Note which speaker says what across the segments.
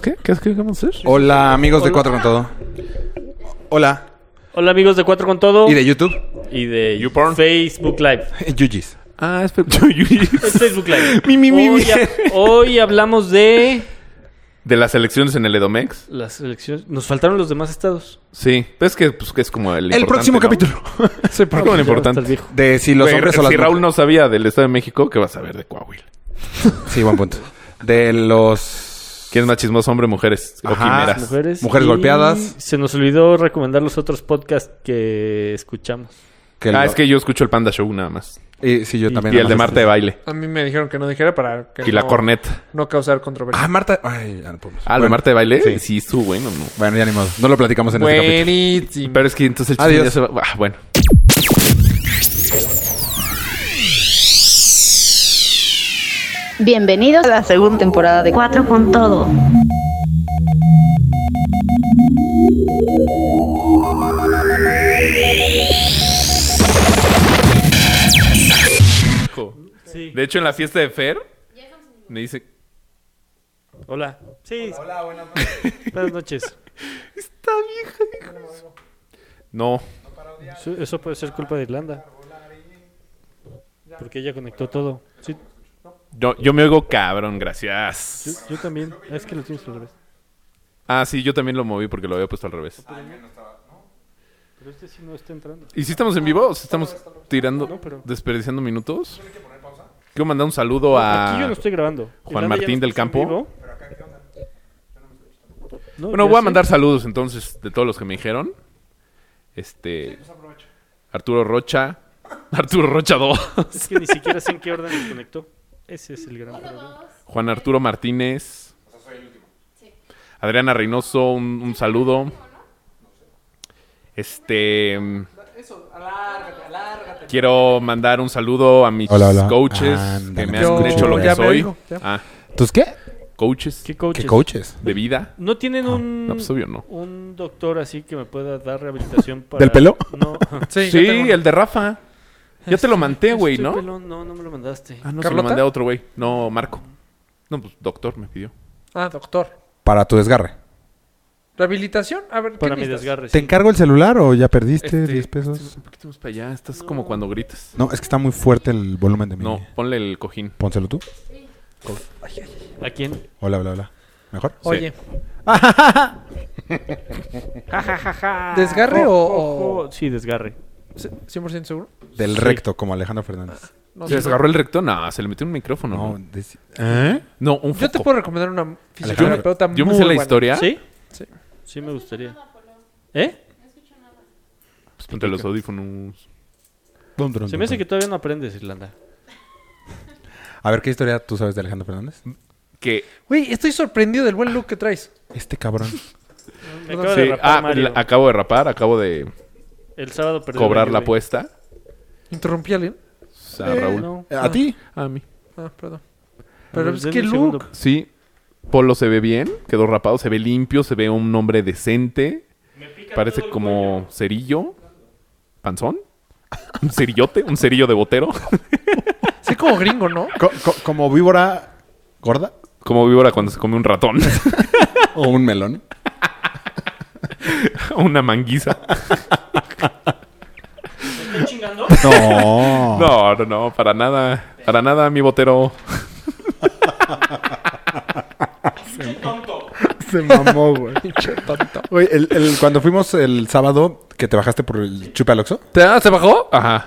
Speaker 1: ¿Qué? ¿Qué, qué vamos a hacer?
Speaker 2: Hola, amigos de
Speaker 3: Hola.
Speaker 2: Cuatro con Todo. Hola.
Speaker 3: Hola amigos de Cuatro con Todo
Speaker 2: ¿Y de YouTube?
Speaker 3: y de
Speaker 4: YouPorn.
Speaker 3: Facebook Live.
Speaker 2: Yujis.
Speaker 1: Ah, espera. Yo- yo-
Speaker 3: Es Facebook Live.
Speaker 1: Mi, mi, mi,
Speaker 4: Oh,
Speaker 3: hoy,
Speaker 1: mi.
Speaker 3: ha- hoy hablamos de
Speaker 4: De las elecciones en el Edomex.
Speaker 3: las elecciones. Nos faltaron los demás estados.
Speaker 4: Sí. Pues que, pues que es como el.
Speaker 2: El
Speaker 4: importante,
Speaker 2: próximo
Speaker 4: ¿no?
Speaker 2: capítulo.
Speaker 4: Sí, pero como el importante.
Speaker 3: Está el viejo.
Speaker 2: De si los
Speaker 4: Güey,
Speaker 2: hombres o
Speaker 4: si
Speaker 2: las
Speaker 4: Raúl no sabía del Estado de México, ¿qué vas a ver de Coahuila?
Speaker 2: mujeres. Sí, buen punto. De los...
Speaker 4: ¿Quién es más chismoso, hombre, mujeres o
Speaker 2: Ajá,
Speaker 4: quimeras?
Speaker 3: Mujeres.
Speaker 2: Mujeres
Speaker 3: y
Speaker 2: golpeadas.
Speaker 3: Se nos olvidó recomendar los otros podcasts que escuchamos.
Speaker 2: Que
Speaker 4: ah,
Speaker 2: lo-
Speaker 4: es que yo escucho el Panda Show nada más.
Speaker 2: Y, sí, yo también.
Speaker 4: y el de
Speaker 2: nada más.
Speaker 4: Marta de Baile.
Speaker 5: A mí me dijeron que no dijera para que
Speaker 4: Y la
Speaker 5: no-
Speaker 4: corneta.
Speaker 5: no causar
Speaker 2: Ah,
Speaker 5: controversia.
Speaker 2: Marta... Ay, ya no podemos.
Speaker 4: Ah, el de
Speaker 2: Bueno,
Speaker 4: Marta de Baile. Sí, sí estuvo bueno. ¿no?
Speaker 2: Bueno, ya ni modo. No lo platicamos en este capítulo.
Speaker 5: Buenísimo.
Speaker 4: Pero es que entonces el chisme
Speaker 2: Adiós.
Speaker 4: ya se va- Ah, bueno.
Speaker 6: Bienvenidos a la segunda temporada de Cuatro con Todo.
Speaker 3: Sí.
Speaker 4: De hecho, en la fiesta de Fer, me dice...
Speaker 3: Hola. Sí. Hola, buenas noches. Buenas noches.
Speaker 4: No.
Speaker 3: Eso, eso puede ser culpa de Irlanda. Porque ella conectó todo. Sí,
Speaker 4: Yo, yo me oigo cabrón, gracias.
Speaker 3: yo, yo también. Ah, Es que lo tienes al revés.
Speaker 4: Ah, sí, yo también lo moví porque lo había puesto al revés.
Speaker 3: Pero este sí no está entrando.
Speaker 4: ¿Y si estamos en vivo? ¿O si estamos tirando,
Speaker 3: No, pero-
Speaker 4: desperdiciando minutos? Quiero mandar un saludo a...
Speaker 3: Aquí yo no estoy grabando.
Speaker 4: Ah, Juan
Speaker 3: Irlanda ya
Speaker 4: Martín
Speaker 3: nos
Speaker 4: del
Speaker 3: puso en
Speaker 4: Campo.
Speaker 3: vivo. No,
Speaker 4: Bueno,
Speaker 3: ya
Speaker 4: voy a
Speaker 3: sé.
Speaker 4: mandar saludos entonces de todos los que me dijeron. Este. Arturo Rocha. Arturo Rocha 2.
Speaker 3: Es que ni siquiera sé en qué orden nos conectó. Ese es el gran problema.
Speaker 4: Juan Arturo Martínez. Adriana Reynoso, un, un saludo. Este. mm, Quiero mandar un saludo a mis
Speaker 2: Hola, hola.
Speaker 4: coaches
Speaker 2: Ándale,
Speaker 4: que me
Speaker 2: mis
Speaker 4: han
Speaker 2: coaches.
Speaker 4: hecho lo que
Speaker 2: Ya
Speaker 5: me
Speaker 4: soy.
Speaker 5: oigo, ya.
Speaker 4: Ah,
Speaker 2: ¿Tus qué?
Speaker 4: coaches
Speaker 3: ¿Qué coaches?
Speaker 2: ¿Qué coaches?
Speaker 4: de vida.
Speaker 3: ¿No tienen un,
Speaker 4: No, pues obvio no.
Speaker 3: un doctor así que me pueda dar rehabilitación para...
Speaker 2: ¿Del pelo?
Speaker 3: No.
Speaker 5: Sí, yo
Speaker 4: Sí,
Speaker 5: tengo una.
Speaker 4: el de Rafa. Ya te lo manté, güey,
Speaker 3: Estoy
Speaker 4: ¿no?
Speaker 3: pelón. No, no me lo mandaste.
Speaker 4: Este, Ah, no, se lo
Speaker 5: ¿Carlota?
Speaker 4: mandé a otro güey. No, Marco. No, pues doctor me pidió.
Speaker 5: Ah, doctor.
Speaker 2: Para tu desgarre.
Speaker 5: ¿Rehabilitación? A ver, ¿qué
Speaker 3: para mi
Speaker 4: Pues
Speaker 5: necesitas?
Speaker 3: desgarre.
Speaker 2: ¿Te
Speaker 3: sí.
Speaker 2: encargo el celular o ya perdiste
Speaker 5: Este,
Speaker 2: 10 pesos?
Speaker 4: ¿Por qué te vas para allá? Estás como cuando gritas.
Speaker 2: No, es que está muy fuerte el volumen de mi...
Speaker 4: No, ponle el cojín.
Speaker 2: Pónselo tú.
Speaker 3: ¿A quién?
Speaker 2: Hola, hola, hola. ¿Mejor?
Speaker 5: Oye. ¿Desgarre o- o,
Speaker 3: Ojo. oh, Sí, desgarre.
Speaker 5: c- 100% seguro?
Speaker 2: Del recto, como Alejandro Fernández.
Speaker 5: No
Speaker 4: ¿Se
Speaker 5: sé.
Speaker 4: desgarró el recto? No, se le metió un micrófono.
Speaker 2: No,
Speaker 4: No,
Speaker 2: des-
Speaker 4: no un foco.
Speaker 5: Yo te puedo recomendar una fisioterapeuta
Speaker 4: Yo me
Speaker 5: muy
Speaker 4: sé la
Speaker 5: buena.
Speaker 4: historia.
Speaker 3: ¿Sí?
Speaker 5: Sí.
Speaker 3: Sí me gustaría. ¿Eh?
Speaker 4: Pues ponte los audífonos.
Speaker 2: Dun, dun,
Speaker 3: Se
Speaker 2: dun,
Speaker 3: me hace
Speaker 2: dun.
Speaker 3: que todavía no aprendes, Irlanda.
Speaker 2: A ver, ¿qué historia tú sabes de Alejandro Fernández?
Speaker 4: Que.
Speaker 5: Güey, estoy sorprendido del buen look que traes.
Speaker 2: Este cabrón.
Speaker 3: Me acaba
Speaker 4: sí,
Speaker 3: de rapar
Speaker 4: ah,
Speaker 3: Mario.
Speaker 4: la- acabo de rapar, acabo de
Speaker 3: El sábado perdí.
Speaker 4: cobrar la
Speaker 3: Juve.
Speaker 4: apuesta.
Speaker 5: ¿Interrumpí a alguien?
Speaker 4: A Raúl.
Speaker 3: No.
Speaker 2: ¿A ti?
Speaker 4: A mí.
Speaker 5: Ah, perdón. Pero
Speaker 3: ver,
Speaker 5: es
Speaker 3: Pues denme
Speaker 5: que
Speaker 3: un
Speaker 5: look.
Speaker 3: segundo.
Speaker 4: Sí. Polo se ve bien, quedó rapado, se ve limpio, se ve un hombre decente. Parece como cerillo. ¿Panzón? ¿Un cerillote? ¿Un cerillo de botero?
Speaker 5: Sí, como gringo, ¿no?
Speaker 2: Co- co- ¿Como víbora gorda?
Speaker 4: Como víbora cuando se come un ratón.
Speaker 2: ¿O un melón?
Speaker 4: o Una manguiza.
Speaker 3: ¿Estás chingando?
Speaker 2: No.
Speaker 4: No, no, no, para nada. Para nada, mi botero.
Speaker 2: Se mamó, güey.
Speaker 5: Pinche tonto.
Speaker 2: Oye, el- el- cuando fuimos el sábado que te bajaste por el chupe al Oxxo,
Speaker 4: ¿Te, ¿Se bajó? Ajá,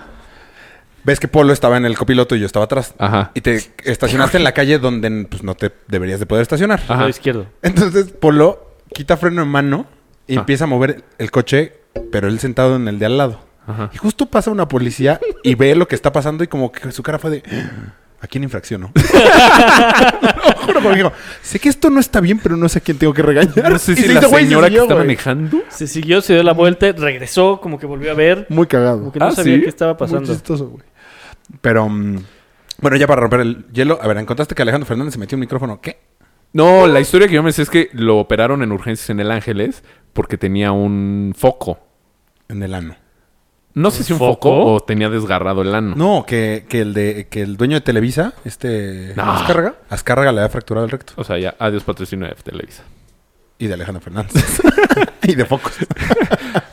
Speaker 2: ves que Polo estaba en el copiloto y yo estaba atrás.
Speaker 4: ajá.
Speaker 2: Y te estacionaste en la calle donde pues, no te deberías de poder estacionar.
Speaker 4: Ajá.
Speaker 3: Lado izquierdo.
Speaker 2: Entonces Polo quita freno en mano y empieza a mover el coche, pero él sentado en el de al lado.
Speaker 4: Ajá.
Speaker 2: Y justo pasa una policía y ve lo que está pasando y como que su cara fue de... "Ah, ¿A quién infraccionó? no, juro porque dijo, sé que esto no está bien, pero no sé a quién tengo que regañar.
Speaker 4: No sé
Speaker 2: Y
Speaker 4: si
Speaker 2: se
Speaker 4: la
Speaker 2: hizo güey y se
Speaker 4: señora que
Speaker 2: siguió,
Speaker 4: está
Speaker 2: güey.
Speaker 4: manejando.
Speaker 3: Se siguió, se dio
Speaker 2: Mm.
Speaker 3: la vuelta, regresó, como que volvió a ver.
Speaker 2: Muy cagado.
Speaker 3: Como que no
Speaker 4: Ah,
Speaker 3: sabía
Speaker 4: ¿sí?
Speaker 3: qué estaba pasando.
Speaker 2: Muy chistoso, güey. Pero... mm, bueno, ya para romper el hielo, a ver, encontraste que Alejandro Fernández se metió un micrófono. ¿Qué?
Speaker 4: No, la historia que yo me sé es que lo operaron en urgencias en El Ángeles porque tenía un foco.
Speaker 2: En el ano.
Speaker 4: No sé si un
Speaker 3: foco?
Speaker 4: foco, o tenía desgarrado el ano.
Speaker 2: No, que, que el de que el dueño de Televisa, este
Speaker 4: No.
Speaker 2: Azcárraga, Azcárraga le había fracturado el recto.
Speaker 4: O sea, ya, adiós patrocinio de Televisa.
Speaker 2: y de Alejandro Fernández. y de Focus.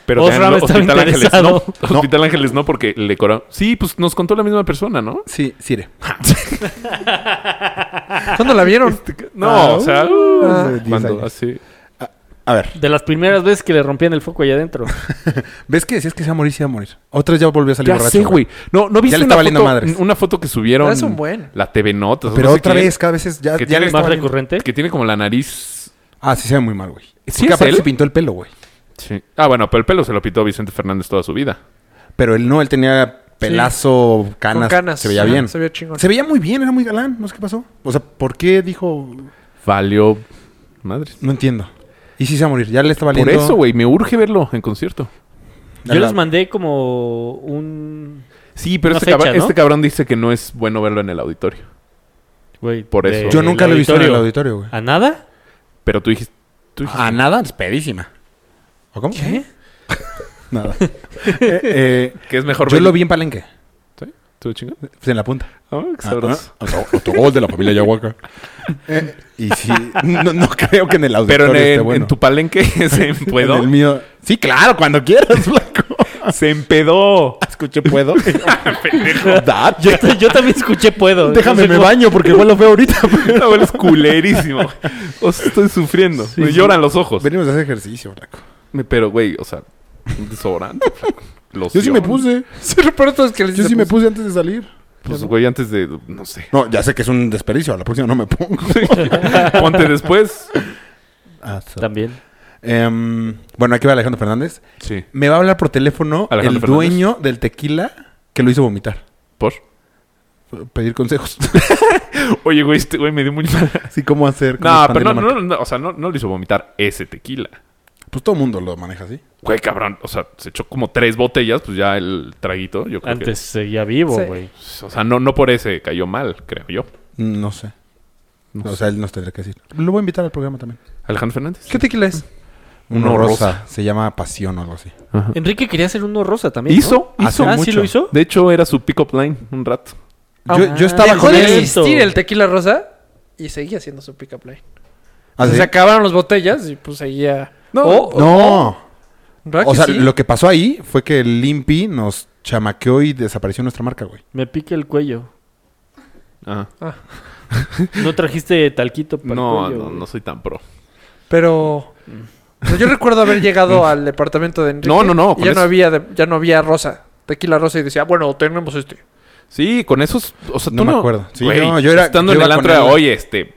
Speaker 4: Pero
Speaker 3: Osram
Speaker 4: vean, no,
Speaker 3: estaba
Speaker 4: Hospital Ángeles no.
Speaker 3: interesado.
Speaker 2: No.
Speaker 4: Hospital Ángeles no, porque le coraron. Sí, pues nos contó la misma persona, ¿no?
Speaker 2: Sí, Sire.
Speaker 5: ¿Cuándo la vieron?
Speaker 4: No,
Speaker 2: Ah,
Speaker 4: o sea,
Speaker 2: uh,
Speaker 4: ah,
Speaker 2: hace diez
Speaker 4: cuando
Speaker 2: años.
Speaker 4: así.
Speaker 2: A ver,
Speaker 3: De las primeras veces que le rompían el foco allá adentro.
Speaker 2: ¿ves que decías que se iba a morir? Se iba a morir. Otra ya volvió a salir
Speaker 4: Ya
Speaker 2: borracho.
Speaker 4: sé, güey. No, no viste
Speaker 2: le
Speaker 4: una
Speaker 2: está valiendo
Speaker 4: foto,
Speaker 2: madres.
Speaker 4: una foto que subieron.
Speaker 5: Pero es un buen.
Speaker 4: La TV Notas.
Speaker 2: Pero
Speaker 4: no sé
Speaker 2: otra
Speaker 4: quién,
Speaker 2: vez, cada vez es, ya,
Speaker 4: Que
Speaker 2: ya
Speaker 4: tiene
Speaker 2: le está
Speaker 3: Más
Speaker 2: valiendo.
Speaker 3: recurrente.
Speaker 4: Que tiene como la nariz.
Speaker 2: Ah, sí se ve muy mal, güey.
Speaker 4: ¿Sí
Speaker 2: Porque
Speaker 4: es
Speaker 2: aparte
Speaker 4: él?
Speaker 2: se pintó el pelo, güey.
Speaker 4: Sí. Ah, bueno, pero el pelo se lo pitó Vicente Fernández toda su vida.
Speaker 2: Pero él no, él tenía pelazo, canas,
Speaker 5: Con canas.
Speaker 2: Se veía
Speaker 5: Ajá,
Speaker 2: bien.
Speaker 5: Se veía chingón.
Speaker 2: Se veía muy bien, era muy galán. No sé qué pasó. O sea, ¿por qué dijo?
Speaker 4: Valió. Madre.
Speaker 2: No entiendo. Y sí se va a morir. Ya le está
Speaker 4: Por
Speaker 2: valiendo.
Speaker 4: eso, güey, me urge verlo en concierto.
Speaker 3: Yo les mandé como un...
Speaker 4: Sí, pero
Speaker 3: Una
Speaker 4: este,
Speaker 3: fecha,
Speaker 4: cabrón,
Speaker 3: ¿no?
Speaker 4: este cabrón dice que no es bueno verlo en el auditorio.
Speaker 3: Güey,
Speaker 4: Por
Speaker 3: de-
Speaker 4: eso.
Speaker 2: Yo nunca
Speaker 3: del
Speaker 2: lo he visto en el
Speaker 3: auditorio.
Speaker 2: auditorio, güey.
Speaker 3: ¿A nada?
Speaker 4: Pero tú dijiste. tú dijiste-
Speaker 2: A nada, es pedísima. ¿O cómo?
Speaker 5: ¿Qué?
Speaker 3: ¿Eh?
Speaker 2: Nada. Eh, eh,
Speaker 4: que es mejor
Speaker 2: yo
Speaker 4: verlo.
Speaker 2: lo vi en Palenque,
Speaker 4: ¿Sí? ¿Tú chingón?
Speaker 2: pues, en la punta.
Speaker 4: Ah, qué sabroso.
Speaker 2: Autogol de la familia Yahuaca. Eh, y sí, no, no creo que en el auditorio
Speaker 4: Pero en,
Speaker 2: esté
Speaker 4: en
Speaker 2: bueno.
Speaker 4: tu palenque se
Speaker 2: En
Speaker 4: empedó.
Speaker 2: el mío. Sí, claro, cuando quieras, Blanco.
Speaker 4: se empedó. Ah,
Speaker 2: Escuché, puedo. Dad,
Speaker 3: Yo, t- yo también escuché puedo.
Speaker 2: Déjame,
Speaker 3: No sé
Speaker 2: me
Speaker 3: cómo-
Speaker 2: baño porque lo feo ahorita.
Speaker 4: La abuela es culerísimo. O sea, estoy sufriendo. me lloran los ojos.
Speaker 2: Venimos a hacer ejercicio, Blanco.
Speaker 4: Me- Pero, güey, o sea, un desodorante. flaco. Los
Speaker 2: Yo sí me
Speaker 4: iones.
Speaker 2: puse.
Speaker 5: Sí, lo peor de todo es que les
Speaker 2: Yo sí me puse antes de salir.
Speaker 4: Pues, güey, antes de. No sé.
Speaker 2: No, ya sé que es un desperdicio. A la próxima no me pongo.
Speaker 4: Ponte después.
Speaker 2: Ah, so-
Speaker 3: También.
Speaker 2: Em, bueno, aquí va Alejandro Fernández.
Speaker 4: Sí.
Speaker 2: Me va a hablar por teléfono
Speaker 4: Alejandro
Speaker 2: el
Speaker 4: Fernández.
Speaker 2: dueño del tequila que lo hizo vomitar.
Speaker 4: ¿Por?
Speaker 2: Pedir consejos.
Speaker 4: Oye, güey, este güey me dio muy mal.
Speaker 2: Así cómo hacer. cómo
Speaker 4: No,
Speaker 2: expandir
Speaker 4: pero no,
Speaker 2: la marca.
Speaker 4: no, no, O sea, no, no le hizo vomitar ese tequila.
Speaker 2: Pues todo el mundo lo maneja así.
Speaker 4: Güey, cabrón. O sea, se echó como tres botellas, pues ya el traguito, yo creo que-
Speaker 3: Antes seguía vivo,
Speaker 5: Sí.
Speaker 3: güey.
Speaker 4: O sea, no, no por ese cayó mal, creo yo.
Speaker 2: No sé.
Speaker 4: No
Speaker 2: o sea, él nos tendría que decir. Lo voy a invitar al programa también.
Speaker 4: Alejandro Fernández.
Speaker 5: ¿Qué tequila es?
Speaker 2: Uno,
Speaker 4: Uno
Speaker 2: rosa. Se llama Pasión o algo así.
Speaker 3: Enrique quería hacer uno rosa también. ¿no?
Speaker 4: Hizo, hizo.
Speaker 2: Hace
Speaker 3: Ah, sí
Speaker 2: mucho.
Speaker 3: lo hizo.
Speaker 4: De hecho, era su pick-up line un rato. Ah,
Speaker 2: yo, yo estaba
Speaker 5: Dejó
Speaker 2: con
Speaker 5: de
Speaker 2: él.
Speaker 3: esto.
Speaker 5: existir el tequila rosa y seguía haciendo su pick up line.
Speaker 2: Ah, ¿sí?
Speaker 5: Se acabaron las botellas y pues seguía.
Speaker 4: No,
Speaker 5: O-
Speaker 4: Oh,
Speaker 2: No.
Speaker 5: ¿verdad
Speaker 2: O
Speaker 5: que
Speaker 2: sea,
Speaker 5: sí?
Speaker 2: lo que pasó ahí fue que el Limpi nos chamaqueó y desapareció nuestra marca, güey.
Speaker 3: Me pica el cuello.
Speaker 4: Ajá.
Speaker 3: No trajiste talquito para
Speaker 4: No,
Speaker 3: el cuello.
Speaker 4: no,
Speaker 3: güey.
Speaker 4: no soy tan pro.
Speaker 5: Pero. pero yo recuerdo haber llegado al departamento de Enrique.
Speaker 4: No, no, no,
Speaker 5: y
Speaker 4: con
Speaker 5: Ya
Speaker 4: eso.
Speaker 5: no había, de- ya no había rosa. Tequila rosa y decía, bueno, tenemos este.
Speaker 4: Sí, con esos. O sea,
Speaker 2: No
Speaker 4: tú
Speaker 2: me acuerdo. Sí,
Speaker 4: Güey,
Speaker 2: no, yo era-
Speaker 4: Estando
Speaker 2: yo
Speaker 4: en el
Speaker 2: iba con
Speaker 4: antro, era,
Speaker 2: él.
Speaker 4: oye, este.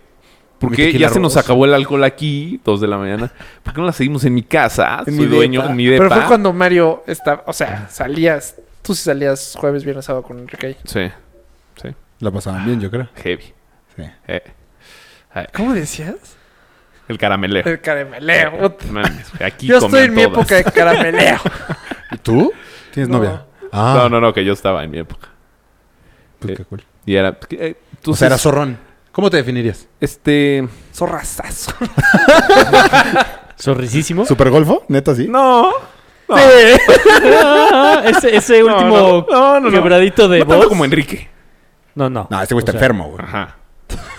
Speaker 4: ¿Por
Speaker 2: Mi
Speaker 4: qué
Speaker 2: tequila
Speaker 4: ya se nos
Speaker 2: rosa".
Speaker 4: acabó el alcohol aquí? Dos de la mañana. ¿Por qué no la seguimos en mi casa? Ah,
Speaker 2: En
Speaker 4: Soy
Speaker 2: mi
Speaker 4: dueño,
Speaker 2: depa.
Speaker 4: en mi
Speaker 5: Pero
Speaker 4: depa.
Speaker 5: fue cuando Mario estaba. O sea, salías. Tú sí salías jueves, viernes, sábado con Enrique ahí.
Speaker 4: Sí,
Speaker 2: La pasaban bien, yo creo.
Speaker 4: heavy.
Speaker 2: Sí.
Speaker 4: Eh,
Speaker 5: ¿Cómo decías?
Speaker 4: el caramelero.
Speaker 2: Eh,
Speaker 5: El carameleo. puta.
Speaker 4: Mames, aquí
Speaker 5: Yo estoy
Speaker 4: comían
Speaker 5: en mi
Speaker 4: todas.
Speaker 5: época de carameleo.
Speaker 2: ¿Y tú? ¿Tienes
Speaker 5: No.
Speaker 2: novia? Ah,
Speaker 4: No, no, no, que yo estaba en mi época.
Speaker 2: Pues qué cool.
Speaker 4: Y era. eh, tú
Speaker 2: O sea, era
Speaker 4: sí-
Speaker 2: zorrón. ¿Cómo te definirías?
Speaker 4: Este.
Speaker 5: Zorrazazo.
Speaker 3: Sorrisísimo.
Speaker 2: ¿Supergolfo? ¿Neta sí?
Speaker 4: No. No,
Speaker 3: Ah, ese ese
Speaker 4: no,
Speaker 3: último
Speaker 4: no, no, no, no.
Speaker 3: quebradito de
Speaker 4: No tanto
Speaker 3: voz.
Speaker 4: como Enrique.
Speaker 3: No, no.
Speaker 2: No, ese güey
Speaker 3: O
Speaker 2: está
Speaker 3: sea,
Speaker 2: enfermo, güey.
Speaker 4: Ajá.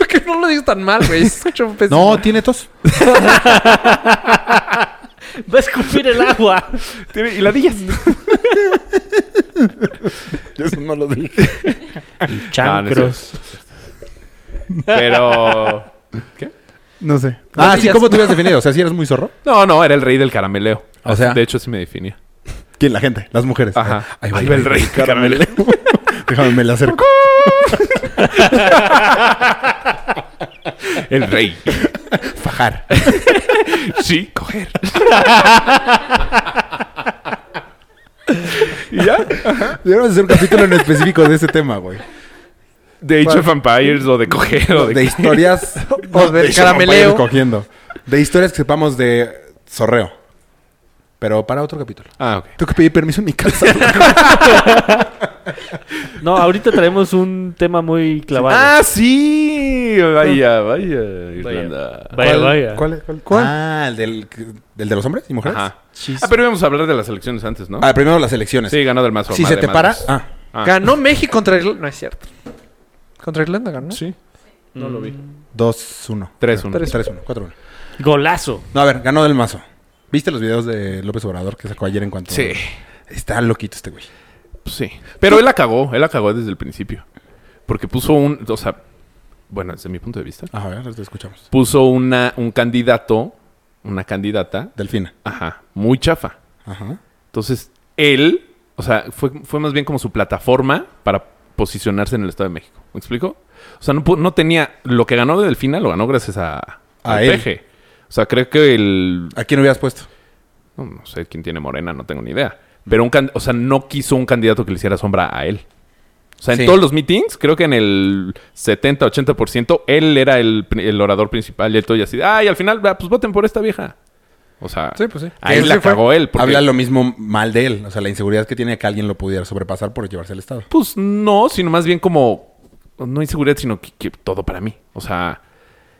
Speaker 5: que no lo digas tan mal, güey. Escucho un pésimo.
Speaker 2: No, tiene tos.
Speaker 3: Va a escupir el agua.
Speaker 4: Tiene hiladillas.
Speaker 2: Yo eso no lo dije.
Speaker 3: Chancros.
Speaker 4: Pero.
Speaker 2: No sé. Ah, sí,
Speaker 5: Rodillas.
Speaker 2: ¿cómo te hubieras definido? O sea, si eres muy zorro.
Speaker 4: No, no, era el rey del carameleo.
Speaker 2: O sea-
Speaker 4: de hecho, sí me definía.
Speaker 2: ¿Quién? La gente, las mujeres.
Speaker 4: Ajá.
Speaker 2: Ah,
Speaker 4: Ahí va el rey del carameleo.
Speaker 2: Déjame, me la acerco.
Speaker 4: El rey.
Speaker 2: Fajar.
Speaker 4: Sí, coger. ¿Y ya?
Speaker 2: Deberíamos hacer un capítulo en específico de ese tema, güey.
Speaker 4: De Age of Empires o de coger o de...
Speaker 2: De historias.
Speaker 5: O del
Speaker 2: de
Speaker 5: carameleo.
Speaker 2: Cogiendo. De historias que sepamos de zorreo. Pero para otro capítulo.
Speaker 4: Ah, ok.
Speaker 2: Tengo que pedir permiso en mi casa.
Speaker 3: No, ahorita traemos un tema muy clavado.
Speaker 4: Ah, sí. Vaya, vaya, Irlanda.
Speaker 3: Vaya,
Speaker 2: ¿Cuál-
Speaker 3: vaya.
Speaker 2: ¿Cuál? cuál- Ah, el del, el de los hombres y mujeres.
Speaker 4: Ajá. Ah, pero íbamos a hablar de las elecciones antes, ¿no?
Speaker 2: Ah, primero las elecciones.
Speaker 4: sí, ganó del más
Speaker 2: si se te para. Ah,
Speaker 4: Ah.
Speaker 5: Ganó México contra Irlanda. No es cierto. Contra Irlanda ganó.
Speaker 4: Sí. No lo vi.
Speaker 2: 2-1.
Speaker 4: 3-1.
Speaker 2: 3-1. 4-1.
Speaker 3: Golazo.
Speaker 2: No, a ver, ganó del mazo. ¿Viste los videos de López Obrador que sacó ayer en cuanto...
Speaker 4: Sí.
Speaker 2: Está loquito este güey.
Speaker 4: Sí. Pero él la cagó, él la cagó desde el principio. Porque puso un, o sea, bueno, desde mi punto de vista,
Speaker 2: A ver, te escuchamos.
Speaker 4: puso una, un candidato, una candidata,
Speaker 2: Delfina.
Speaker 4: ajá, muy chafa.
Speaker 2: Ajá.
Speaker 4: Entonces, él, o sea, fue, fue más bien como su plataforma para posicionarse en el Estado de México. ¿Me explico? O sea, no, pu- no tenía. Lo que ganó de Delfina lo ganó gracias a,
Speaker 2: A
Speaker 4: al
Speaker 2: él.
Speaker 4: PG. O sea, creo que el.
Speaker 2: ¿A quién hubieras puesto?
Speaker 4: No, no sé quién tiene Morena, no tengo ni idea. Pero un can- o sea, no quiso un candidato que le hiciera sombra a él. O sea, en
Speaker 2: Sí.
Speaker 4: todos los meetings, creo que en el 70-80%, él era el, pri- el orador principal y él todo y así. Ay, al final, va, pues voten por esta vieja. O sea,
Speaker 2: Sí, pues sí.
Speaker 4: ahí
Speaker 2: Sí,
Speaker 4: la
Speaker 2: sí fue.
Speaker 4: cagó él. porque-
Speaker 2: Habla lo mismo mal de él. O sea, la inseguridad que tiene que alguien lo pudiera sobrepasar por llevarse al Estado.
Speaker 4: Pues no, sino más bien como. No inseguridad, sino que, que todo para mí. O sea,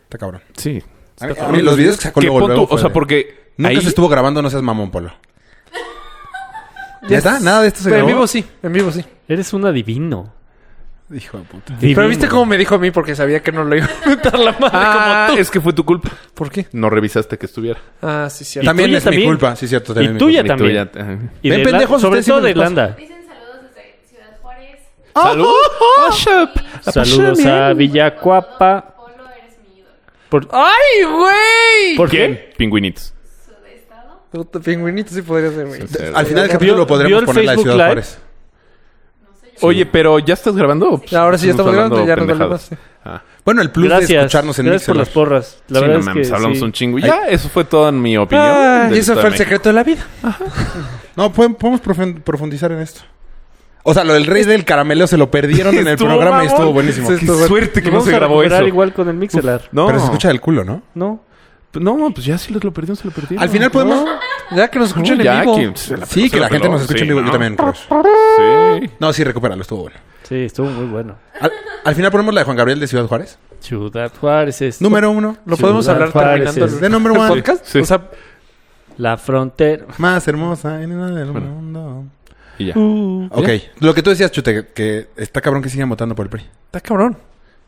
Speaker 2: Está cabrón.
Speaker 4: sí.
Speaker 2: A mí- a mí los videos que sacó
Speaker 4: Que
Speaker 2: luego,
Speaker 4: pon tú-
Speaker 2: luego
Speaker 4: o
Speaker 2: fue
Speaker 4: sea,
Speaker 2: de-
Speaker 4: porque.
Speaker 2: Nunca
Speaker 4: ahí-
Speaker 2: se estuvo grabando No Seas Mamón, Polo. ¿Ya está? ¿Nada de esto se
Speaker 5: Pero en
Speaker 2: grabó?
Speaker 5: vivo sí, en vivo sí.
Speaker 3: Eres un adivino.
Speaker 2: Hijo de puta.
Speaker 5: Pero viste cómo me dijo a mí porque sabía que no lo iba a meter la madre
Speaker 4: Ah,
Speaker 5: como tú.
Speaker 4: es que fue tu culpa.
Speaker 5: ¿Por qué?
Speaker 4: No revisaste que estuviera.
Speaker 5: Ah, sí, cierto.
Speaker 2: También
Speaker 3: tuya
Speaker 2: es mi
Speaker 3: también.
Speaker 2: culpa. Sí, cierto. también
Speaker 3: Y
Speaker 2: mi
Speaker 3: tuya
Speaker 2: culpa.
Speaker 4: Tú ya-
Speaker 3: también.
Speaker 4: ajá.
Speaker 3: Y
Speaker 2: Ven,
Speaker 3: de
Speaker 2: pendejos,
Speaker 3: Irlanda- sobre
Speaker 2: ustedes siempre
Speaker 3: todo de
Speaker 2: les pasa.
Speaker 3: Irlanda.
Speaker 7: Dicen saludos desde Ciudad Juárez.
Speaker 4: ¡Salud! Ah.
Speaker 3: Saludos a Villacuapa.
Speaker 7: Polo, eres mi ídolo.
Speaker 3: Por,
Speaker 5: ¡Ay, güey!
Speaker 3: ¿por
Speaker 4: ¿Quién?
Speaker 3: qué?
Speaker 4: Pingüinitos.
Speaker 7: Su de estado.
Speaker 5: Puta, Pingüinito sí podría ser, güey.
Speaker 2: Al final del capítulo
Speaker 3: ¿Vio- vio
Speaker 2: podremos
Speaker 3: el
Speaker 2: poner la de
Speaker 3: Facebook
Speaker 2: Ciudad
Speaker 3: Live?
Speaker 2: Juárez.
Speaker 4: Oye, pero ¿ya estás grabando? o
Speaker 5: Ahora sí, ya estamos
Speaker 4: hablando
Speaker 5: grabando, ya nos
Speaker 4: pendejadas? Ah.
Speaker 2: Bueno, el plus
Speaker 3: Gracias.
Speaker 2: de escucharnos en
Speaker 3: Gracias por
Speaker 2: Mixer.
Speaker 3: las porras. La
Speaker 4: sí,
Speaker 3: verdad
Speaker 4: no
Speaker 3: es
Speaker 4: mames,
Speaker 3: que
Speaker 4: hablamos
Speaker 3: sí.
Speaker 4: un chingo. Y ya, eso fue toda mi opinión.
Speaker 5: Ah,
Speaker 4: del
Speaker 5: y eso
Speaker 4: Estado
Speaker 5: fue el
Speaker 4: de
Speaker 5: secreto de la vida.
Speaker 2: No, pueden- podemos profen- profundizar en esto. O sea, lo del rey del caramelo se lo perdieron en el
Speaker 4: Estuvo
Speaker 2: programa y
Speaker 4: mamón.
Speaker 2: estuvo buenísimo.
Speaker 5: Sí,
Speaker 4: México.
Speaker 5: estuvo
Speaker 4: Qué
Speaker 5: bueno.
Speaker 4: suerte que
Speaker 3: Nos
Speaker 4: no
Speaker 3: vamos
Speaker 4: se
Speaker 3: a
Speaker 4: grabó
Speaker 3: recuperar
Speaker 4: eso.
Speaker 3: igual con el Mixelar.
Speaker 5: Oh.
Speaker 4: No,
Speaker 2: Pero se escucha del culo, ¿no?
Speaker 3: No.
Speaker 4: no, pues ya si los lo perdieron, se lo perdieron.
Speaker 2: Al final podemos...
Speaker 5: Ah, Ya que nos escuchen
Speaker 4: No,
Speaker 5: en
Speaker 4: ya,
Speaker 5: vivo.
Speaker 4: que- se
Speaker 2: Sí, que la
Speaker 4: se
Speaker 2: gente
Speaker 4: peló.
Speaker 2: nos escuche
Speaker 4: Sí,
Speaker 2: en vivo.
Speaker 4: ¿no?
Speaker 2: Yo también creo eso.
Speaker 4: Sí.
Speaker 2: No, sí, recupéralo. Estuvo bueno.
Speaker 3: Sí, estuvo muy bueno.
Speaker 2: Al, al final ponemos la de Juan Gabriel de Ciudad Juárez.
Speaker 3: Ciudad Juárez es
Speaker 2: Número uno.
Speaker 5: Lo podemos
Speaker 3: Ciudad
Speaker 5: hablar
Speaker 3: Juárez
Speaker 5: terminando
Speaker 3: es-
Speaker 5: el-
Speaker 2: De número
Speaker 5: el
Speaker 2: uno.
Speaker 5: podcast.
Speaker 4: Sí.
Speaker 5: O sea,
Speaker 3: la frontera.
Speaker 2: Más hermosa en el del mundo.
Speaker 4: Y ya.
Speaker 2: Ok. Lo que tú decías, Chute, que, que está cabrón que sigan votando por el PRI.
Speaker 5: está cabrón.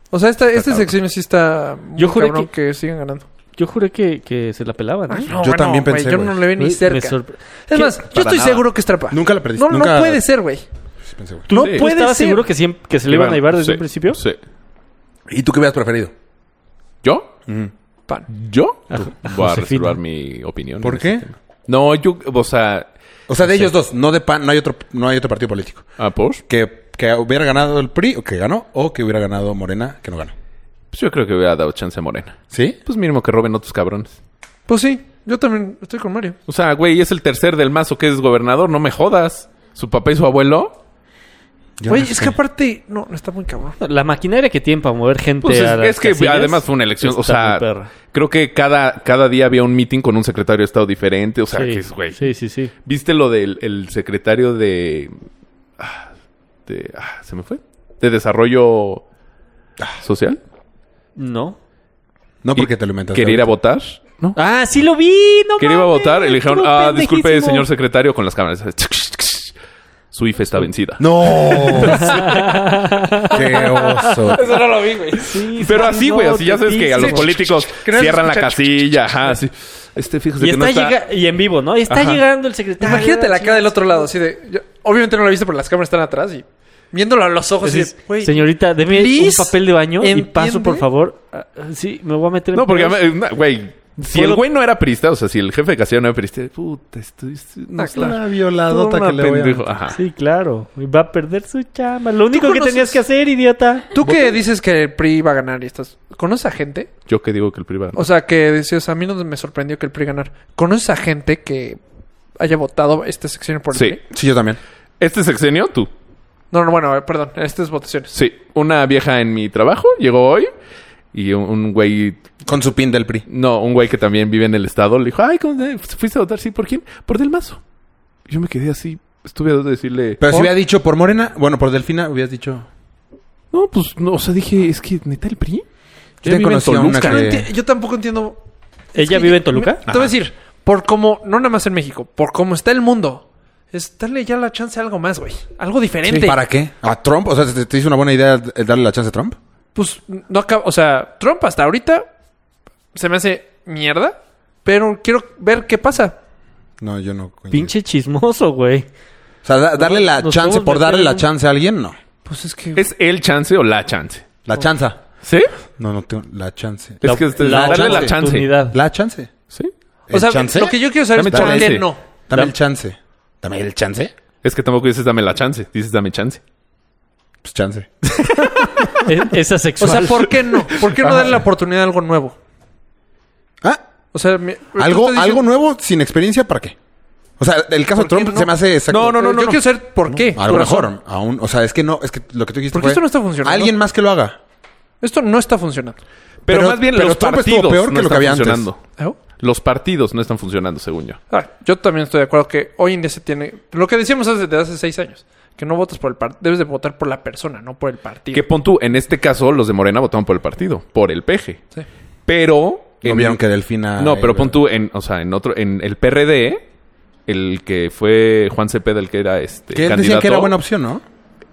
Speaker 5: O sea, esta, esta
Speaker 4: cabrón.
Speaker 5: sección sí está muy
Speaker 3: Yo juré
Speaker 5: cabrón que... sigan ganando.
Speaker 3: Yo juré que, que se la pelaban. ¿eh?
Speaker 5: Ay,
Speaker 2: yo también
Speaker 5: güey,
Speaker 2: pensé,
Speaker 5: Yo
Speaker 2: güey.
Speaker 5: no le veo
Speaker 3: Me-
Speaker 5: ni
Speaker 3: me
Speaker 5: cerca.
Speaker 3: sorpre-
Speaker 5: Es más,
Speaker 3: ¿Qué?
Speaker 5: yo estoy
Speaker 2: nada.
Speaker 5: seguro que es trampa.
Speaker 2: Nunca la perdiste.
Speaker 5: No, no
Speaker 2: Nunca-
Speaker 5: puede ser, güey.
Speaker 2: Sí, pensé, güey.
Speaker 3: ¿Tú,
Speaker 4: Sí.
Speaker 3: tú
Speaker 4: Puede
Speaker 3: estabas
Speaker 5: ser.
Speaker 3: seguro que, siempre, que se le iban a llevar desde
Speaker 4: Sí,
Speaker 3: un principio?
Speaker 4: Sí.
Speaker 2: ¿Y tú qué hubieras preferido?
Speaker 4: ¿Yo?
Speaker 5: Pan.
Speaker 4: ¿Yo? Voy a
Speaker 3: Josefina.
Speaker 4: reservar mi opinión.
Speaker 2: ¿Por
Speaker 4: en este
Speaker 2: qué?
Speaker 4: tema. No, yo, o sea,
Speaker 2: O sea, de ellos dos, no de PAN, no hay otro, no hay otro partido político.
Speaker 4: ¿a por?
Speaker 2: Que, que hubiera ganado el PRI, o que ganó, o que hubiera ganado Morena, que no ganó.
Speaker 4: Pues yo creo que hubiera dado chance a Morena.
Speaker 2: ¿Sí?
Speaker 4: Pues mínimo que roben otros cabrones.
Speaker 5: Pues sí, yo también estoy con Mario.
Speaker 4: O sea, güey, es el tercer del mazo que es gobernador, no me jodas. Su papá y su abuelo.
Speaker 2: Yo
Speaker 5: Güey,
Speaker 2: no
Speaker 5: es
Speaker 2: sé.
Speaker 5: que aparte... No, no está muy cabrón.
Speaker 3: La maquinaria que tiene para mover gente
Speaker 4: Pues
Speaker 3: a
Speaker 4: es,
Speaker 3: las
Speaker 4: es que
Speaker 3: casillas
Speaker 4: además fue una elección. O
Speaker 3: está muy
Speaker 4: sea,
Speaker 3: perra.
Speaker 4: creo que cada, cada día había un meeting con un secretario de Estado diferente. O sea, que es, güey.
Speaker 3: sí, sí, sí.
Speaker 4: ¿Viste lo del el secretario de. ah, de- ah, ¿Se me fue? De desarrollo social.
Speaker 3: ¿No?
Speaker 2: No porque te lo inventaste.
Speaker 4: Quería ir a votar. No.
Speaker 3: Ah, sí lo vi, no
Speaker 4: Quería ir a
Speaker 3: mames,
Speaker 4: votar y le dijeron,
Speaker 3: estuvo
Speaker 4: ah, disculpe,
Speaker 3: pendejísimo".
Speaker 4: señor secretario, con las cámaras. Su IFE está vencida.
Speaker 2: ¡No! ¡Qué oso!
Speaker 5: Eso no lo vi, güey.
Speaker 3: Sí,
Speaker 4: Pero
Speaker 3: sí,
Speaker 4: así,
Speaker 3: no,
Speaker 4: güey, así ya
Speaker 3: te
Speaker 4: sabes que a los
Speaker 5: dice.
Speaker 4: políticos
Speaker 5: Que no se
Speaker 4: cierran la
Speaker 5: escucha.
Speaker 4: casilla, ajá, así. Este, fíjese
Speaker 3: Y,
Speaker 4: que no
Speaker 3: está
Speaker 4: está...
Speaker 3: llega- y en vivo, ¿no? Y está
Speaker 4: Ajá.
Speaker 3: llegando el secretario.
Speaker 5: Imagínate la cara del otro lado, así de... yo- obviamente no lo viste, pero las cámaras están atrás y... Viéndolo a los ojos y...
Speaker 3: Así, Señorita, deme un
Speaker 5: please,
Speaker 3: papel de baño y
Speaker 5: ¿entiende?
Speaker 3: paso, por favor. Ah, sí, me voy a meter en
Speaker 4: No, porque,
Speaker 3: pedos.
Speaker 4: eh, na- güey, si el
Speaker 3: Puedo-
Speaker 4: güey no era prista, o sea, si el jefe de casilla no era prista, puta, estoy... estoy- no
Speaker 5: Ah,
Speaker 4: está.
Speaker 5: claro.
Speaker 4: Todo
Speaker 2: violadota
Speaker 4: una
Speaker 2: que le voy a-
Speaker 4: pendejo, ajá.
Speaker 3: Sí, claro. Y Va a perder su chamba. Lo único que
Speaker 5: conoces-
Speaker 3: tenías que hacer, idiota.
Speaker 5: Tú que dices que el PRI va a ganar y estás... ¿Conoces a gente?
Speaker 4: Yo que digo que el privado.
Speaker 5: O sea, que decías, a mí no me sorprendió que el PRI ganar. ¿Conoces a gente que haya votado esta sección por el
Speaker 4: Sí.
Speaker 5: PRI?
Speaker 2: Sí, yo también.
Speaker 4: ¿Este sexenio? Tú.
Speaker 5: No, no, bueno, eh, perdón, estas votaciones.
Speaker 4: Sí. Una vieja en mi trabajo llegó hoy y un- un güey
Speaker 2: Con su pin del PRI.
Speaker 4: No, un güey que también vive en el estado le dijo, ay, ¿cómo te- fuiste a votar? Sí, ¿por quién? Por Del Mazo. Yo me quedé así, estuve a dos de decirle,
Speaker 2: Pero si hubiera dicho por Morena, bueno, por Delfina, hubieras dicho...
Speaker 4: no, pues, no, o sea, dije, es que neta el PRI.
Speaker 2: Yo te
Speaker 4: vive en
Speaker 2: conocí a
Speaker 4: Toluca.
Speaker 2: una
Speaker 5: Yo, no
Speaker 2: que-
Speaker 5: enti- yo tampoco entiendo.
Speaker 3: ¿Ella vive en Toluca?
Speaker 5: Te voy a decir, por cómo, no nada más en México, por cómo está el mundo, es darle ya la chance a algo más, güey. Algo diferente.
Speaker 2: ¿Para qué? ¿A Trump? O sea, ¿te, te hizo una buena idea el darle la chance a Trump?
Speaker 5: Pues no acaba, o sea, Trump hasta ahorita se me hace mierda, pero quiero ver qué pasa.
Speaker 2: No, yo no. coincido.
Speaker 3: Pinche chismoso, güey.
Speaker 2: O sea, da- darle la
Speaker 3: Nos
Speaker 2: chance
Speaker 3: podemos
Speaker 2: por darle
Speaker 3: meter
Speaker 2: la
Speaker 3: en un-
Speaker 2: chance a alguien, no.
Speaker 5: Pues es que...
Speaker 4: ¿Es el chance o la chance?
Speaker 2: La chanza.
Speaker 4: ¿Sí?
Speaker 2: No, no tengo la chance.
Speaker 4: es que este-
Speaker 2: la
Speaker 4: darle la chance.
Speaker 3: oportunidad.
Speaker 2: La chance.
Speaker 4: ¿Sí?
Speaker 5: o sea,
Speaker 2: ¿El chance?
Speaker 5: lo que yo quiero saber
Speaker 4: Dame
Speaker 5: es por
Speaker 4: chance.
Speaker 5: qué no.
Speaker 2: Dame el chance. Dame el chance.
Speaker 4: Es que tampoco dices dame la chance, dices dame chance.
Speaker 2: Pues chance.
Speaker 3: Es, es
Speaker 5: O
Speaker 3: asexual.
Speaker 5: sea, ¿por qué no? ¿Por qué no darle la oportunidad a algo nuevo?
Speaker 2: Ah,
Speaker 5: O sea, mi- tú
Speaker 2: algo,
Speaker 5: estás
Speaker 2: algo
Speaker 5: diciendo-
Speaker 2: nuevo sin experiencia, ¿para qué? O sea, el caso de
Speaker 5: ¿Por qué
Speaker 2: Trump
Speaker 5: no?
Speaker 2: se me hace exacto. Eh,
Speaker 5: No, no, no, no. Yo
Speaker 2: no.
Speaker 5: quiero saber por qué.
Speaker 2: A
Speaker 5: tu
Speaker 2: lo
Speaker 5: razón.
Speaker 2: mejor, aún, o sea, es que no, es que lo que tú dijiste
Speaker 5: ¿Por qué
Speaker 2: fue,
Speaker 5: esto no está funcionando?
Speaker 2: Alguien más que lo haga.
Speaker 5: Esto no está funcionando.
Speaker 4: Pero,
Speaker 2: Pero-
Speaker 4: más bien
Speaker 2: pero
Speaker 4: los
Speaker 2: Trump estuvo
Speaker 4: partidos
Speaker 2: peor
Speaker 4: no
Speaker 2: que lo que
Speaker 4: están
Speaker 2: había antes.
Speaker 4: funcionando.
Speaker 5: ¿Ah?
Speaker 4: Los partidos no están funcionando, según yo.
Speaker 5: Ah, yo también estoy de acuerdo que hoy en día se tiene... Lo que decíamos hace- desde hace seis años. Que no votas por el partido. Debes de votar por la persona, no por el partido.
Speaker 4: Que pon tú, en este caso los de Morena votaron por el partido, por el PG.
Speaker 5: Sí.
Speaker 4: Pero...
Speaker 2: No
Speaker 4: en-
Speaker 2: vieron que Delfina... eh,
Speaker 4: No, pero pon tú en, o sea, en otro, en el PRD, el que fue Juan Cepeda, el que era este
Speaker 2: Que él decía que era buena opción, ¿no?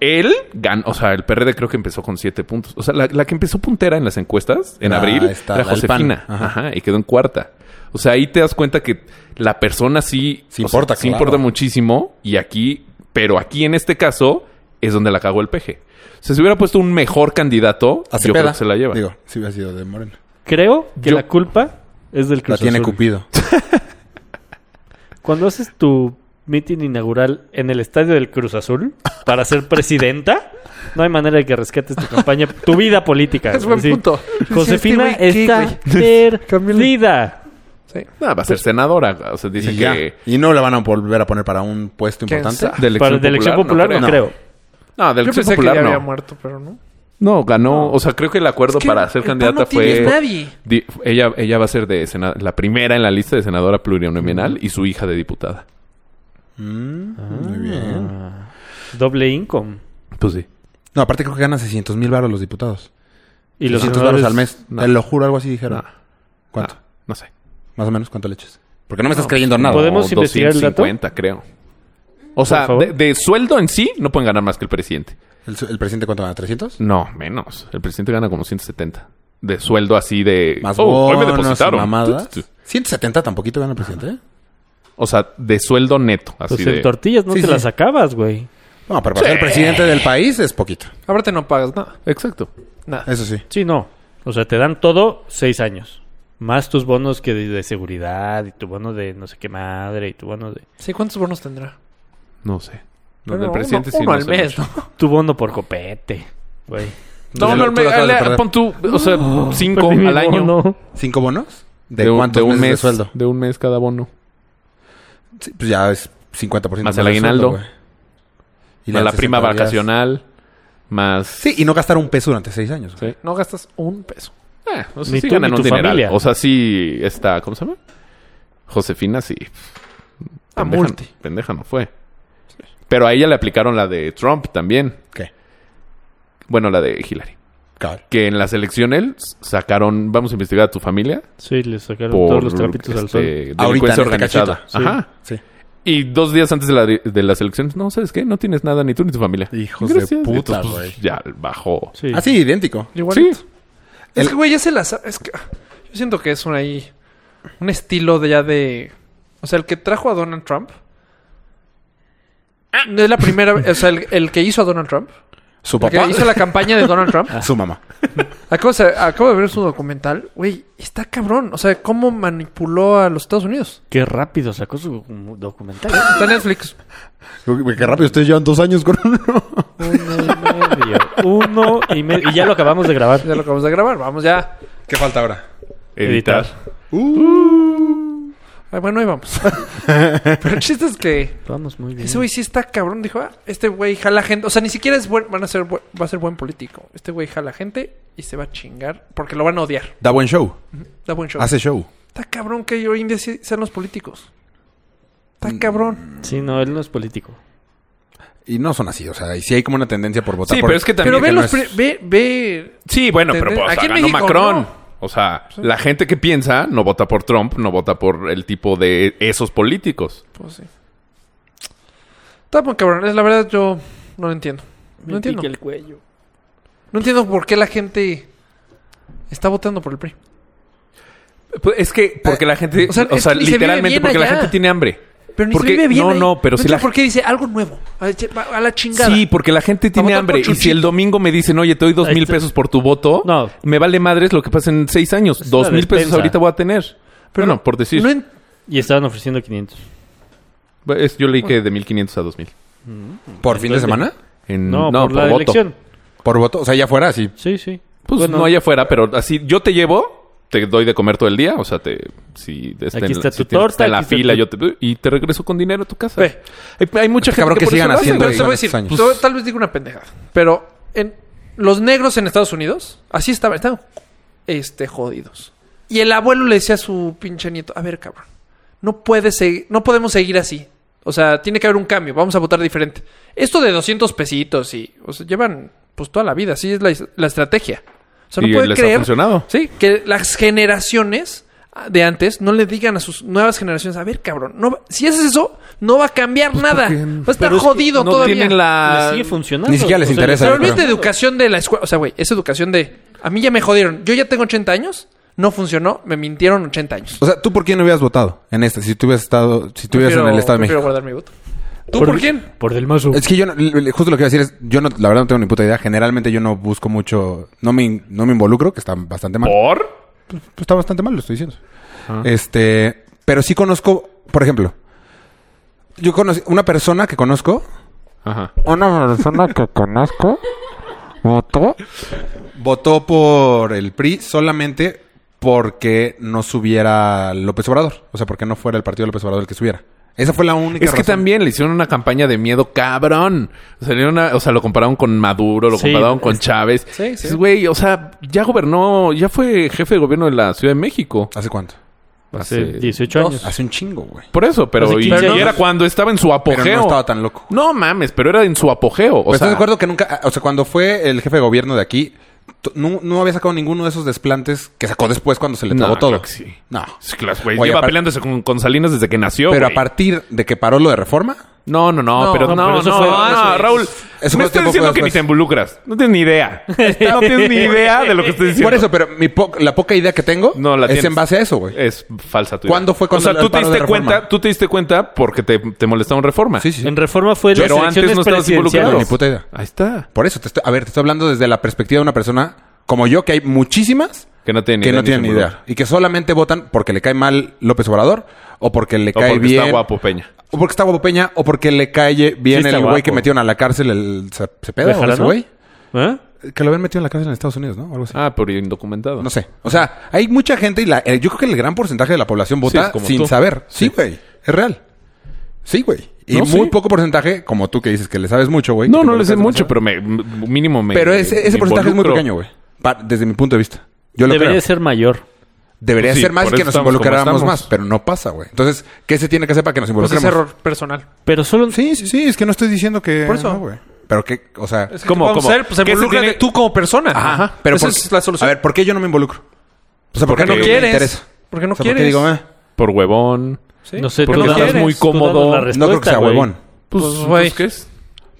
Speaker 4: Él ganó, o sea, el PRD creo que empezó con siete puntos. O sea, la, la que empezó puntera en las encuestas en
Speaker 2: Ah,
Speaker 4: abril
Speaker 2: está,
Speaker 4: era
Speaker 2: la del
Speaker 4: Josefina.
Speaker 2: PAN. Ajá.
Speaker 4: Ajá. y quedó en cuarta. O sea, ahí te das cuenta que la persona sí,
Speaker 2: Sí
Speaker 4: o sea,
Speaker 2: importa,
Speaker 4: sí
Speaker 2: claro.
Speaker 4: importa muchísimo. Y aquí, pero aquí en este caso es donde la cagó el PG. O sea, si hubiera puesto un mejor candidato, yo
Speaker 2: A Cepeda.
Speaker 4: creo que se la lleva.
Speaker 2: Digo, si hubiera sido de Morena.
Speaker 3: Creo que
Speaker 4: Yo-
Speaker 3: la culpa es del
Speaker 2: La
Speaker 3: Cruz
Speaker 2: tiene
Speaker 3: Azul.
Speaker 2: Cupido.
Speaker 3: Cuando haces tu mitin inaugural en el estadio del Cruz Azul para ser presidenta, no hay manera de que rescates tu campaña, tu vida política.
Speaker 5: Es buen
Speaker 3: Sí.
Speaker 5: punto.
Speaker 3: Josefina
Speaker 5: Este güey, ¿qué,
Speaker 3: está perdida.
Speaker 5: Sí.
Speaker 4: Nada, va a ser senadora. O sea, dicen
Speaker 2: Pues y, ya.
Speaker 4: que
Speaker 2: Y no la van a volver a poner para un puesto
Speaker 5: ¿Quién
Speaker 2: importante.
Speaker 5: sabe?
Speaker 4: de elección,
Speaker 3: Para la elección popular, no, creo.
Speaker 4: No, de
Speaker 5: Yo
Speaker 4: elección
Speaker 5: pensé que ya
Speaker 4: popular
Speaker 5: había
Speaker 4: no.
Speaker 5: muerto, pero no.
Speaker 4: No, ganó. O sea, creo que el acuerdo
Speaker 5: Es que
Speaker 4: para ser
Speaker 5: el PAN
Speaker 4: candidata
Speaker 5: no
Speaker 4: fue.
Speaker 5: tienes nadie.
Speaker 4: Di- ella, ella va a ser de sena- la primera en la lista de senadora plurinominal y su hija de diputada.
Speaker 2: Mm, Muy bien.
Speaker 3: Doble income.
Speaker 4: Pues sí.
Speaker 2: No, aparte creo que ganan 600 mil baros los diputados.
Speaker 3: Y los
Speaker 2: 600 baros
Speaker 3: senadores-
Speaker 2: al mes.
Speaker 4: no.
Speaker 2: Te lo juro, algo así dijeron.
Speaker 4: No,
Speaker 2: ¿Cuánto?
Speaker 4: no, Ah, no sé.
Speaker 2: Más o menos, ¿cuánto le echas? Porque no me estás creyendo nada.
Speaker 3: Podemos- investigar el dato?
Speaker 4: 250, creo. O sea,
Speaker 3: favor.
Speaker 4: de, de sueldo en sí no pueden ganar más que el presidente.
Speaker 2: ¿El, su- el presidente cuánto gana? ¿300?
Speaker 4: No, menos. El presidente gana como 170. De sueldo así de...
Speaker 2: Más
Speaker 4: "Oh, hoy me
Speaker 2: bonos y
Speaker 4: depositaron.
Speaker 2: mamadas.
Speaker 4: Tu, tu, tu.
Speaker 2: 170 tampoco gana el presidente, ¿eh?
Speaker 4: O sea, de sueldo neto. Así
Speaker 3: Pues en
Speaker 4: de...
Speaker 3: tortillas no
Speaker 2: Sí,
Speaker 3: te
Speaker 2: sí.
Speaker 3: las acabas, güey.
Speaker 2: No, pero para ser el presidente del país es poquito.
Speaker 5: Aparte no pagas nada.
Speaker 4: Exacto.
Speaker 5: Nada.
Speaker 2: Eso sí.
Speaker 3: Sí, no. O sea, te dan todo seis años. Más tus bonos que de, de seguridad y tu bono de no sé qué madre y tu bono de...
Speaker 5: Sí, ¿cuántos bonos tendrá?
Speaker 4: No sé. No,
Speaker 5: Pero
Speaker 4: del
Speaker 5: uno-
Speaker 4: presidente sí
Speaker 5: uno
Speaker 4: no
Speaker 5: al
Speaker 4: sé
Speaker 5: mes,
Speaker 4: mucho.
Speaker 5: ¿no?
Speaker 3: Tu bono por copete, güey.
Speaker 4: No, no, al mes. Ale- Pon tú, o sea, cinco
Speaker 3: Perdí mi
Speaker 4: al año.
Speaker 3: bono.
Speaker 2: ¿Cinco bonos? ¿De,
Speaker 4: un-
Speaker 2: cuántos
Speaker 4: un
Speaker 2: meses de
Speaker 4: mes,
Speaker 2: sueldo?
Speaker 4: De un mes cada bono.
Speaker 2: Sí, pues ya es 50%
Speaker 4: Más el
Speaker 2: de sueldo,
Speaker 4: aguinaldo.
Speaker 2: güey. Y
Speaker 4: más la
Speaker 2: haces
Speaker 4: prima
Speaker 2: 60 días.
Speaker 4: vacacional, más...
Speaker 2: Sí, y no gastar un peso durante seis años. güey.
Speaker 4: Sí.
Speaker 5: No gastas un peso.
Speaker 4: Eh, o sea,
Speaker 3: Ni
Speaker 4: sí
Speaker 3: tú,
Speaker 4: ganan
Speaker 3: ni
Speaker 4: un
Speaker 3: tu
Speaker 4: dineral.
Speaker 3: familia.
Speaker 4: O sea, sí está... ¿Cómo se llama? Josefina sí.
Speaker 5: A
Speaker 4: Pendeja,
Speaker 5: multi.
Speaker 4: pendeja no fue. Pero a ella le aplicaron la de Trump también.
Speaker 2: ¿Qué?
Speaker 4: Bueno, la de Hillary.
Speaker 2: Cabal.
Speaker 4: Que en las elecciones sacaron... Vamos a investigar a tu familia.
Speaker 3: Sí, le sacaron
Speaker 4: Por
Speaker 3: todos los trapitos al
Speaker 4: este,
Speaker 3: sol.
Speaker 4: delincuencia
Speaker 2: Ahorita, en este
Speaker 4: organizada.
Speaker 2: cachito.
Speaker 3: Sí.
Speaker 4: Ajá.
Speaker 2: Sí.
Speaker 4: Y dos días antes de, la- de las elecciones, no, ¿sabes qué? No tienes nada, ni tú ni tu familia.
Speaker 2: Hijos de puta,
Speaker 4: Entonces, pues,
Speaker 2: güey.
Speaker 4: Ya bajó.
Speaker 3: Sí.
Speaker 2: Así, idéntico.
Speaker 5: Igual.
Speaker 4: Ah, Sí.
Speaker 5: Es
Speaker 2: El-
Speaker 5: que, güey, ya se las... Es que... Yo siento que es un ahí... Un estilo de ya de... O sea, el que trajo a Donald Trump... No es la primera... vez- O sea, el, el que hizo a Donald Trump...
Speaker 2: Su
Speaker 5: El
Speaker 2: papá.
Speaker 5: que hizo la campaña de Donald Trump...
Speaker 2: Su mamá.
Speaker 5: Acabo, de sa- acabo de ver su documental. Güey, está cabrón. O sea, cómo manipuló a los Estados Unidos.
Speaker 3: Qué rápido sacó su documental.
Speaker 5: Está en Netflix.
Speaker 2: Güey, Qué rápido, ustedes llevan dos años con uno.
Speaker 3: Uno y medio. este Uno y medio. Y ya lo acabamos de grabar.
Speaker 5: Ya lo acabamos de grabar. Vamos ya.
Speaker 2: ¿Qué falta ahora? Uh.
Speaker 3: Editar.
Speaker 5: Ay, bueno, ahí vamos. Pero el chiste es que
Speaker 3: Vamos muy bien.
Speaker 5: ese güey sí está cabrón. Dijo, ah, este güey jala gente. O sea, ni siquiera es buen, van a ser, bu- va a ser buen político. Este güey jala gente y se va a chingar porque lo van a odiar.
Speaker 2: Da buen show.
Speaker 5: Da buen show.
Speaker 2: Hace show.
Speaker 5: Está cabrón que hoy en día sí sean los políticos. Está cabrón.
Speaker 3: Sí, no, él no es político.
Speaker 2: Y no son así, o sea, y sí hay como una tendencia por votar
Speaker 4: Sí,
Speaker 2: por-
Speaker 4: pero es que también...
Speaker 5: Pero ve
Speaker 2: que no
Speaker 5: los...
Speaker 2: es-
Speaker 5: pri- Ve, ve...
Speaker 4: Sí, bueno, pero
Speaker 5: ¿Entendés?
Speaker 4: pues, o sea,
Speaker 5: Aquí en
Speaker 4: ganó
Speaker 5: México,
Speaker 4: Macron.
Speaker 5: no.
Speaker 4: O sea, la gente que piensa no vota por Trump, no vota por el tipo de esos políticos.
Speaker 5: Pues sí. Está muy cabrón. Es la verdad, yo no lo entiendo. No entiendo.
Speaker 3: el cuello.
Speaker 5: No entiendo por qué la gente está votando por el PRI.
Speaker 4: Pues es que porque la gente,
Speaker 5: o
Speaker 4: o
Speaker 5: sea,
Speaker 4: sea,
Speaker 5: es que ni se vive
Speaker 4: literalmente
Speaker 5: bien
Speaker 4: porque la
Speaker 5: allá.
Speaker 4: gente tiene hambre.
Speaker 5: Pero ni
Speaker 4: porque,
Speaker 5: se vive bien.
Speaker 4: No,
Speaker 5: ahí.
Speaker 4: no, pero si
Speaker 5: entiendo
Speaker 4: la
Speaker 5: ¿Por qué dice algo nuevo? A che- A la chingada.
Speaker 4: Sí, porque la gente tiene
Speaker 5: votar por
Speaker 4: hambre. Y si
Speaker 5: Chuchito.
Speaker 4: el domingo me dicen, oye, te doy dos
Speaker 3: Ahí
Speaker 4: mil
Speaker 3: está.
Speaker 4: pesos por tu voto,
Speaker 3: No.
Speaker 4: me vale madres lo que pasa en seis años.
Speaker 3: Es
Speaker 4: Dos
Speaker 3: una
Speaker 4: mil pesos
Speaker 3: despensa.
Speaker 4: ahorita voy a tener. Pero no, por decir.
Speaker 5: No en-
Speaker 3: Y estaban ofreciendo 500.
Speaker 4: Es- yo leí que de 1500 a 2000.
Speaker 2: ¿Por fin de semana?
Speaker 4: En,
Speaker 3: No, por, la
Speaker 4: Mm, voto.
Speaker 3: elección.
Speaker 2: ¿Por voto? O sea, ya fuera así.
Speaker 3: Sí, sí.
Speaker 4: Pues
Speaker 3: Bueno,
Speaker 4: no allá afuera, pero así yo te llevo, te doy de comer todo el día, o sea, te si este,
Speaker 3: Aquí
Speaker 4: en la-
Speaker 3: está
Speaker 4: si
Speaker 3: tu
Speaker 4: tienes que
Speaker 3: torta,
Speaker 4: estar en la
Speaker 3: aquí está
Speaker 4: fila
Speaker 3: tu-
Speaker 4: yo te y te regreso con dinero a tu casa.
Speaker 5: Ve.
Speaker 4: Hay, hay mucha gente
Speaker 2: Cabrón que
Speaker 4: por eso
Speaker 2: sigan
Speaker 4: lo hace,
Speaker 2: haciendo
Speaker 4: güey.
Speaker 5: Pero te voy a
Speaker 2: ¿cuántos
Speaker 5: decir,
Speaker 2: años?
Speaker 5: to- tal vez digo una pendejada, pero en los negros en Estados Unidos, así estaban, estaban este, jodidos. Y el abuelo le decía a su pinche nieto, a ver, cabrón, no, puede segui- no podemos seguir así. O sea, tiene que haber un cambio, vamos a votar diferente. Esto de 200 pesitos y, o sea, llevan pues toda la vida, así es la, is- la estrategia. O sea, no
Speaker 4: Y
Speaker 5: puede
Speaker 4: les ha
Speaker 5: creer
Speaker 4: funcionado.
Speaker 5: Sí, que las generaciones de antes no le digan a sus nuevas generaciones, a ver, cabrón, no, va- si haces eso, no va a cambiar
Speaker 4: Pues,
Speaker 5: nada. Va a estar
Speaker 4: Pero es que
Speaker 5: jodido
Speaker 4: no
Speaker 5: todavía.
Speaker 4: tienen la
Speaker 3: les sigue funcionando.
Speaker 2: Ni siquiera les interesa,
Speaker 5: Pero
Speaker 2: yo
Speaker 5: no es
Speaker 2: creo.
Speaker 5: de educación de la escuela. O sea, güey, es educación de. A mí ya me jodieron. Yo ya tengo 80 años. No funcionó. Me mintieron 80 años.
Speaker 2: O sea, ¿tú por quién no hubieras votado en esta? Si tú hubieras estado, si tú hubieras Pues, en el
Speaker 5: Prefiero-
Speaker 2: Estado de
Speaker 5: prefiero
Speaker 2: México.
Speaker 5: guardar mi voto. ¿Tú por, quién?
Speaker 3: Por Del Mazo.
Speaker 2: Es que yo, no- l- l- justo lo que iba a decir es, yo no, la verdad no tengo ni puta idea. Generalmente yo no busco mucho, no me, in- no me involucro, que está bastante mal.
Speaker 4: ¿Por?
Speaker 2: Pues está bastante mal, lo estoy diciendo. Este, pero sí conozco, por ejemplo, yo conocí una persona que conozco,
Speaker 4: Ajá.
Speaker 8: Una persona que conozco votó
Speaker 2: votó por el PRI solamente porque no subiera López Obrador. O sea, porque no fuera el partido de López Obrador el que subiera. Esa fue la única
Speaker 4: Es que
Speaker 2: razón.
Speaker 4: también le hicieron una campaña de miedo cabrón. O sea, le dieron una- o sea, lo compararon con Maduro, lo
Speaker 3: Sí,
Speaker 4: compararon con Chávez.
Speaker 5: sí, sí.
Speaker 4: Dices, Güey, o sea, ya gobernó, ya fue jefe de gobierno de la Ciudad de México.
Speaker 2: ¿Hace cuánto?
Speaker 3: Hace
Speaker 4: Hace-
Speaker 3: 18
Speaker 5: dos.
Speaker 3: años.
Speaker 2: Hace un chingo, güey.
Speaker 4: Por eso, pero,
Speaker 3: Hace
Speaker 4: y,
Speaker 3: 15
Speaker 4: y
Speaker 3: años.
Speaker 4: era cuando estaba en su apogeo.
Speaker 2: Pero no estaba tan loco.
Speaker 4: No mames, pero era en su apogeo. O
Speaker 2: Pero
Speaker 4: sea,
Speaker 2: estás de acuerdo que nunca, o sea, cuando fue el jefe de gobierno de aquí, t- no, no había sacado ninguno de esos desplantes que sacó después cuando se le
Speaker 4: No,
Speaker 2: trabó todo.
Speaker 4: claro que sí.
Speaker 2: No.
Speaker 4: Sí, claro, güey,
Speaker 2: Oye,
Speaker 4: lleva
Speaker 2: apar-
Speaker 4: peleándose con, con Salinas desde que nació.
Speaker 2: Pero a
Speaker 4: güey.
Speaker 2: partir de que paró lo de reforma,
Speaker 4: No, no, no,
Speaker 5: No,
Speaker 4: pero no,
Speaker 3: no, pero
Speaker 4: no,
Speaker 3: eso fue-
Speaker 4: no,
Speaker 3: eso es-
Speaker 4: Raúl.
Speaker 2: eso fue
Speaker 4: me estás
Speaker 2: tiempo
Speaker 4: diciendo que
Speaker 2: después.
Speaker 4: ni te involucras. No tienes ni idea. No tienes ni idea de lo que estoy diciendo.
Speaker 2: Por eso, pero mi po- la poca idea que tengo
Speaker 4: No, la
Speaker 2: es
Speaker 4: tienes. Eh,
Speaker 2: en base a eso, güey.
Speaker 4: Es falsa tu idea.
Speaker 2: ¿Cuándo fue cuando
Speaker 4: O sea,
Speaker 2: el
Speaker 4: tú te
Speaker 2: paro de
Speaker 4: diste
Speaker 2: Reforma?
Speaker 4: cuenta, tú te diste cuenta porque te, te molestaron reforma.
Speaker 2: Sí, sí, sí.
Speaker 3: En Reforma fue las
Speaker 4: Pero antes
Speaker 3: elecciones
Speaker 4: no estabas
Speaker 3: presidenciales.
Speaker 4: involucrado.
Speaker 2: Ni puta idea.
Speaker 4: Ahí está.
Speaker 2: Por eso, te estoy, a ver, te estoy hablando desde la perspectiva de una persona como yo, que hay muchísimas
Speaker 4: Que no tienen
Speaker 2: que no tienen
Speaker 4: se
Speaker 2: ni
Speaker 4: involucran.
Speaker 2: idea. Y que solamente votan porque le cae mal López Obrador, o porque le
Speaker 4: O
Speaker 2: cae
Speaker 4: porque
Speaker 2: bien.
Speaker 4: está guapo Peña.
Speaker 2: O porque está Guapo Peña, o porque le cae bien
Speaker 3: Sí está
Speaker 2: el güey
Speaker 3: guapo.
Speaker 2: que metieron a la cárcel el Ce- Cepeda o
Speaker 3: Bejarano.
Speaker 2: ese güey.
Speaker 3: ¿Eh?
Speaker 2: Que lo habían metido en la cárcel en Estados Unidos, ¿no? Algo así.
Speaker 4: Ah, pero indocumentado.
Speaker 2: No sé. O sea, hay mucha gente y la, eh, yo creo que el gran porcentaje de la
Speaker 4: Sí,
Speaker 2: población vota
Speaker 4: es como
Speaker 2: sin
Speaker 4: tú.
Speaker 2: saber. Sí, güey. Es real. Sí, güey. Y
Speaker 4: No,
Speaker 2: muy
Speaker 4: sí.
Speaker 2: poco porcentaje, como tú que dices que le sabes mucho, güey.
Speaker 4: No,
Speaker 2: que te
Speaker 4: no le sé
Speaker 2: involucras
Speaker 4: mucho,
Speaker 2: demasiado.
Speaker 4: pero me, m- mínimo me.
Speaker 2: Pero ese, ese
Speaker 4: me
Speaker 2: porcentaje es muy
Speaker 4: involucro.
Speaker 2: pequeño, güey. Pa- Desde mi punto de vista. Yo lo
Speaker 3: Debería
Speaker 2: creo.
Speaker 3: ser mayor.
Speaker 2: Debería
Speaker 4: Sí,
Speaker 2: ser más y
Speaker 4: por
Speaker 2: que
Speaker 4: eso
Speaker 2: nos
Speaker 4: estamos como
Speaker 2: involucáramos
Speaker 4: estamos.
Speaker 2: más, pero no pasa, güey. Entonces, ¿qué se tiene que hacer para que nos
Speaker 5: Pues es
Speaker 2: involucremos?
Speaker 5: error personal.
Speaker 3: Pero solo...
Speaker 2: Sí, sí, sí. Es que no estoy diciendo que...
Speaker 5: Por eso.
Speaker 2: no, güey. pero que, o sea...
Speaker 5: Es que
Speaker 4: ¿Cómo,
Speaker 5: ¿Cómo?
Speaker 4: cómo?
Speaker 5: Ser, pues
Speaker 4: ¿Qué se
Speaker 5: involúcrate
Speaker 4: tiene-
Speaker 5: tú como persona.
Speaker 2: Ajá. Pero
Speaker 5: Esa
Speaker 2: por-
Speaker 5: es la solución.
Speaker 2: A ver, ¿por qué yo no me involucro? O sea, ¿por qué
Speaker 5: porque
Speaker 2: no
Speaker 5: no
Speaker 2: me
Speaker 5: quieres.
Speaker 2: interesa?
Speaker 5: Porque no
Speaker 2: O sea, ¿por qué
Speaker 5: quieres.
Speaker 2: digo, eh?
Speaker 4: Por huevón.
Speaker 5: Sí.
Speaker 3: No sé,
Speaker 5: ¿Por
Speaker 4: tú
Speaker 5: qué no
Speaker 4: estás
Speaker 5: quieres?
Speaker 4: muy cómodo.
Speaker 3: tú danos la
Speaker 4: No
Speaker 2: No creo que
Speaker 3: respuesta,
Speaker 2: sea
Speaker 3: güey.
Speaker 2: huevón.
Speaker 4: Pues,
Speaker 5: Pues, güey.
Speaker 4: ¿entonces ¿qué es?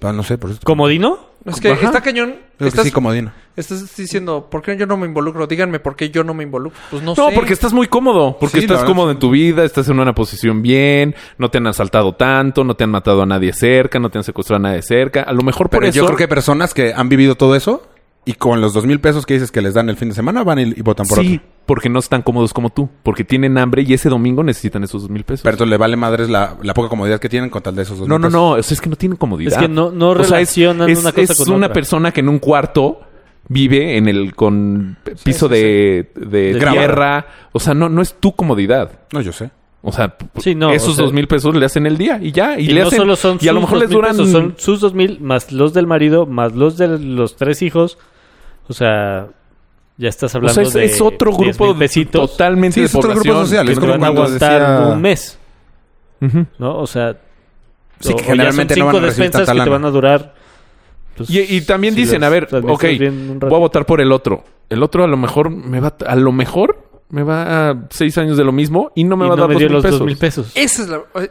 Speaker 2: Ah, no sé, por eso.
Speaker 3: ¿Comodino?
Speaker 5: Es que
Speaker 4: Ajá.
Speaker 5: está cañón.
Speaker 2: Creo
Speaker 5: Estás,
Speaker 2: que sí, comodino.
Speaker 5: estás diciendo, ¿por qué yo no me involucro? Díganme por qué yo no me involucro. Pues no,
Speaker 4: No,
Speaker 5: sé.
Speaker 4: porque estás muy cómodo. Porque
Speaker 2: Sí, la
Speaker 4: estás
Speaker 2: verdad.
Speaker 4: cómodo en tu vida, estás en una posición bien, no te han asaltado tanto, no te han matado a nadie cerca, no te han secuestrado a nadie cerca. A lo mejor por
Speaker 2: Pero
Speaker 4: eso.
Speaker 2: yo creo que hay personas que han vivido todo eso y con los dos mil pesos que dices que les dan el fin de semana van y, y votan por
Speaker 4: sí,
Speaker 2: otro.
Speaker 4: porque no están cómodos como tú. Porque tienen hambre y ese domingo necesitan esos dos mil pesos.
Speaker 2: Pero entonces le vale madres la, la poca comodidad que tienen con tal de esos dos
Speaker 4: no,
Speaker 2: mil
Speaker 4: no,
Speaker 2: pesos.
Speaker 4: no. O sea, es que no tienen comodidad.
Speaker 3: Es que no- no
Speaker 4: O sea, es-
Speaker 3: relacionan
Speaker 4: es,
Speaker 3: una cosa
Speaker 4: es
Speaker 3: con
Speaker 4: una
Speaker 3: otra.
Speaker 4: persona que en un cuarto vive en el con piso de, de
Speaker 3: De
Speaker 4: tierra. O sea, no, no es tu comodidad.
Speaker 2: No, yo sé.
Speaker 4: O sea, p-
Speaker 3: Sí, no, o
Speaker 4: esos
Speaker 3: sea-
Speaker 4: dos mil pesos le hacen el día y ya. Y,
Speaker 3: Y,
Speaker 4: le
Speaker 3: no
Speaker 4: hacen-
Speaker 3: solo son
Speaker 4: y a lo
Speaker 3: sus
Speaker 4: mejor les
Speaker 3: 2,000
Speaker 4: duran.
Speaker 3: pesos, son sus 2000 más los del marido, más los de los tres hijos. O sea, ya estás
Speaker 4: O
Speaker 3: hablando
Speaker 4: sea, pues es,
Speaker 3: de
Speaker 4: es otro
Speaker 3: 10,000
Speaker 4: grupo
Speaker 3: pesitos
Speaker 4: totalmente
Speaker 2: Sí,
Speaker 4: de
Speaker 2: es otro grupo
Speaker 4: población
Speaker 2: social,
Speaker 4: que
Speaker 2: es
Speaker 3: que
Speaker 4: no
Speaker 3: te
Speaker 2: como
Speaker 4: van
Speaker 3: van a
Speaker 4: a-
Speaker 2: cuando
Speaker 3: aguantar
Speaker 2: decía-
Speaker 3: un mes,
Speaker 4: Ujú.
Speaker 3: ¿no? O sea,
Speaker 2: Sí,
Speaker 3: o-
Speaker 2: que
Speaker 3: o ya son
Speaker 2: generalmente no
Speaker 3: cinco
Speaker 2: van a recibir
Speaker 3: despensas
Speaker 2: tanta
Speaker 3: que te
Speaker 2: lana.
Speaker 3: van a durar. pues,
Speaker 4: Y, y también
Speaker 3: si
Speaker 4: dicen,
Speaker 3: las
Speaker 4: a ver,
Speaker 3: administras
Speaker 4: ok,
Speaker 3: bien un rato.
Speaker 4: voy a votar por el otro. El otro a lo mejor me va, a lo mejor me va a seis años de lo mismo y no me
Speaker 3: Y
Speaker 4: va
Speaker 3: no
Speaker 4: a dar
Speaker 3: me
Speaker 4: dos
Speaker 3: dio
Speaker 4: mil
Speaker 3: los
Speaker 4: pesos.
Speaker 3: 2000 pesos.
Speaker 5: Esa es la. es-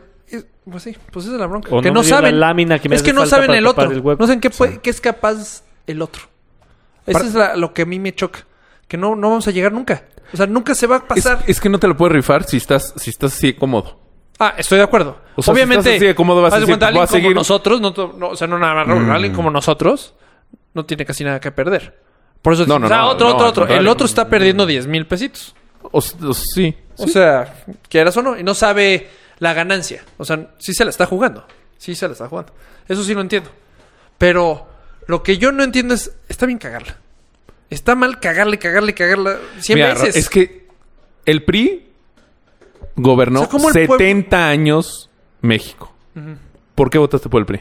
Speaker 5: Pues sí, pues esa es la bronca.
Speaker 3: O
Speaker 5: que
Speaker 3: no
Speaker 5: no
Speaker 3: me dio la
Speaker 5: saben.
Speaker 3: lámina que me
Speaker 5: es
Speaker 3: hace
Speaker 5: que no
Speaker 3: falta
Speaker 5: saben
Speaker 3: para
Speaker 5: el
Speaker 3: tapar
Speaker 5: otro.
Speaker 3: el hueco.
Speaker 5: no saben qué, puede- qué es capaz el otro. Eso es la- lo que a mí me choca. Que no, no vamos a llegar nunca. O sea, nunca se va a
Speaker 4: Es,
Speaker 5: pasar.
Speaker 4: es que no te lo puedes rifar si estás, si estás así de cómodo.
Speaker 5: Ah, estoy de acuerdo.
Speaker 4: O sea, si
Speaker 5: Obviamente.
Speaker 4: estás así de cómodo, vas a
Speaker 5: haz de
Speaker 4: decir,
Speaker 5: cuenta,
Speaker 4: voy
Speaker 5: alguien
Speaker 4: a seguir-
Speaker 5: como nosotros, no, to- no, o sea, no nada más, Raúl,
Speaker 4: Mm.
Speaker 5: alguien como nosotros, no tiene casi nada que perder. Por eso,
Speaker 4: No, no,
Speaker 5: o sea,
Speaker 4: no,
Speaker 5: otro,
Speaker 4: no,
Speaker 5: otro,
Speaker 4: al
Speaker 5: otro. El
Speaker 4: contrario.
Speaker 5: otro está perdiendo 10 mil pesitos.
Speaker 4: O, s- o sí.
Speaker 5: O sea, quieras o no, y no sabe la ganancia. O sea, sí se la está jugando. Sí se la está jugando. Eso sí lo entiendo. Pero lo que yo no entiendo es, está bien cagarla. Está mal cagarle, cagarle, cagarla 100
Speaker 4: Mira,
Speaker 5: veces.
Speaker 4: Es que el PRI gobernó
Speaker 5: O sea, ¿cómo el
Speaker 4: 70
Speaker 5: pueblo-
Speaker 4: años México. ¿Por qué votaste por el PRI?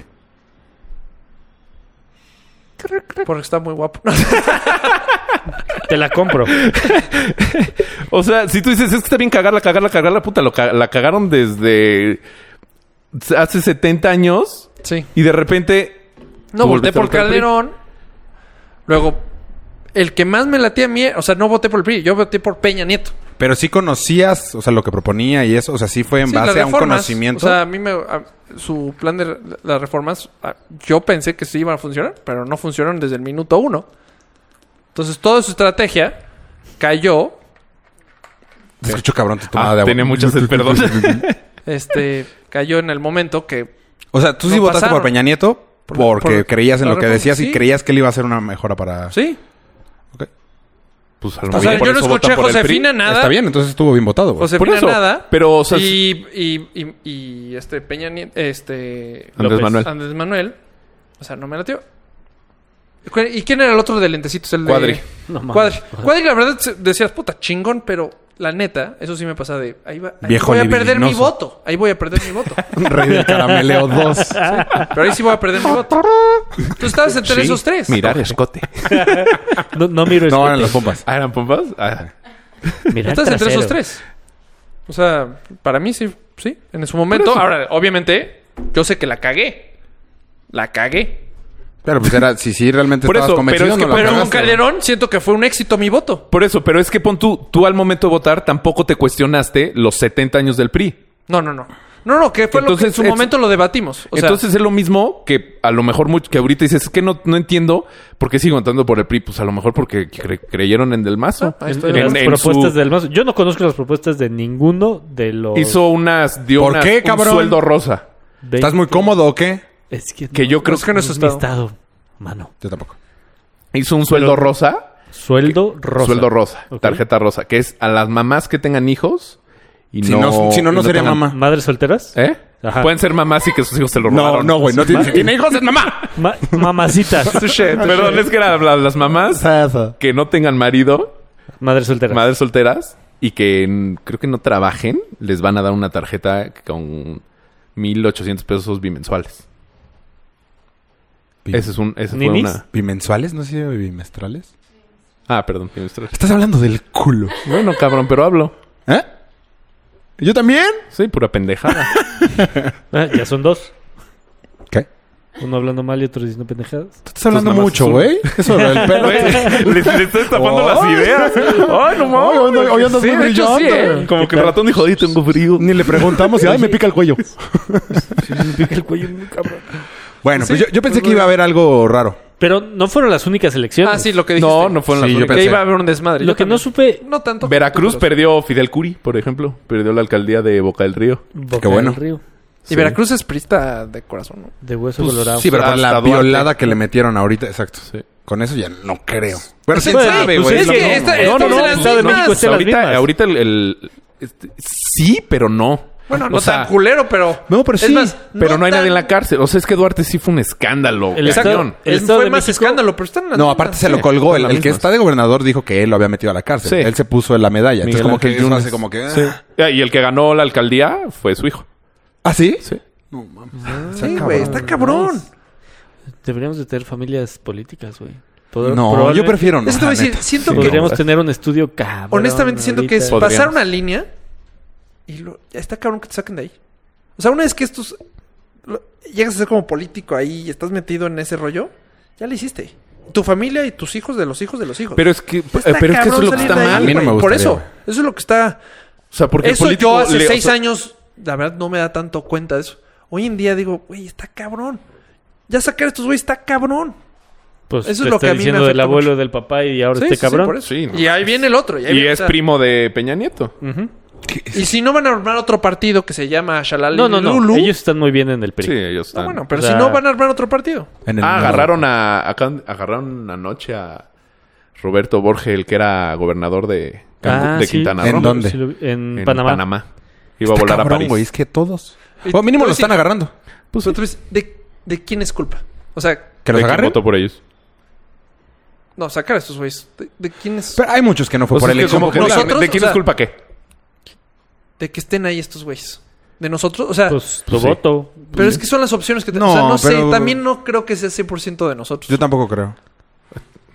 Speaker 5: Porque está muy guapo.
Speaker 3: Te la compro.
Speaker 4: O sea, si tú dices, es que está bien cagarla, cagarla, cagarla, puta, lo ca- la cagaron desde hace 70 años
Speaker 5: sí.
Speaker 4: y de repente...
Speaker 5: No,
Speaker 4: ¿Tú
Speaker 5: voté
Speaker 4: volviste a
Speaker 5: por
Speaker 4: votar al PRI?
Speaker 5: Calderón. Luego, el que más me latía a mí, o sea, no voté por el PRI, yo voté por Peña Nieto.
Speaker 2: Pero sí conocías, o sea, lo que proponía y eso. O sea, sí fue en
Speaker 5: Sí, las
Speaker 2: base a un
Speaker 5: reformas,
Speaker 2: conocimiento.
Speaker 5: O sea, a mí me, a- su plan de re- las reformas, a- yo pensé que sí iban a funcionar, pero no funcionaron desde el minuto uno. Entonces, toda su estrategia cayó.
Speaker 2: Te escucho cabrón tu tomada
Speaker 4: Ah,
Speaker 2: de agua.
Speaker 4: tenía muchas... Perdón.
Speaker 5: Este cayó en el momento que
Speaker 2: O sea, tú
Speaker 5: No
Speaker 2: sí votaste
Speaker 5: pasaron.
Speaker 2: por Peña Nieto
Speaker 5: Por-
Speaker 2: porque
Speaker 5: por-
Speaker 2: creías en
Speaker 5: la
Speaker 2: lo que
Speaker 5: reforma,
Speaker 2: decías
Speaker 5: sí.
Speaker 2: y creías que él iba a hacer una mejora para...
Speaker 5: sí.
Speaker 4: Pues, a lo
Speaker 5: O
Speaker 4: mejor
Speaker 5: sea,
Speaker 4: por
Speaker 5: yo no
Speaker 4: eso votan
Speaker 5: escuché a
Speaker 4: por el PRI.
Speaker 5: Josefina nada.
Speaker 2: Está bien, entonces estuvo bien votado. güey.
Speaker 5: Josefina
Speaker 4: Por eso.
Speaker 5: nada.
Speaker 4: Pero, o sea,
Speaker 5: y, y, y, y este Peña Nieto, este
Speaker 4: Andrés
Speaker 3: López.
Speaker 4: Manuel.
Speaker 5: Andrés Manuel. O sea, no me latió. ¿Cu- ¿Y quién era el otro de lentecitos? El de-
Speaker 4: Cuadri.
Speaker 3: No mames.
Speaker 5: Cuadri. Cuadri, la verdad, se- decías, puta, chingón, pero la neta, eso sí me pasa de... Ahí, va, ahí
Speaker 2: Viejo
Speaker 5: voy a perder mi
Speaker 2: libidinoso.
Speaker 5: voto. Ahí voy a perder mi voto.
Speaker 2: Rey del Carameleo 2.
Speaker 5: Pero ahí sí voy a perder mi voto. Tú estabas entre esos tres.
Speaker 4: Mirar escote.
Speaker 3: No, no
Speaker 2: No,
Speaker 3: miro escote.
Speaker 2: eran las pompas.
Speaker 4: Ah, ¿eran pompas? Ah.
Speaker 3: Mira
Speaker 5: Estás entre
Speaker 3: trasero.
Speaker 5: esos tres. O sea, para mí sí, sí, en su momento. Ahora, obviamente, yo sé que la cagué. La cagué.
Speaker 2: Pero pues era, si sí realmente
Speaker 4: Por
Speaker 2: estabas
Speaker 4: eso,
Speaker 2: convencido,
Speaker 4: pero es que-
Speaker 2: no la
Speaker 5: Pero con
Speaker 2: cagaste, güey.
Speaker 5: Calderón siento que fue un éxito mi voto.
Speaker 4: Por eso, pero es que pon tú, tú al momento de votar tampoco te cuestionaste los 70 años del PRI.
Speaker 5: No, no, no. No, no, que fue lo que en
Speaker 4: Entonces,
Speaker 5: su
Speaker 4: es-
Speaker 5: momento lo debatimos. O sea,
Speaker 4: Entonces es lo mismo que a lo mejor mucho, que ahorita dices, es que no, no entiendo por qué sigo votando por el PRI. Pues a lo mejor porque cre- creyeron en Del Mazo.
Speaker 5: Ah, ahí
Speaker 3: En-
Speaker 5: estoy
Speaker 3: en
Speaker 5: de
Speaker 3: las
Speaker 4: acuerdo.
Speaker 3: propuestas
Speaker 4: En su-
Speaker 3: del mazo. Yo no conozco las propuestas de ninguno de los.
Speaker 4: Hizo unas, dio
Speaker 2: ¿Por
Speaker 4: unas-
Speaker 2: qué,
Speaker 4: un
Speaker 2: cabrón?
Speaker 4: sueldo rosa.
Speaker 3: veinte-
Speaker 2: ¿Estás muy cómodo o qué?
Speaker 3: Es que,
Speaker 4: Que yo creo
Speaker 5: Es que no es
Speaker 3: mi
Speaker 5: estado.
Speaker 3: Mano.
Speaker 2: Yo tampoco.
Speaker 4: Hizo un sueldo
Speaker 3: Pero-
Speaker 4: rosa,
Speaker 3: Sueldo rosa.
Speaker 4: Sueldo rosa.
Speaker 3: Ok.
Speaker 4: Tarjeta rosa. Que es a las mamás que tengan hijos. Y
Speaker 2: Si no- si no,
Speaker 4: y
Speaker 2: no sería
Speaker 4: tengan-
Speaker 2: mamá.
Speaker 3: Ah. ¿Madres solteras?
Speaker 4: ¿Eh?
Speaker 3: Ajá.
Speaker 4: Pueden ser mamás y que sus hijos se lo
Speaker 2: No,
Speaker 4: robaron.
Speaker 2: no, güey. No tiene, si tiene hijos, es mamá.
Speaker 3: Ma- mamacitas.
Speaker 4: Perdón, es que eran la- las mamás que no tengan marido,
Speaker 3: Madres solteras.
Speaker 4: madres solteras, y que mm, creo que no trabajen, les van a dar una tarjeta con 1.800 pesos bimensuales. Ese es un... Ese fue
Speaker 3: ¿Ninis?
Speaker 4: una...
Speaker 2: ¿Bimensuales? ¿No sé bimestrales?
Speaker 4: Ah, perdón. bimestral.
Speaker 2: Estás hablando del culo.
Speaker 4: Bueno, cabrón, pero hablo.
Speaker 2: ¿Eh? ¿Yo también?
Speaker 4: Soy pura pendejada.
Speaker 3: Ah, ya son dos.
Speaker 2: ¿Qué?
Speaker 3: Uno hablando mal y otro diciendo pendejadas.
Speaker 2: Tú estás hablando
Speaker 4: nada más
Speaker 2: mucho,
Speaker 4: es un-
Speaker 2: güey. Eso del perro.
Speaker 4: les, les estoy tapando
Speaker 2: Oh.
Speaker 4: las ideas. Ay, no
Speaker 2: Ay, hoy ando- hoy andas muy
Speaker 4: de hecho,
Speaker 2: brillante.
Speaker 4: ¿eh? Como que el ratón dijo, "Ay, tengo frío.
Speaker 2: Ni le preguntamos y ay, me pica el cuello. Bueno, pues yo, yo pensé que iba a haber algo raro.
Speaker 3: Pero no fueron las únicas elecciones.
Speaker 5: ah, sí, lo que dijiste.
Speaker 4: No, no fueron
Speaker 2: Sí,
Speaker 4: las
Speaker 2: yo
Speaker 4: únicas.
Speaker 5: Que
Speaker 2: pensé.
Speaker 5: iba a haber un desmadre.
Speaker 3: Lo
Speaker 5: Yo
Speaker 3: que no
Speaker 5: también.
Speaker 3: supe.
Speaker 5: No tanto.
Speaker 4: Veracruz
Speaker 5: pero-
Speaker 4: perdió Fidel Curi, por ejemplo. Perdió la alcaldía de Boca del Río.
Speaker 3: Boca
Speaker 2: Qué bueno.
Speaker 3: del Río,
Speaker 5: Y Veracruz es prista de corazón, ¿no?
Speaker 3: de hueso colorado.
Speaker 2: Sí, pero por
Speaker 4: Hasta
Speaker 2: la
Speaker 4: Duarte.
Speaker 2: violada que le metieron ahorita, exacto.
Speaker 4: Sí.
Speaker 2: Con eso ya no creo. Pero
Speaker 5: Sí,
Speaker 2: quién
Speaker 5: bueno,
Speaker 2: sabe,
Speaker 5: pues
Speaker 2: güey.
Speaker 5: es
Speaker 2: Lo
Speaker 5: que
Speaker 2: mismo.
Speaker 5: esta-
Speaker 3: no, no,
Speaker 5: estamos en
Speaker 3: no,
Speaker 5: las
Speaker 3: Estado de
Speaker 5: mismas.
Speaker 3: México está en las mismas.
Speaker 4: ahorita, ahorita el, el- este, sí, pero no.
Speaker 5: Bueno,
Speaker 4: O
Speaker 5: no
Speaker 4: sea,
Speaker 5: tan culero, pero.
Speaker 2: No, pero
Speaker 5: Es
Speaker 2: sí,
Speaker 5: más,
Speaker 4: Pero no, hay
Speaker 5: tan-
Speaker 4: nadie en la cárcel. O sea, es que Duarte sí fue un escándalo.
Speaker 3: El
Speaker 4: cañón.
Speaker 3: Estado-
Speaker 5: Es-
Speaker 3: Estado
Speaker 5: fue
Speaker 3: de
Speaker 5: más
Speaker 3: México-
Speaker 5: escándalo, pero están en las
Speaker 2: No,
Speaker 5: mismas.
Speaker 2: aparte se lo
Speaker 4: Sí,
Speaker 2: colgó.
Speaker 4: son
Speaker 2: El,
Speaker 4: las
Speaker 2: el que
Speaker 4: mismas.
Speaker 2: está de gobernador dijo que él lo había metido a la cárcel.
Speaker 4: Sí.
Speaker 2: Él se puso en la medalla.
Speaker 4: Miguel
Speaker 2: Entonces, como que
Speaker 4: Ángel
Speaker 2: eso
Speaker 4: Yunes.
Speaker 2: hace como que. ah.
Speaker 4: Ah, Y el que ganó la alcaldía fue su hijo.
Speaker 2: ¿Ah, sí?
Speaker 4: Sí.
Speaker 2: No, mames.
Speaker 5: Sí, güey, está cabrón.
Speaker 3: Deberíamos de tener familias políticas, güey. Pod-
Speaker 2: No,
Speaker 3: probable-
Speaker 2: yo prefiero no.
Speaker 5: Eso te
Speaker 2: la
Speaker 5: voy a decir,
Speaker 2: neta.
Speaker 5: siento
Speaker 2: Sí.
Speaker 5: que-
Speaker 3: Podríamos tener un estudio cabrón.
Speaker 5: Honestamente, siento que es
Speaker 3: ahorita.
Speaker 4: Podríamos.
Speaker 5: pasar una línea y lo, ya está cabrón que te saquen de ahí. O sea, una vez que estos. lo- llegas a ser como político ahí y estás metido en ese rollo, ya lo hiciste. Tu familia y tus hijos de los hijos de los hijos.
Speaker 4: Pero es que,
Speaker 5: Pues
Speaker 4: eh,
Speaker 5: Está
Speaker 4: pero es que eso es
Speaker 5: cabrón
Speaker 4: lo que
Speaker 5: salir
Speaker 4: está
Speaker 5: de ahí,
Speaker 4: mal.
Speaker 2: A mí no
Speaker 5: güey.
Speaker 2: me
Speaker 5: Por
Speaker 2: gustaría,
Speaker 5: eso,
Speaker 2: güey.
Speaker 5: eso es lo que está.
Speaker 4: O sea, porque el
Speaker 5: eso
Speaker 4: político
Speaker 5: yo hace
Speaker 4: le- o
Speaker 5: seis
Speaker 4: sea,
Speaker 5: años, la verdad, no me da tanto cuenta de eso. Hoy en día digo, güey, está cabrón. Ya sacar a estos güeyes está cabrón.
Speaker 3: Pues
Speaker 5: Eso
Speaker 3: Eso
Speaker 5: es
Speaker 3: es
Speaker 5: lo que a mí me
Speaker 3: diciendo del
Speaker 5: afecta
Speaker 3: abuelo
Speaker 5: mucho.
Speaker 3: del papá y ahora
Speaker 5: Sí,
Speaker 3: este
Speaker 5: sí, sí, por
Speaker 3: cabrón.
Speaker 5: eso.
Speaker 4: Sí, no.
Speaker 5: Y ahí viene el otro. y ahí
Speaker 4: Y es
Speaker 5: viene- eh, o sea,
Speaker 4: primo de Peña Nieto.
Speaker 3: Ujú.
Speaker 5: Y si no van a armar otro partido que se llama Shalali
Speaker 3: No, no, no.
Speaker 5: Lulu,
Speaker 3: Ellos están muy bien en el PRI.
Speaker 4: Sí, ellos
Speaker 5: No,
Speaker 4: están.
Speaker 5: Ah, bueno, pero
Speaker 3: O sea-
Speaker 5: si no van a armar otro partido.
Speaker 2: En el-
Speaker 4: Ah, agarraron a, acá- agarraron anoche a Roberto Borge, el que era gobernador de,
Speaker 3: Ah,
Speaker 4: de
Speaker 3: sí.
Speaker 4: Quintana
Speaker 2: ¿En
Speaker 4: Roo.
Speaker 2: dónde?
Speaker 3: Sí lo vi- en,
Speaker 4: En
Speaker 3: Panamá.
Speaker 4: Iba a
Speaker 2: Está
Speaker 4: volar a
Speaker 2: cabrón,
Speaker 4: París.
Speaker 2: güey, es que todos.
Speaker 5: Y
Speaker 2: O mínimo
Speaker 5: tú
Speaker 2: lo
Speaker 5: dices-
Speaker 2: están agarrando.
Speaker 5: Pues, pero tú dices, ¿de, de quién es culpa? O sea,
Speaker 2: Que
Speaker 4: ¿De
Speaker 2: los
Speaker 4: quién
Speaker 2: agarren. Pues
Speaker 4: votó por ellos?
Speaker 5: no, sacar a estos güeyes. ¿De, de quién es?
Speaker 2: Pero hay muchos que no fue
Speaker 4: O sea,
Speaker 2: por
Speaker 4: Pues es que
Speaker 2: elección.
Speaker 4: como que
Speaker 2: popular.
Speaker 5: nosotros-
Speaker 4: ¿De quién
Speaker 5: o
Speaker 4: es
Speaker 5: sea-
Speaker 4: culpa qué?
Speaker 5: De que estén ahí estos güeyes. De nosotros, o sea,
Speaker 3: Pues tu
Speaker 4: Sí.
Speaker 3: voto.
Speaker 5: pero es que son las opciones que tenemos.
Speaker 2: No,
Speaker 5: o sea, no
Speaker 2: pero-
Speaker 5: sé, también no creo que sea 100% de nosotros.
Speaker 2: Yo tampoco creo.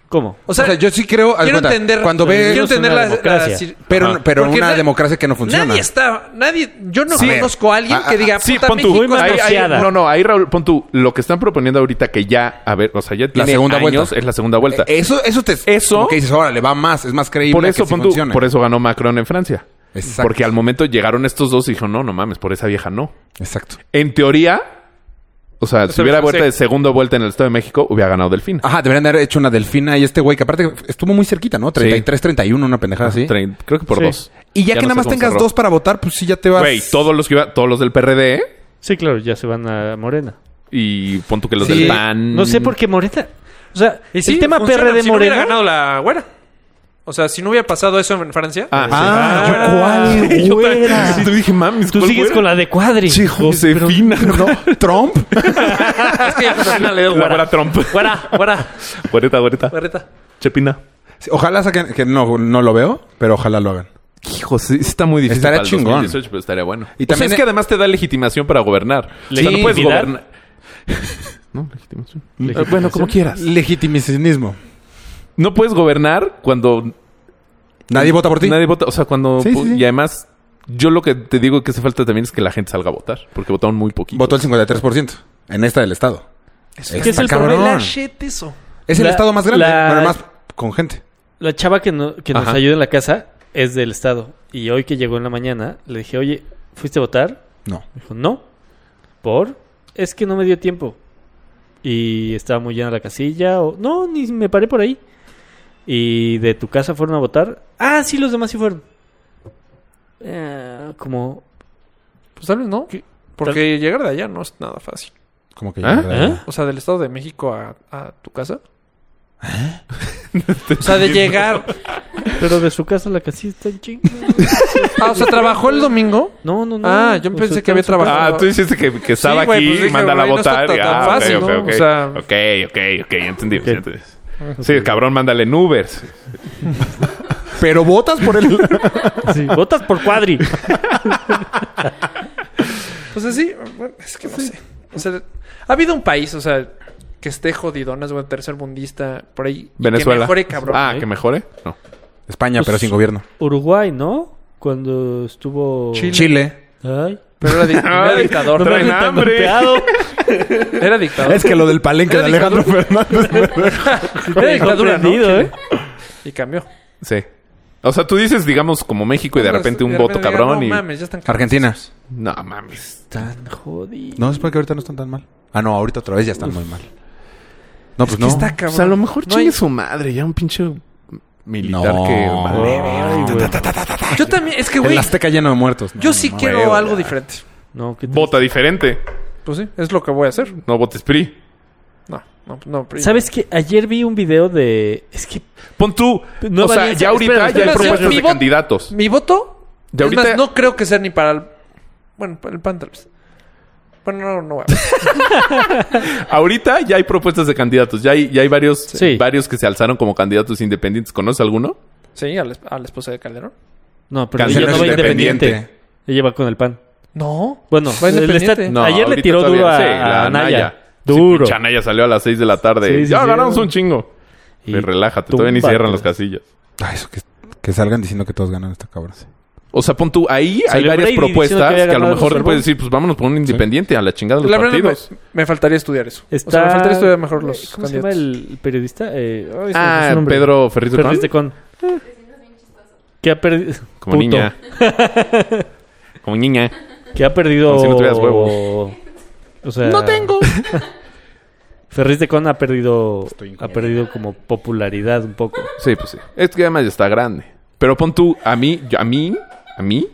Speaker 3: ¿Cómo?
Speaker 5: o sea,
Speaker 2: yo sí creo. haz
Speaker 5: quiero
Speaker 2: cuenta,
Speaker 5: entender,
Speaker 2: Cuando ve.
Speaker 5: quiero
Speaker 3: Es una
Speaker 5: entender la, la
Speaker 3: democracia.
Speaker 5: cir-
Speaker 2: Pero,
Speaker 4: Ajá.
Speaker 2: pero
Speaker 5: Porque
Speaker 2: una
Speaker 5: na-
Speaker 2: democracia que no funciona.
Speaker 5: Nadie está, nadie, yo no
Speaker 2: Sí.
Speaker 5: conozco a alguien
Speaker 2: Ah,
Speaker 5: que
Speaker 2: ah,
Speaker 5: diga,
Speaker 4: Sí,
Speaker 5: "Puta,
Speaker 4: pon tú.
Speaker 5: México
Speaker 3: Muy
Speaker 5: es
Speaker 4: Ahí- ahí-
Speaker 3: manoseada.
Speaker 4: no, no, ahí Raúl, pon tú. Lo que están proponiendo ahorita que ya, a ver, o sea, ya tiene
Speaker 2: segunda
Speaker 4: años,
Speaker 2: vuelta.
Speaker 4: es la segunda vuelta.
Speaker 2: Eh, Eso, eso te.
Speaker 4: Eso-
Speaker 2: como que dices, órale, va más, es más creíble.
Speaker 4: por eso,
Speaker 2: que sí
Speaker 4: pon tú,
Speaker 2: funcione.
Speaker 4: por eso ganó Macron en Francia.
Speaker 2: Exacto.
Speaker 4: Porque al momento llegaron estos dos y dijo, no, no mames, por esa vieja no.
Speaker 2: Exacto.
Speaker 4: En teoría, o sea, si
Speaker 5: sea,
Speaker 4: hubiera
Speaker 5: sí.
Speaker 4: vuelta de segunda vuelta en el Estado de México, hubiera ganado Delfín.
Speaker 2: Ajá, deberían haber hecho una delfina y este güey que aparte estuvo muy cerquita, ¿no? 33, 31, una pendejada así.
Speaker 4: Trein- Creo que por
Speaker 3: Sí.
Speaker 4: dos.
Speaker 2: Y ya, que
Speaker 4: no
Speaker 2: nada
Speaker 4: sé
Speaker 2: más
Speaker 4: cómo
Speaker 2: tengas
Speaker 4: cerró.
Speaker 2: dos para votar, pues sí ya te vas.
Speaker 4: Güey, todos los que iba- todos los del PRD
Speaker 3: Sí, claro, ya se van a Morena.
Speaker 4: ¿eh? y pon tú que los
Speaker 5: Sí.
Speaker 4: del PAN.
Speaker 3: No sé por qué Morena. O sea,
Speaker 5: Y sí,
Speaker 3: el tema
Speaker 5: funciona.
Speaker 3: PRD
Speaker 5: si no hubiera
Speaker 3: Morena.
Speaker 5: ganado la güera. O sea, si no hubiera pasado eso en Francia.
Speaker 4: Ah, sí.
Speaker 2: Ah,
Speaker 5: Ah,
Speaker 2: ¿cuál güera?
Speaker 4: Sí, te dije, mames,
Speaker 3: Tú
Speaker 4: ¿cuál
Speaker 3: sigues
Speaker 4: güera?
Speaker 3: con la de Cuadri.
Speaker 2: Sí, Josefina, ¿no? ¿Trump?
Speaker 5: Es que Josefina le
Speaker 4: La
Speaker 5: dio güera.
Speaker 4: güera Trump.
Speaker 5: Güera, güera,
Speaker 4: Güerita, güerita.
Speaker 5: güerita.
Speaker 4: Chepina.
Speaker 2: Sí, Ojalá saquen, que no, no lo veo, pero ojalá lo hagan.
Speaker 4: Hijo, sí, está muy difícil.
Speaker 2: Estaría
Speaker 4: para el
Speaker 2: chingón.
Speaker 4: 2018, pero estaría bueno.
Speaker 2: Y
Speaker 4: Y también
Speaker 2: también
Speaker 4: es
Speaker 2: e-
Speaker 4: que además te da legitimación para gobernar. O sea, no
Speaker 3: ¿Legitimidad?
Speaker 4: puedes gobernar. No, legitimación.
Speaker 3: Legitimación.
Speaker 4: Eh, Bueno, como quieras.
Speaker 2: Legitimicismo.
Speaker 4: No puedes gobernar cuando
Speaker 2: Nadie vota por ti.
Speaker 4: nadie vota. O sea, cuando.
Speaker 2: Sí, sí, sí.
Speaker 4: Y además, yo lo que te digo que hace falta también es que la gente salga a votar. Porque votaron muy poquito.
Speaker 2: Votó el 53% en esta del Estado.
Speaker 3: ¿Qué es el
Speaker 5: La
Speaker 3: problema?
Speaker 5: shit eso.
Speaker 2: Es el
Speaker 3: La-
Speaker 2: Estado más grande,
Speaker 3: la-
Speaker 2: pero más con gente.
Speaker 3: La chava que, no- que nos
Speaker 4: Ajá.
Speaker 3: ayuda en la casa es del Estado. Y hoy que llegó en la mañana, le dije, oye, ¿fuiste a votar?
Speaker 2: No.
Speaker 3: Me dijo, no. ¿Por? Es que no me dio tiempo. Y estaba muy llena la casilla. O... No, ni me paré por ahí. ¿Y de tu casa fueron a votar? Ah, sí, los demás sí fueron. Eh, como...
Speaker 5: Pues tal vez no. Porque llegar de allá no es nada fácil.
Speaker 2: Como que
Speaker 4: ¿Ah?
Speaker 2: ya-
Speaker 3: ¿Eh?
Speaker 5: O sea, del Estado de México a, a tu casa.
Speaker 3: ¿Eh?
Speaker 5: O sea, de llegar.
Speaker 3: Pero de su casa a la casilla está en chinga.
Speaker 5: Ah, o sea, trabajó el domingo.
Speaker 3: No, no, no.
Speaker 5: Ah, yo
Speaker 3: O
Speaker 5: pensé
Speaker 3: sea,
Speaker 5: que había
Speaker 3: estaba en su
Speaker 5: trabajado.
Speaker 4: Ah, tú dijiste que, que estaba
Speaker 5: Sí, güey,
Speaker 4: aquí,
Speaker 5: pues dije,
Speaker 4: mandan a
Speaker 5: güey, no está
Speaker 4: votar.
Speaker 5: tan- tan
Speaker 4: ah, ok,
Speaker 5: fácil,
Speaker 4: ok,
Speaker 5: ¿no?
Speaker 4: ok.
Speaker 5: O sea-
Speaker 4: ok, ok, ok, ya entendí. ya entendí. Sí, cabrón, mándale en Uber.
Speaker 2: Pero votas por el...
Speaker 3: casa. Sí, votas por cuadri.
Speaker 5: Pues así, bueno, es que no sé. O sea, ha habido un país, o sea, que esté jodidonas, güey, tercer mundista, por ahí. y
Speaker 4: Venezuela.
Speaker 5: Que mejore, cabrón. ¿eh?
Speaker 4: Ah, que mejore. No.
Speaker 2: España,
Speaker 3: Pues-
Speaker 2: pero sin gobierno.
Speaker 3: Uruguay, ¿no? Cuando estuvo...
Speaker 5: Chile.
Speaker 2: Chile.
Speaker 3: Ay.
Speaker 5: Pero era, di- era dictador.
Speaker 3: No me
Speaker 4: traen
Speaker 3: hagan tan
Speaker 4: hambre.
Speaker 3: golpeado.
Speaker 5: Era dictador.
Speaker 2: Es que lo del palenque de
Speaker 5: Era
Speaker 2: Alejandro Fernández.
Speaker 5: Era dictadura, ¿no?
Speaker 3: Sorprendido, ¿eh?
Speaker 5: Y cambió.
Speaker 4: Sí. O sea, tú dices, digamos, como México y de repente un voto
Speaker 5: digan,
Speaker 4: cabrón
Speaker 5: no
Speaker 4: y.
Speaker 5: mames, ya están
Speaker 2: Pues Argentina.
Speaker 4: No mames.
Speaker 3: Tan jodido.
Speaker 2: No, es porque ahorita no están tan mal. Ah, no, ahorita otra vez ya están muy mal. No, pues no.
Speaker 5: Está cabrón.
Speaker 4: O sea, a lo mejor
Speaker 5: No
Speaker 4: chingue
Speaker 5: hay-
Speaker 4: su madre, ya un pinche militar
Speaker 2: No.
Speaker 4: que.
Speaker 3: Ay,
Speaker 4: Madre.
Speaker 3: güey.
Speaker 5: Yo también, es que,
Speaker 2: El
Speaker 5: güey,
Speaker 2: Azteca lleno de muertos.
Speaker 5: yo sí quiero
Speaker 4: huevo,
Speaker 5: algo
Speaker 2: ah.
Speaker 4: ya.
Speaker 5: diferente.
Speaker 3: No, qué
Speaker 4: Vota diferente.
Speaker 5: Pues sí, es lo que voy a hacer.
Speaker 4: No votes PRI.
Speaker 5: No, no, no.
Speaker 3: triste. ¿Sabes qué? Ayer vi un video de... Es que...
Speaker 4: Pon tú.
Speaker 3: No
Speaker 4: o sea,
Speaker 3: vayas-
Speaker 4: ya ahorita
Speaker 3: espera,
Speaker 4: ya
Speaker 5: espera,
Speaker 4: hay propuestas
Speaker 5: mi
Speaker 4: de
Speaker 5: voto-
Speaker 4: candidatos.
Speaker 5: Mi voto,
Speaker 4: Ya
Speaker 5: es
Speaker 4: ahorita-
Speaker 5: más, no creo que sea ni para el... Bueno, para el PAN tal vez. Bueno, no, no.
Speaker 4: Ahorita ya hay propuestas de candidatos. Ya hay, ya hay varios,
Speaker 3: Sí.
Speaker 4: varios que se alzaron como candidatos independientes. ¿Conoces alguno?
Speaker 5: Sí, a la, esp- a la esposa de Calderón.
Speaker 3: No, pero
Speaker 4: Cancela
Speaker 3: ella no
Speaker 4: el
Speaker 3: va independiente. Ella va con el pan.
Speaker 5: No.
Speaker 3: Bueno,
Speaker 5: Va
Speaker 3: él
Speaker 5: independiente.
Speaker 3: está-
Speaker 4: No,
Speaker 3: ayer le
Speaker 4: ahorita
Speaker 3: tiró
Speaker 4: todavía-
Speaker 3: duro a,
Speaker 4: sí,
Speaker 3: a
Speaker 4: la
Speaker 3: Anaya.
Speaker 4: Sí,
Speaker 3: Duro.
Speaker 4: pinche Anaya salió a las 6 de la tarde.
Speaker 3: Sí, sí,
Speaker 4: ya
Speaker 3: sí.
Speaker 4: ganamos un chingo.
Speaker 3: Y
Speaker 4: Y relájate, todavía ni
Speaker 3: túmbate.
Speaker 4: cierran las casillas.
Speaker 2: Ay, eso que, que salgan diciendo que todos ganan esta cabra.
Speaker 4: O sea, pon tú, ahí hay
Speaker 3: Salió
Speaker 4: varias
Speaker 3: Brady diciendo
Speaker 4: propuestas que,
Speaker 3: que había
Speaker 4: a lo
Speaker 3: ganado el
Speaker 4: mejor
Speaker 3: Super
Speaker 4: te
Speaker 3: Bowl.
Speaker 4: puedes decir, pues vámonos por un independiente a la chingada de los
Speaker 5: La verdad, me,
Speaker 4: partidos.
Speaker 5: me faltaría estudiar eso.
Speaker 3: Está...
Speaker 5: O sea, me faltaría estudiar mejor los
Speaker 3: ¿Cómo se llama
Speaker 5: candidatos.
Speaker 3: el periodista? Eh, ay, se me fue su
Speaker 4: Ah,
Speaker 3: nombre.
Speaker 4: Pedro Ferriz de
Speaker 3: Ferriz de
Speaker 4: Con.
Speaker 3: Con. Que ha perdido...
Speaker 4: Como niña. Como niña.
Speaker 3: Que ha perdido...
Speaker 4: Como si no tuvieras huevo.
Speaker 3: O sea... No tengo. Ferris de Con ha perdido,
Speaker 2: Estoy
Speaker 3: ha
Speaker 2: incómodo.
Speaker 3: perdido como popularidad un poco.
Speaker 4: Sí, pues sí. Es que además ya está grande. Pero pon tú, a mí, yo- a mí, a mí,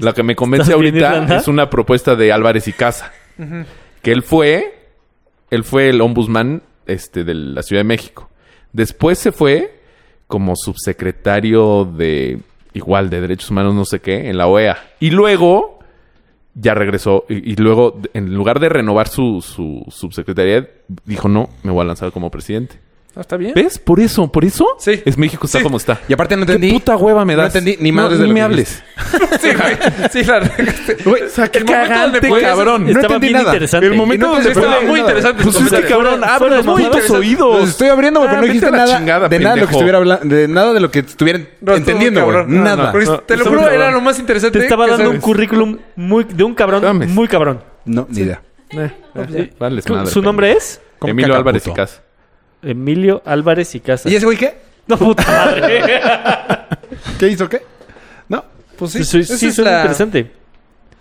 Speaker 4: la que me convence
Speaker 3: ¿Estás bien,
Speaker 4: ahorita
Speaker 3: Irlanda?
Speaker 4: es una propuesta de Álvarez y Casa. Que él fue, él fue el ombudsman este, de la Ciudad de México. Después se fue como subsecretario de, igual, de Derechos Humanos, no sé qué, en la OEA. Y luego ya regresó. Y, y luego, en lugar de renovar su, su subsecretaría, dijo, no, me voy a lanzar como presidente.
Speaker 5: Ah, ¿Está bien?
Speaker 4: ¿Ves? Por eso, por eso.
Speaker 5: Sí.
Speaker 4: Es México está
Speaker 5: Sí.
Speaker 4: como está.
Speaker 2: Y aparte no
Speaker 4: ¿Qué
Speaker 2: entendí.
Speaker 4: puta hueva me
Speaker 2: No
Speaker 4: das?
Speaker 2: entendí ni madres de
Speaker 4: ni
Speaker 2: lo
Speaker 4: me
Speaker 2: que
Speaker 4: hables.
Speaker 5: Sí, güey. Sí, la regaste.
Speaker 4: o sea, qué
Speaker 5: Eh, El momento
Speaker 4: cagante,
Speaker 5: donde podías-
Speaker 4: cabrón.
Speaker 2: No
Speaker 3: Estaba
Speaker 2: entendí
Speaker 3: bien
Speaker 2: nada.
Speaker 3: interesante.
Speaker 2: El momento
Speaker 5: Y no
Speaker 2: donde
Speaker 5: entendí
Speaker 2: fue-
Speaker 5: nada. Muy interesante
Speaker 4: Pues
Speaker 5: tu
Speaker 4: es que,
Speaker 5: comentario.
Speaker 4: cabrón,
Speaker 3: Fuera-
Speaker 4: abre
Speaker 3: fuera de
Speaker 4: tus
Speaker 3: mamada.
Speaker 2: Los
Speaker 4: oídos.
Speaker 2: estoy abriendo porque
Speaker 4: Ah,
Speaker 2: no
Speaker 4: vete
Speaker 2: dijiste
Speaker 4: a la
Speaker 2: nada,
Speaker 4: chingada,
Speaker 2: de nada de lo que
Speaker 4: pendejo.
Speaker 2: estuviera hablando, de nada de lo que estuvieran
Speaker 5: No, estuvo
Speaker 2: entendiendo,
Speaker 5: muy
Speaker 2: güey.
Speaker 5: cabrón. No,
Speaker 2: nada.
Speaker 5: Porque te lo
Speaker 3: Estuvo
Speaker 5: juro,
Speaker 3: muy
Speaker 5: era
Speaker 3: cabrón.
Speaker 5: lo más interesante.
Speaker 3: Te estaba
Speaker 5: que
Speaker 3: dando un
Speaker 5: sabes.
Speaker 3: currículum muy, de un cabrón
Speaker 4: Mames. Eh,
Speaker 3: muy cabrón.
Speaker 2: No, ni idea.
Speaker 4: Vales madre,
Speaker 3: ¿Su nombre
Speaker 4: pendejo.
Speaker 3: es?
Speaker 2: Como
Speaker 4: Emilio
Speaker 2: caca,
Speaker 4: Álvarez y
Speaker 2: puto.
Speaker 4: Casa.
Speaker 3: Emilio Álvarez y Casa.
Speaker 2: ¿Y ese güey qué?
Speaker 3: No, puta madre.
Speaker 2: ¿Qué hizo qué? No.
Speaker 5: Pues sí,
Speaker 3: sí, sí,
Speaker 5: esa
Speaker 3: sí,
Speaker 5: es
Speaker 3: suena
Speaker 5: la-
Speaker 3: interesante.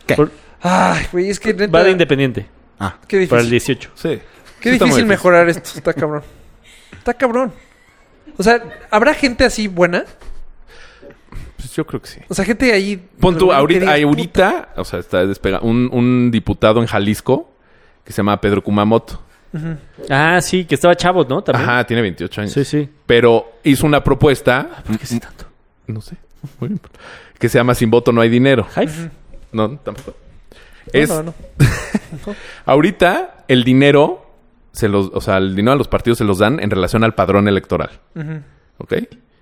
Speaker 2: ¿Qué?
Speaker 3: Por-
Speaker 5: Ay, güey, es que neta,
Speaker 3: va de independiente
Speaker 2: Ah,
Speaker 5: qué
Speaker 3: para el
Speaker 5: difícil.
Speaker 3: 18.
Speaker 4: Sí. Sí
Speaker 5: Qué
Speaker 4: está muy
Speaker 5: difícil mejorar esto, está cabrón. Está cabrón. O sea, ¿habrá gente así buena?
Speaker 4: Pues yo creo que sí.
Speaker 5: O sea, gente ahí...
Speaker 4: Pon tú,
Speaker 5: que
Speaker 4: ahorita,
Speaker 5: digas,
Speaker 4: ahorita, o sea, está despegado. Un, un diputado en Jalisco que se llama Pedro Kumamoto.
Speaker 3: Ah, sí, que estaba chavo, ¿no? También.
Speaker 4: Ajá, tiene 28 años.
Speaker 3: Sí, sí.
Speaker 4: Pero hizo una propuesta.
Speaker 3: ¿Por qué sé tanto?
Speaker 4: No sé. Que se llama Sin voto no hay dinero.
Speaker 3: Hive.
Speaker 4: No, tampoco.
Speaker 5: No,
Speaker 4: Es,
Speaker 5: no, no.
Speaker 4: Ahorita el dinero, se los, o sea, el dinero a los partidos se los dan en relación al padrón electoral. ¿Ok?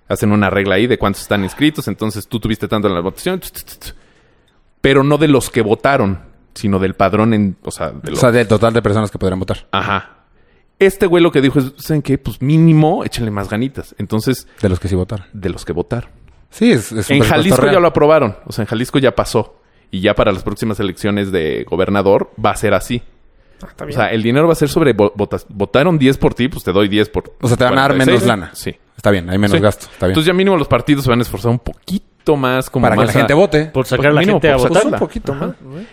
Speaker 4: Hacen una regla ahí de cuántos están inscritos, entonces tú tuviste tanto en la votación, tss, tss, tss. pero no de los que votaron, sino del padrón en, o sea, de
Speaker 2: o
Speaker 4: los...
Speaker 2: sea, del total de personas que podrían votar.
Speaker 4: Ajá. Este güey lo que dijo es, ¿saben qué? Pues mínimo, échenle más ganitas. Entonces,
Speaker 2: De los que sí votaron.
Speaker 4: de los que votaron.
Speaker 2: Sí, es, es un
Speaker 4: En
Speaker 2: presupuesto
Speaker 4: Jalisco
Speaker 2: real.
Speaker 4: ya lo aprobaron, o sea, en Jalisco ya pasó. Y ya para las próximas elecciones de gobernador va a ser así.
Speaker 5: Ah, está
Speaker 4: O
Speaker 5: bien.
Speaker 4: sea, el dinero va a ser sobre vo- votas- votaron 10 por ti, pues te doy 10 por.
Speaker 2: O sea, te van a dar
Speaker 4: 46.
Speaker 2: menos lana.
Speaker 4: Sí.
Speaker 2: Está bien, hay menos
Speaker 4: Sí.
Speaker 2: gasto. Está bien.
Speaker 4: Entonces ya mínimo los partidos se van a esforzar un poquito más como
Speaker 2: Para que
Speaker 4: más
Speaker 2: la
Speaker 4: a-
Speaker 2: gente vote.
Speaker 3: Por sacar
Speaker 4: Pues
Speaker 3: a la
Speaker 4: mínimo,
Speaker 3: gente a
Speaker 4: por
Speaker 5: Pues
Speaker 3: votar.
Speaker 5: un
Speaker 4: sacarla.
Speaker 5: poquito más.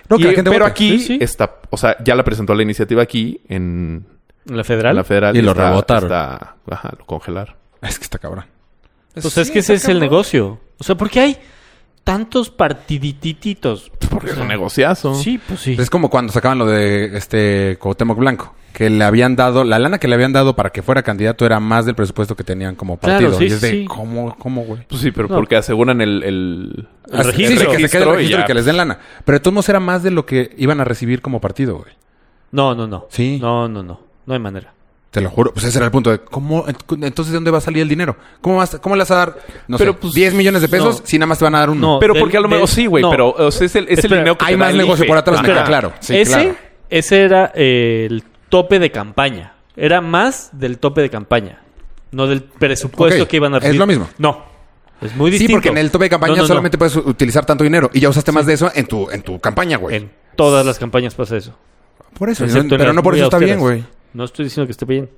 Speaker 2: No, que
Speaker 4: Y-
Speaker 2: la gente
Speaker 4: pero
Speaker 2: vote.
Speaker 4: aquí
Speaker 3: Sí, sí.
Speaker 4: está, o sea, ya la presentó la iniciativa aquí en
Speaker 3: ¿En la federal?
Speaker 4: la federal
Speaker 2: Y lo
Speaker 4: está-
Speaker 2: rebotaron.
Speaker 4: está- ajá, lo congelaron.
Speaker 2: Es que está cabrón.
Speaker 3: Pues es
Speaker 5: Sí,
Speaker 3: que ese es
Speaker 5: está
Speaker 3: el
Speaker 5: cabrón.
Speaker 3: negocio. O sea, ¿por qué hay tantos partidititos?
Speaker 4: Porque es un negociazo.
Speaker 3: Sí, pues sí.
Speaker 2: Es como cuando sacaban lo de este Cuauhtémoc Blanco, que le habían dado, la lana que le habían dado para que fuera candidato era más del presupuesto que tenían como
Speaker 3: Claro,
Speaker 2: partido.
Speaker 3: sí,
Speaker 2: y es de
Speaker 3: sí.
Speaker 2: cómo, cómo, güey.
Speaker 4: Pues sí, pero
Speaker 3: No.
Speaker 4: porque aseguran el, el,
Speaker 3: El
Speaker 2: Así-
Speaker 3: registro.
Speaker 2: sí, sí, que se quede
Speaker 4: registro
Speaker 2: el
Speaker 4: y
Speaker 2: registro y,
Speaker 4: ya.
Speaker 2: que les den lana. Pero de todos modos era más de lo que iban a recibir como partido, güey.
Speaker 3: No, no, no.
Speaker 2: Sí.
Speaker 3: No, no, no. No hay manera.
Speaker 2: Te lo juro. Pues ese era el punto de cómo, entonces de dónde va a salir el dinero. ¿Cómo vas, cómo le vas a dar, no
Speaker 4: Pero,
Speaker 2: sé,
Speaker 4: pues,
Speaker 2: 10 millones de pesos
Speaker 3: no.
Speaker 2: si nada más te van a dar uno?
Speaker 3: No,
Speaker 4: Pero
Speaker 3: del-
Speaker 4: porque a lo
Speaker 3: del-
Speaker 4: mejor sí, güey,
Speaker 3: no.
Speaker 4: pero o sea, es el, es el
Speaker 3: Espera,
Speaker 4: dinero que
Speaker 2: hay
Speaker 4: te
Speaker 2: más
Speaker 4: da el
Speaker 2: negocio
Speaker 4: IFE.
Speaker 2: por atrás, me
Speaker 4: Ajá.
Speaker 2: queda claro. Sí,
Speaker 3: ese,
Speaker 2: claro.
Speaker 3: ese era eh, el tope de campaña. Era más del tope de campaña. No del presupuesto
Speaker 2: Ok,
Speaker 3: que iban a
Speaker 2: es lo mismo.
Speaker 3: No. Es muy
Speaker 2: Sí,
Speaker 3: distinto.
Speaker 2: porque en el tope de campaña
Speaker 3: No, no, no.
Speaker 2: solamente puedes utilizar tanto dinero y ya usaste más de eso en tu, en tu campaña, güey.
Speaker 3: En todas las campañas pasa eso.
Speaker 2: Por eso,
Speaker 3: Excepto en
Speaker 2: pero
Speaker 3: las
Speaker 2: no por
Speaker 3: muy
Speaker 2: eso está bien,
Speaker 3: austeras.
Speaker 2: güey.
Speaker 3: No estoy diciendo que esté bien.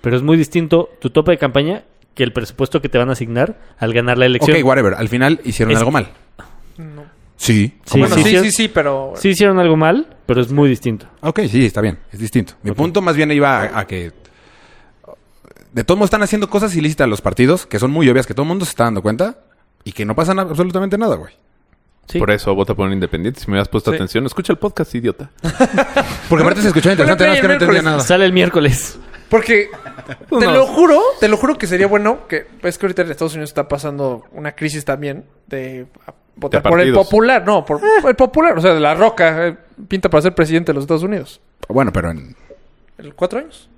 Speaker 3: Pero es muy distinto tu tope de campaña que el presupuesto que te van a asignar al ganar la elección.
Speaker 2: Ok, whatever. Al final hicieron
Speaker 3: Es-
Speaker 2: algo mal. Sí.
Speaker 3: Sí,
Speaker 5: Bueno, sí, sí,
Speaker 3: sí,
Speaker 5: sí, pero...
Speaker 3: Sí hicieron algo mal, pero es muy distinto.
Speaker 2: Ok, sí, está bien. Es distinto. Mi
Speaker 3: Ok.
Speaker 2: punto más bien iba a, a que... De todos modos están haciendo cosas ilícitas los partidos, que son muy obvias, que todo el mundo se está dando cuenta y que no pasan absolutamente nada, güey.
Speaker 3: Sí.
Speaker 4: Por eso vota por un independiente. Si me has puesto
Speaker 5: Sí.
Speaker 4: atención, escucha el podcast, idiota.
Speaker 5: Ah,
Speaker 2: Porque aparte se escuchaba interesante,
Speaker 5: Pero
Speaker 2: nada más que no entendía
Speaker 5: miércoles
Speaker 2: nada.
Speaker 3: Sale el miércoles.
Speaker 5: Porque te
Speaker 4: no.
Speaker 5: lo juro, te lo juro que sería bueno que es que ahorita en Estados Unidos está pasando una crisis también de a- votar
Speaker 4: De
Speaker 5: por el
Speaker 4: partidos. Eh.
Speaker 5: popular, no, por el popular, o sea, de la roca eh, pinta para ser presidente de los Estados Unidos.
Speaker 2: Bueno, pero en...
Speaker 5: El cuatro años.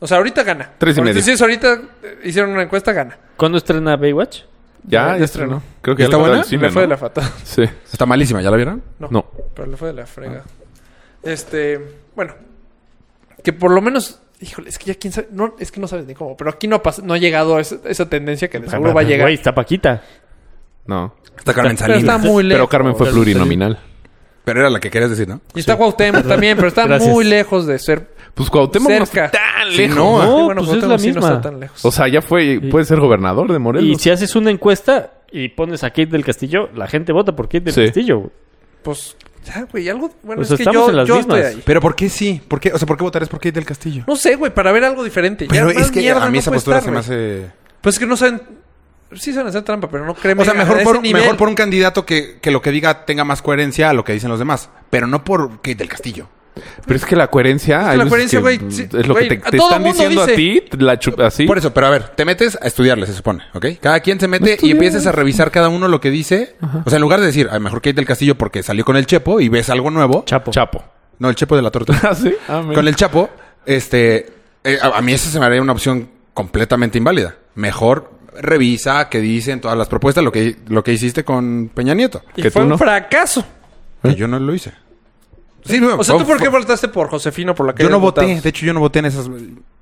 Speaker 5: O sea, ahorita gana.
Speaker 4: Mm. Tres y medio.
Speaker 5: Si es ahorita eh, hicieron una encuesta gana.
Speaker 3: ¿Cuándo estrena Baywatch?
Speaker 5: Ya,
Speaker 4: Ya,
Speaker 5: ya
Speaker 4: ya
Speaker 5: estrenó.
Speaker 4: estrenó. Creo que ya
Speaker 2: ¿Está
Speaker 4: lo
Speaker 2: buena?
Speaker 4: mandaron al cine,
Speaker 5: le fue
Speaker 4: ¿no?
Speaker 5: de la fatal.
Speaker 4: Sí.
Speaker 2: Está malísima, ¿ya la vieron?
Speaker 5: No,
Speaker 4: No. Ah.
Speaker 5: Pero le fue de la frega. Este, bueno, que por lo menos, híjole, es que ya quién sabe, no, es que no sabes ni cómo, pero aquí no ha pas- no ha llegado a esa, esa tendencia que de seguro va a llegar.
Speaker 3: Güey, está Paquita.
Speaker 4: No.
Speaker 2: Está Carmen
Speaker 5: Pero
Speaker 2: Salinas.
Speaker 5: está muy lejos. Pues,
Speaker 4: Pero Carmen fue
Speaker 3: Pero-
Speaker 4: plurinominal.
Speaker 2: Pero era la que querías decir, ¿no?
Speaker 5: Y está Cuauhtémoc también, pero está
Speaker 3: Gracias.
Speaker 5: muy lejos de ser
Speaker 4: Pues Cuauhtémoc no
Speaker 5: cerca.
Speaker 4: tan
Speaker 2: Sí,
Speaker 4: lejos.
Speaker 2: no.
Speaker 5: Sí,
Speaker 3: No, pues es
Speaker 5: Cuauhtémoc
Speaker 3: la
Speaker 5: sí no
Speaker 3: misma.
Speaker 5: está tan lejos.
Speaker 4: O sea, ya fue, puede ser gobernador de
Speaker 3: Y
Speaker 4: Morelos.
Speaker 3: si haces una encuesta y pones a Kate del Castillo, la gente vota por Kate del
Speaker 4: Sí.
Speaker 3: Castillo. güey.
Speaker 5: pues Ya, güey, algo. Bueno,
Speaker 3: Pues
Speaker 5: es que
Speaker 3: estamos
Speaker 5: yo,
Speaker 3: en las
Speaker 5: yo
Speaker 3: mismas.
Speaker 5: estoy ahí.
Speaker 2: Pero ¿por qué sí? ¿Por qué? O sea, ¿por qué votarías por Kate del Castillo?
Speaker 5: No sé, güey, para ver algo diferente.
Speaker 2: Pero
Speaker 5: ya,
Speaker 2: es que a mí esa postura se me
Speaker 5: hace.
Speaker 2: hace...
Speaker 5: Pues es que no saben. Sí saben hacer trampa, pero no créeme.
Speaker 2: O sea,
Speaker 5: a
Speaker 2: mejor
Speaker 5: ese
Speaker 2: por,
Speaker 5: nivel.
Speaker 2: mejor por un candidato que, que lo que diga tenga más coherencia a lo que dicen los demás. Pero no por Kate del Castillo.
Speaker 4: Pero es que la coherencia.
Speaker 5: que
Speaker 4: hay
Speaker 5: la
Speaker 4: veces
Speaker 5: coherencia, güey, sí,
Speaker 4: es lo
Speaker 5: güey,
Speaker 4: que te,
Speaker 5: a
Speaker 4: te
Speaker 5: todo
Speaker 4: están
Speaker 5: mundo
Speaker 4: diciendo
Speaker 5: dice.
Speaker 4: a ti. La chup- así.
Speaker 2: Por eso, pero a ver, te metes a estudiarle, se supone, ¿ok? Cada quien se mete y empiezas a revisar cada uno lo que dice. O sea, en lugar de decir, a mejor Kate del Castillo porque salió con el Chepo y ves algo nuevo.
Speaker 3: Chapo.
Speaker 4: Chapo.
Speaker 2: no, el Chepo de la Torta.
Speaker 4: Ah, sí. Ah, mira.
Speaker 2: con el Chapo, este, eh, a, a mí esa se me haría una opción completamente inválida. Mejor revisa qué dicen todas las propuestas, lo que, lo que hiciste con Peña Nieto.
Speaker 5: Y
Speaker 4: que
Speaker 5: fue
Speaker 4: tú
Speaker 5: un
Speaker 4: no.
Speaker 5: fracaso.
Speaker 2: Que yo no lo hice. Sí, no,
Speaker 5: Eh. O sea, ¿tú
Speaker 2: fue-
Speaker 5: por qué
Speaker 2: fue-
Speaker 5: votaste por Josefina por la que
Speaker 2: Yo no
Speaker 5: habías
Speaker 2: voté.
Speaker 5: votado?
Speaker 2: De hecho, yo no voté en esas...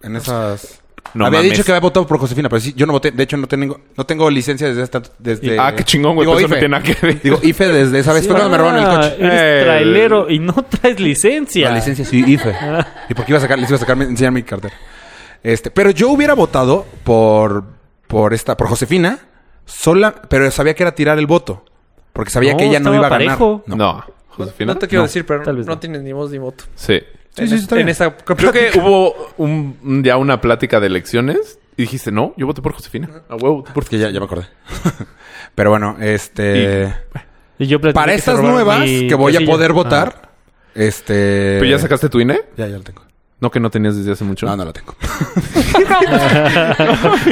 Speaker 2: En esas...
Speaker 4: No
Speaker 2: había
Speaker 4: mames.
Speaker 2: dicho que había votado por Josefina, pero sí, yo no voté. De hecho, no tengo, no tengo licencia desde esta... Desde,
Speaker 4: Ah, qué chingón, güey.
Speaker 2: Digo,
Speaker 4: pero Eso no
Speaker 2: IFE.
Speaker 4: tiene nada que ver.
Speaker 2: Digo, IFE desde esa vez. Fue cuando me robaron el coche.
Speaker 3: Ah, Eres
Speaker 4: Eh.
Speaker 3: trailero y no traes licencia.
Speaker 2: La licencia sí, IFE. ¿Y por qué iba a sacar? Les iba a sacar, mi- enseñar mi cartera. Este, pero yo hubiera votado por, por esta, por Josefina, sola, pero sabía que era tirar el voto. Porque sabía
Speaker 3: No,
Speaker 2: que ella no
Speaker 3: estaba
Speaker 2: iba a
Speaker 3: parejo.
Speaker 2: ganar.
Speaker 4: no. Josefina.
Speaker 5: No te quiero decir, pero
Speaker 3: tal vez
Speaker 5: no,
Speaker 3: no.
Speaker 5: tienes ni voz ni voto.
Speaker 4: Sí.
Speaker 2: Sí,
Speaker 5: en,
Speaker 2: sí,
Speaker 5: es-
Speaker 2: está bien.
Speaker 5: en esta
Speaker 4: Creo que hubo un, ya una plática de elecciones y dijiste, no, yo voté por Josefina. A huevo. tú por-
Speaker 2: Porque ya, ya me acordé. pero bueno, este.
Speaker 3: Y yo pretendí
Speaker 2: para
Speaker 3: que
Speaker 2: estas
Speaker 3: te robaron
Speaker 2: nuevas
Speaker 3: mi
Speaker 2: que voy a
Speaker 3: casilla.
Speaker 2: poder
Speaker 3: Ah.
Speaker 2: votar, este.
Speaker 4: ¿Pero ya sacaste tu INE?
Speaker 2: Ya, ya lo tengo.
Speaker 4: No, que no tenías desde hace mucho.
Speaker 2: No, no lo tengo.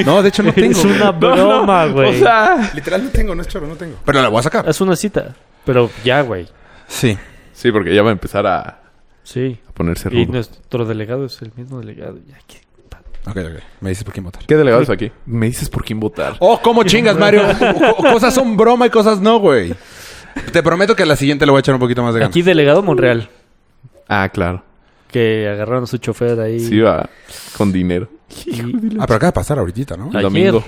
Speaker 2: no, de hecho no tengo.
Speaker 3: Es una broma, güey.
Speaker 4: O sea...
Speaker 2: Literal no tengo, no es choro, no tengo. Pero la voy a sacar.
Speaker 3: Es una cita. Pero ya, güey.
Speaker 2: Sí.
Speaker 4: Sí, porque ya va a empezar a,
Speaker 3: Sí.
Speaker 4: a ponerse
Speaker 3: Y
Speaker 4: rudo.
Speaker 3: nuestro delegado es el mismo delegado. Ya, que-
Speaker 2: Ok, ok. Me dices por quién votar.
Speaker 4: ¿Qué delegados aquí? Me dices por quién votar.
Speaker 2: Oh, cómo chingas, Mario. Co- cosas son broma y cosas no, güey. Te prometo que a la siguiente le voy a echar un poquito más de ganas.
Speaker 3: Aquí delegado Monreal.
Speaker 4: Ah, claro.
Speaker 3: Que agarraron a su chofer ahí.
Speaker 4: Sí, va con dinero.
Speaker 3: Y-
Speaker 2: Ah, pero acaba de pasar ahorita, ¿no?
Speaker 4: El
Speaker 3: Ayer.
Speaker 4: domingo.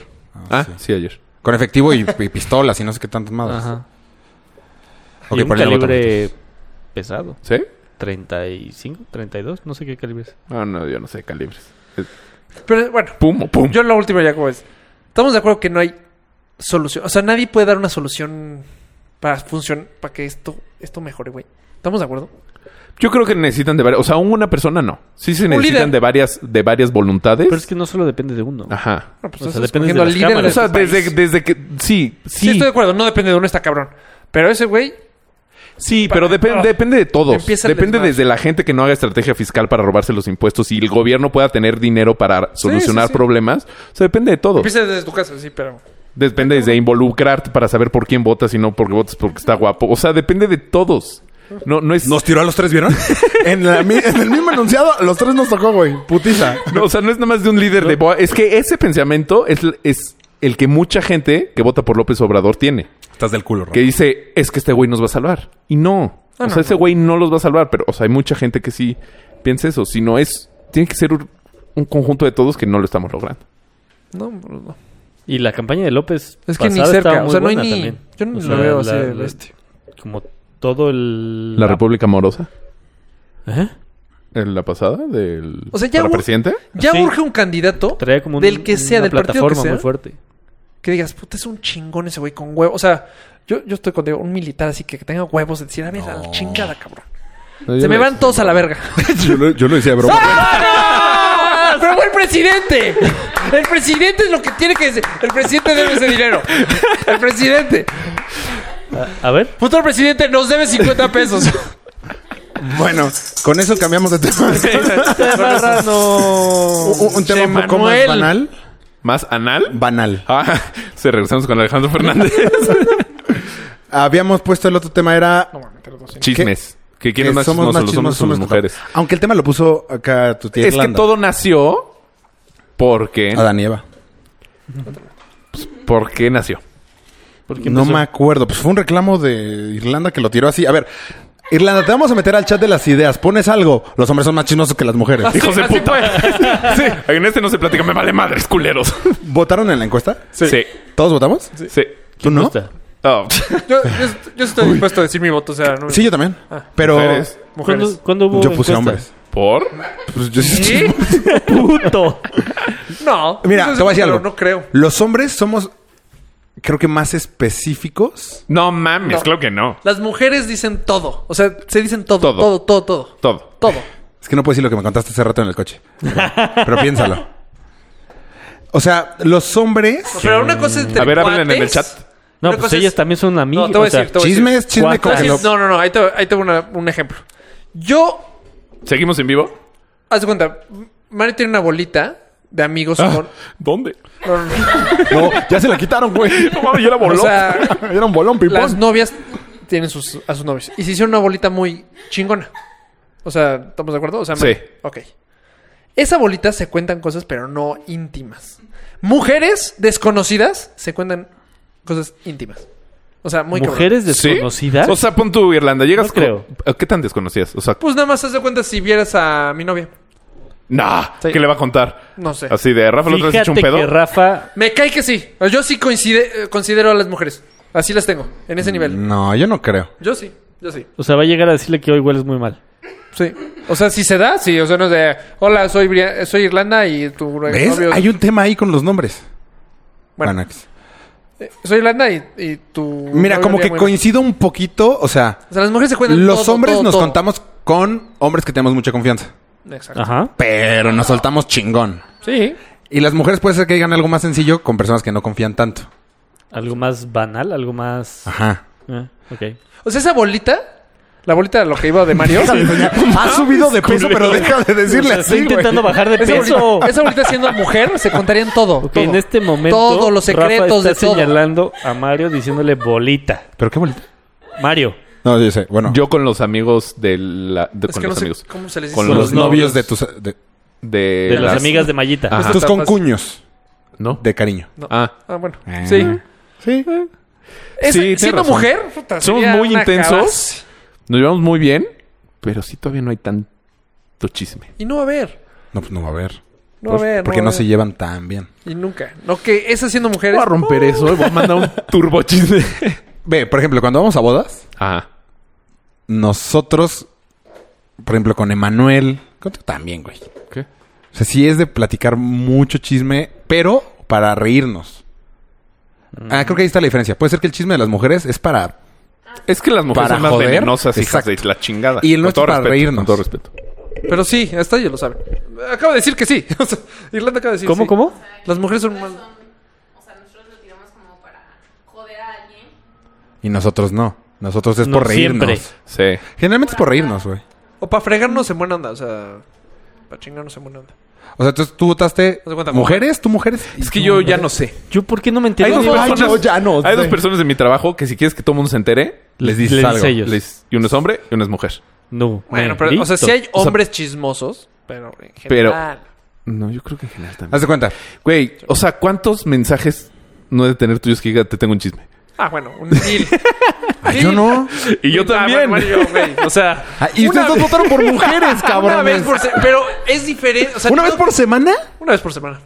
Speaker 4: Ah,
Speaker 2: sí.
Speaker 4: sí. ayer.
Speaker 2: Con efectivo y, y pistolas y no sé qué tantas madres.
Speaker 3: Ajá.
Speaker 2: Ok,
Speaker 3: y un
Speaker 2: por ahí lo votamos.
Speaker 3: calibre pesado.
Speaker 4: ¿Sí?
Speaker 3: 35, 32, no sé qué calibre es.
Speaker 4: Ah, no, yo no sé calibres. Es
Speaker 5: Pero bueno,
Speaker 4: Pum o pum.
Speaker 5: yo la última ya como es. Estamos de acuerdo que no hay solución. O sea, nadie puede dar una solución para funcionar, para que esto, esto mejore, güey. ¿Estamos de acuerdo?
Speaker 4: Yo creo que necesitan de varias... O sea, una persona no. Sí se
Speaker 5: líder.
Speaker 4: necesitan de varias, de varias voluntades.
Speaker 3: Pero es que no solo depende de uno.
Speaker 2: Ah.
Speaker 4: Ajá.
Speaker 5: No, pues
Speaker 3: O sea,
Speaker 5: estás
Speaker 3: depende
Speaker 5: escogiendo
Speaker 3: de las
Speaker 5: al líder
Speaker 3: cámaras.
Speaker 5: de
Speaker 4: O sea,
Speaker 5: tu país.
Speaker 4: desde, desde que... Sí, sí.
Speaker 5: Sí, estoy de acuerdo. No depende de uno, está cabrón. Pero ese güey
Speaker 3: Oh.
Speaker 4: Sí, pero depen-
Speaker 5: Ah.
Speaker 4: depende de todos.
Speaker 5: Empieza el
Speaker 4: depende
Speaker 5: desmadre.
Speaker 4: desde la gente que no haga estrategia fiscal para robarse los impuestos y el gobierno pueda tener dinero para solucionar
Speaker 5: sí.
Speaker 4: problemas. O sea, depende de todo.
Speaker 5: empieza desde tu casa, sí, pero...
Speaker 4: Depende desde involucrarte para saber por quién votas y no porque votas porque está guapo. O sea, depende de todos. No, no es.
Speaker 2: Nos tiró a los tres, ¿vieron? en, la mi- en el mismo enunciado, a los tres nos tocó, güey. Putiza.
Speaker 4: no, o sea, no es nada más de un líder de. boa- Es que ese pensamiento es, es el que mucha gente que vota por López Obrador tiene.
Speaker 2: Estás del culo,
Speaker 4: Que dice, es que este güey nos va a salvar. Y no. o
Speaker 5: Ah, no,
Speaker 4: sea, ese
Speaker 5: no.
Speaker 4: güey no los va a salvar. Pero, o sea, hay mucha gente que sí piensa eso. Si no es... Tiene que ser un, un conjunto de todos que no lo estamos logrando.
Speaker 5: No, no, no.
Speaker 3: Y la campaña de López.
Speaker 5: Es que ni
Speaker 3: pasada
Speaker 5: cerca,
Speaker 3: estaba
Speaker 5: o
Speaker 3: muy
Speaker 5: sea, no hay
Speaker 3: buena
Speaker 5: ni-
Speaker 3: también.
Speaker 5: yo no
Speaker 3: O
Speaker 5: lo
Speaker 3: sea,
Speaker 5: veo
Speaker 3: la-
Speaker 5: así del
Speaker 3: la-
Speaker 5: este.
Speaker 3: Como todo el.
Speaker 4: La República Amorosa.
Speaker 3: ¿Eh?
Speaker 4: En la pasada del...
Speaker 5: O sea, ya
Speaker 4: para
Speaker 5: hubo-
Speaker 4: presidente.
Speaker 5: Ya
Speaker 3: Sí.
Speaker 5: urge un candidato
Speaker 3: Traía como un-
Speaker 5: del que sea,
Speaker 3: una
Speaker 5: del partido que
Speaker 3: plataforma
Speaker 5: sea,
Speaker 3: muy fuerte.
Speaker 5: que digas, puta, es un chingón ese güey con huevos. O sea, yo, yo estoy contigo, un militar así que tenga huevos de decir, a ver, a la chingada, cabrón. Se me van todos a la verga.
Speaker 2: Yo lo, yo lo decía de broma.
Speaker 5: ¡Ah! Pero fue el presidente. El presidente es lo que tiene que decir. El presidente debe ese dinero. El presidente.
Speaker 3: A ver.
Speaker 5: Futuro presidente nos debe 50 pesos.
Speaker 2: bueno, con eso cambiamos de tema. un, un tema un poco más
Speaker 5: Manuel.
Speaker 2: banal.
Speaker 4: ¿Más anal?
Speaker 2: Banal.
Speaker 4: Ah, se regresamos con Alejandro Fernández.
Speaker 2: Habíamos puesto el otro tema, era
Speaker 4: Chismes. ¿Qué, quién
Speaker 2: que
Speaker 4: es más
Speaker 2: somos
Speaker 4: chismoso,
Speaker 2: más
Speaker 4: los
Speaker 2: chismosos,
Speaker 4: hombres o las
Speaker 2: somos nosotros.
Speaker 4: mujeres?
Speaker 2: Aunque el tema lo puso acá tu tía
Speaker 4: Es que
Speaker 2: Irlanda.
Speaker 4: todo nació... Porque...
Speaker 2: Adán y Eva.
Speaker 4: ¿Por qué nació?
Speaker 2: No me acuerdo. Pues fue un reclamo de Irlanda que lo tiró así. A ver, Irlanda, te vamos a meter al chat de las ideas. Pones algo. Los hombres son más chismosos que las mujeres.
Speaker 4: ¡Hijos de
Speaker 5: así
Speaker 4: puta! sí, en este no se platica. Me vale madres, culeros.
Speaker 2: ¿Votaron en la encuesta?
Speaker 4: Sí.
Speaker 2: ¿Todos votamos?
Speaker 4: Sí.
Speaker 2: ¿Tú no?
Speaker 3: Gusta.
Speaker 4: Oh.
Speaker 5: Yo, yo- yo estoy dispuesto a decir mi voto. O sea, no,
Speaker 2: Sí, yo también. Pero
Speaker 4: Ah. Mujeres.
Speaker 5: mujeres.
Speaker 3: ¿Cuándo, cuándo hubo
Speaker 2: yo puse
Speaker 3: encuesta?
Speaker 2: hombres.
Speaker 4: ¿Por?
Speaker 2: Pues yo sí-
Speaker 5: ¿Sí?
Speaker 3: ¡Puto!
Speaker 5: No.
Speaker 2: Mira,
Speaker 5: Eso es-
Speaker 2: te voy a decir
Speaker 5: pero
Speaker 2: algo.
Speaker 5: No creo.
Speaker 2: Los hombres somos creo que más específicos.
Speaker 4: No mames,
Speaker 5: No.
Speaker 4: claro que no.
Speaker 5: Las mujeres dicen todo. O sea, se dicen todo,
Speaker 4: Todo.
Speaker 5: todo, todo, todo.
Speaker 4: Todo.
Speaker 5: Todo.
Speaker 2: Es que no puedo decir lo que me contaste hace rato en el coche. Pero piénsalo. O sea, los hombres.
Speaker 5: Pero una cosa es entre
Speaker 4: A ver, hablen en
Speaker 5: cuates.
Speaker 4: el chat.
Speaker 3: No,
Speaker 5: Una
Speaker 3: pues
Speaker 5: cosa es-
Speaker 3: ellas también son amigas.
Speaker 5: No, te voy a decir, te voy a decir.
Speaker 2: Chismes, chisme como
Speaker 5: Te
Speaker 2: que
Speaker 5: voy a
Speaker 2: lo-
Speaker 5: decir- No, no, no. Ahí te, ahí te voy una- un ejemplo. Yo
Speaker 4: ¿Seguimos en vivo?
Speaker 5: Haz de cuenta, Mari tiene una bolita de amigos
Speaker 4: Ah.
Speaker 5: con.
Speaker 4: ¿Dónde?
Speaker 5: no, no, no.
Speaker 2: No, ya se la quitaron, güey.
Speaker 4: No mames, yo la voló.
Speaker 5: O sea,
Speaker 2: Era un bolón, ping
Speaker 5: las novias tienen sus, a sus novios. Y se hicieron una bolita muy chingona. O sea, ¿estamos de acuerdo? O sea,
Speaker 4: Sí.
Speaker 5: Mari- Ok. Esa bolita se cuentan cosas, pero no íntimas. Mujeres desconocidas se cuentan cosas íntimas. O sea, muy cabrón.
Speaker 3: ¿Mujeres
Speaker 4: ¿Sí?
Speaker 3: desconocidas?
Speaker 4: O sea, pon tu Irlanda. Llegas
Speaker 3: No creo.
Speaker 4: con- ¿Qué tan desconocidas? O sea,
Speaker 5: Pues nada más haz de cuenta si vieras a mi novia.
Speaker 4: nah,
Speaker 5: Sí.
Speaker 4: ¿qué le va a contar?
Speaker 5: No sé.
Speaker 4: Así de Rafa, ¿lo otra vez echó
Speaker 3: Fíjate
Speaker 4: un pedo?
Speaker 3: que Rafa...
Speaker 5: Me cae que sí. Yo sí coincide, eh, considero a las mujeres. Así las tengo, en ese nivel.
Speaker 2: No, yo no creo.
Speaker 5: Yo sí, yo sí.
Speaker 3: O sea, va a llegar a decirle que hoy hueles muy mal.
Speaker 5: Sí. O sea, si se da, sí. O sea, no es de, hola, soy, Bri- soy Irlanda y tu
Speaker 2: ¿Ves?
Speaker 5: novio...
Speaker 2: Hay un tema ahí con los nombres.
Speaker 5: Pues, Bueno.
Speaker 2: Bueno, Alex.
Speaker 5: Soy Irlanda y, y tu...
Speaker 2: mira,
Speaker 5: novio
Speaker 2: como
Speaker 5: me
Speaker 2: que
Speaker 5: muy-
Speaker 2: coincido un poquito. O sea,
Speaker 5: O sea, las mujeres se cuentan
Speaker 2: los
Speaker 5: todo,
Speaker 2: hombres
Speaker 5: todo,
Speaker 2: nos
Speaker 5: todo.
Speaker 2: contamos con hombres que tenemos mucha confianza.
Speaker 5: Exacto.
Speaker 3: Ajá.
Speaker 2: Pero nos soltamos chingón.
Speaker 5: Sí.
Speaker 2: Y las mujeres puede ser que digan algo más sencillo con personas que no confían tanto.
Speaker 3: Algo más banal, algo más...
Speaker 2: Ajá.
Speaker 3: Eh, ok.
Speaker 5: O sea, esa bolita... La bolita de lo que iba de Mario. esa,
Speaker 2: Ha subido de peso, pero deja de
Speaker 3: O sea,
Speaker 2: decirle
Speaker 3: estoy
Speaker 2: así, güey.
Speaker 3: intentando bajar de peso.
Speaker 5: bolita, esa bolita siendo mujer se contarían todo.
Speaker 3: Ok,
Speaker 5: todo.
Speaker 3: en este momento...
Speaker 5: Todos los
Speaker 3: Rafa
Speaker 5: secretos de
Speaker 3: está
Speaker 5: todo.
Speaker 3: señalando a Mario diciéndole bolita.
Speaker 2: Pero qué bonito.
Speaker 3: Mario.
Speaker 2: No, yo sé. Bueno,
Speaker 4: Yo con los amigos de la... de-
Speaker 5: Es
Speaker 4: con
Speaker 5: que no
Speaker 4: los
Speaker 5: sé
Speaker 4: amigos.
Speaker 5: cómo se les dice.
Speaker 4: Con
Speaker 2: con
Speaker 4: los
Speaker 2: los, novios de tus... De,
Speaker 4: De,
Speaker 3: De las
Speaker 4: las-
Speaker 3: amigas de Mayita.
Speaker 4: Ajá.
Speaker 2: tus
Speaker 5: Tapas.
Speaker 2: concuños
Speaker 4: ¿No?
Speaker 2: de cariño.
Speaker 4: Ah.
Speaker 5: Ah, bueno.
Speaker 2: Ah.
Speaker 5: Sí.
Speaker 2: Sí.
Speaker 5: Esa-
Speaker 4: Sí, tienes
Speaker 5: siendo
Speaker 4: razón.
Speaker 5: mujer... puta,
Speaker 4: Somos
Speaker 5: sería
Speaker 4: muy
Speaker 5: una
Speaker 4: intensos.
Speaker 5: cabaz.
Speaker 4: Nos llevamos muy bien, pero sí todavía no hay tanto chisme.
Speaker 5: Y no va a haber.
Speaker 2: No, pues no va a haber.
Speaker 5: No va a haber.
Speaker 2: Pues, porque
Speaker 5: va
Speaker 2: no
Speaker 5: a
Speaker 2: se
Speaker 5: haber.
Speaker 2: llevan tan bien.
Speaker 5: Y nunca. No, que esa siendo mujeres...
Speaker 4: Voy a romper eso y voy a mandar un turbo chisme.
Speaker 2: Ve, por ejemplo, cuando vamos a bodas,
Speaker 4: Ajá.
Speaker 2: nosotros, por ejemplo, con Emanuel, contigo también, güey.
Speaker 4: ¿Qué?
Speaker 2: O sea, sí es de platicar mucho chisme, pero para reírnos. Ah, creo que ahí está la diferencia. Puede ser que el chisme de las mujeres es para...
Speaker 4: Es que las mujeres
Speaker 2: Para
Speaker 4: son más
Speaker 2: joder,
Speaker 4: venenosas, hijas
Speaker 2: exacto.
Speaker 4: de la chingada.
Speaker 2: Y el
Speaker 4: Con
Speaker 2: nuestro
Speaker 4: todo
Speaker 2: para
Speaker 4: respeto,
Speaker 2: reírnos.
Speaker 4: Con todo respeto.
Speaker 5: Pero sí, hasta ellos lo saben. Acabo de decir que sí. O sea, Irlanda acaba de decir
Speaker 3: ¿Cómo,
Speaker 5: sí.
Speaker 3: cómo?
Speaker 5: Las mujeres son más...
Speaker 7: O sea, nosotros lo tiramos como para joder a alguien.
Speaker 2: Y nosotros no. Nosotros es
Speaker 3: No,
Speaker 2: por reírnos.
Speaker 3: siempre.
Speaker 4: Sí.
Speaker 2: Generalmente es por reírnos, güey.
Speaker 5: O para fregarnos en buena onda, o sea... Para chingarnos en buena onda.
Speaker 2: O sea, entonces tú votaste...
Speaker 5: Haz de cuenta,
Speaker 2: ¿Mujeres? ¿Tú mujeres?
Speaker 4: Es que yo ya no sé.
Speaker 3: ¿Yo por qué no me enteré?
Speaker 4: Hay dos
Speaker 3: Digo,
Speaker 4: personas,
Speaker 2: yo ya no
Speaker 4: hay dos
Speaker 2: sé.
Speaker 4: personas en mi trabajo que si quieres que todo el mundo se entere,
Speaker 2: Les
Speaker 3: le
Speaker 2: dices
Speaker 3: dice
Speaker 2: algo.
Speaker 3: ellos.
Speaker 4: les- y uno es hombre y uno es mujer.
Speaker 3: No. me-
Speaker 5: Bueno, pero... O sea,
Speaker 3: listo.
Speaker 5: sí hay hombres chismosos, pero en
Speaker 4: Pero-
Speaker 5: general...
Speaker 4: No, yo creo que en general también.
Speaker 2: Haz de cuenta.
Speaker 4: Ah, Güey, o sea, ¿cuántos mensajes no he de tener tuyos que diga, te tengo un chisme?
Speaker 5: Ah, bueno, un deal.
Speaker 2: Ah, yo no.
Speaker 4: Y yo
Speaker 5: Ah,
Speaker 4: también.
Speaker 5: bueno, Mario, güey. O sea...
Speaker 2: Ah, y ustedes dos votaron por mujeres, cabrón.
Speaker 5: Una vez por semana. Pero es diferente. O sea, no-
Speaker 2: semana?
Speaker 5: Una vez por semana.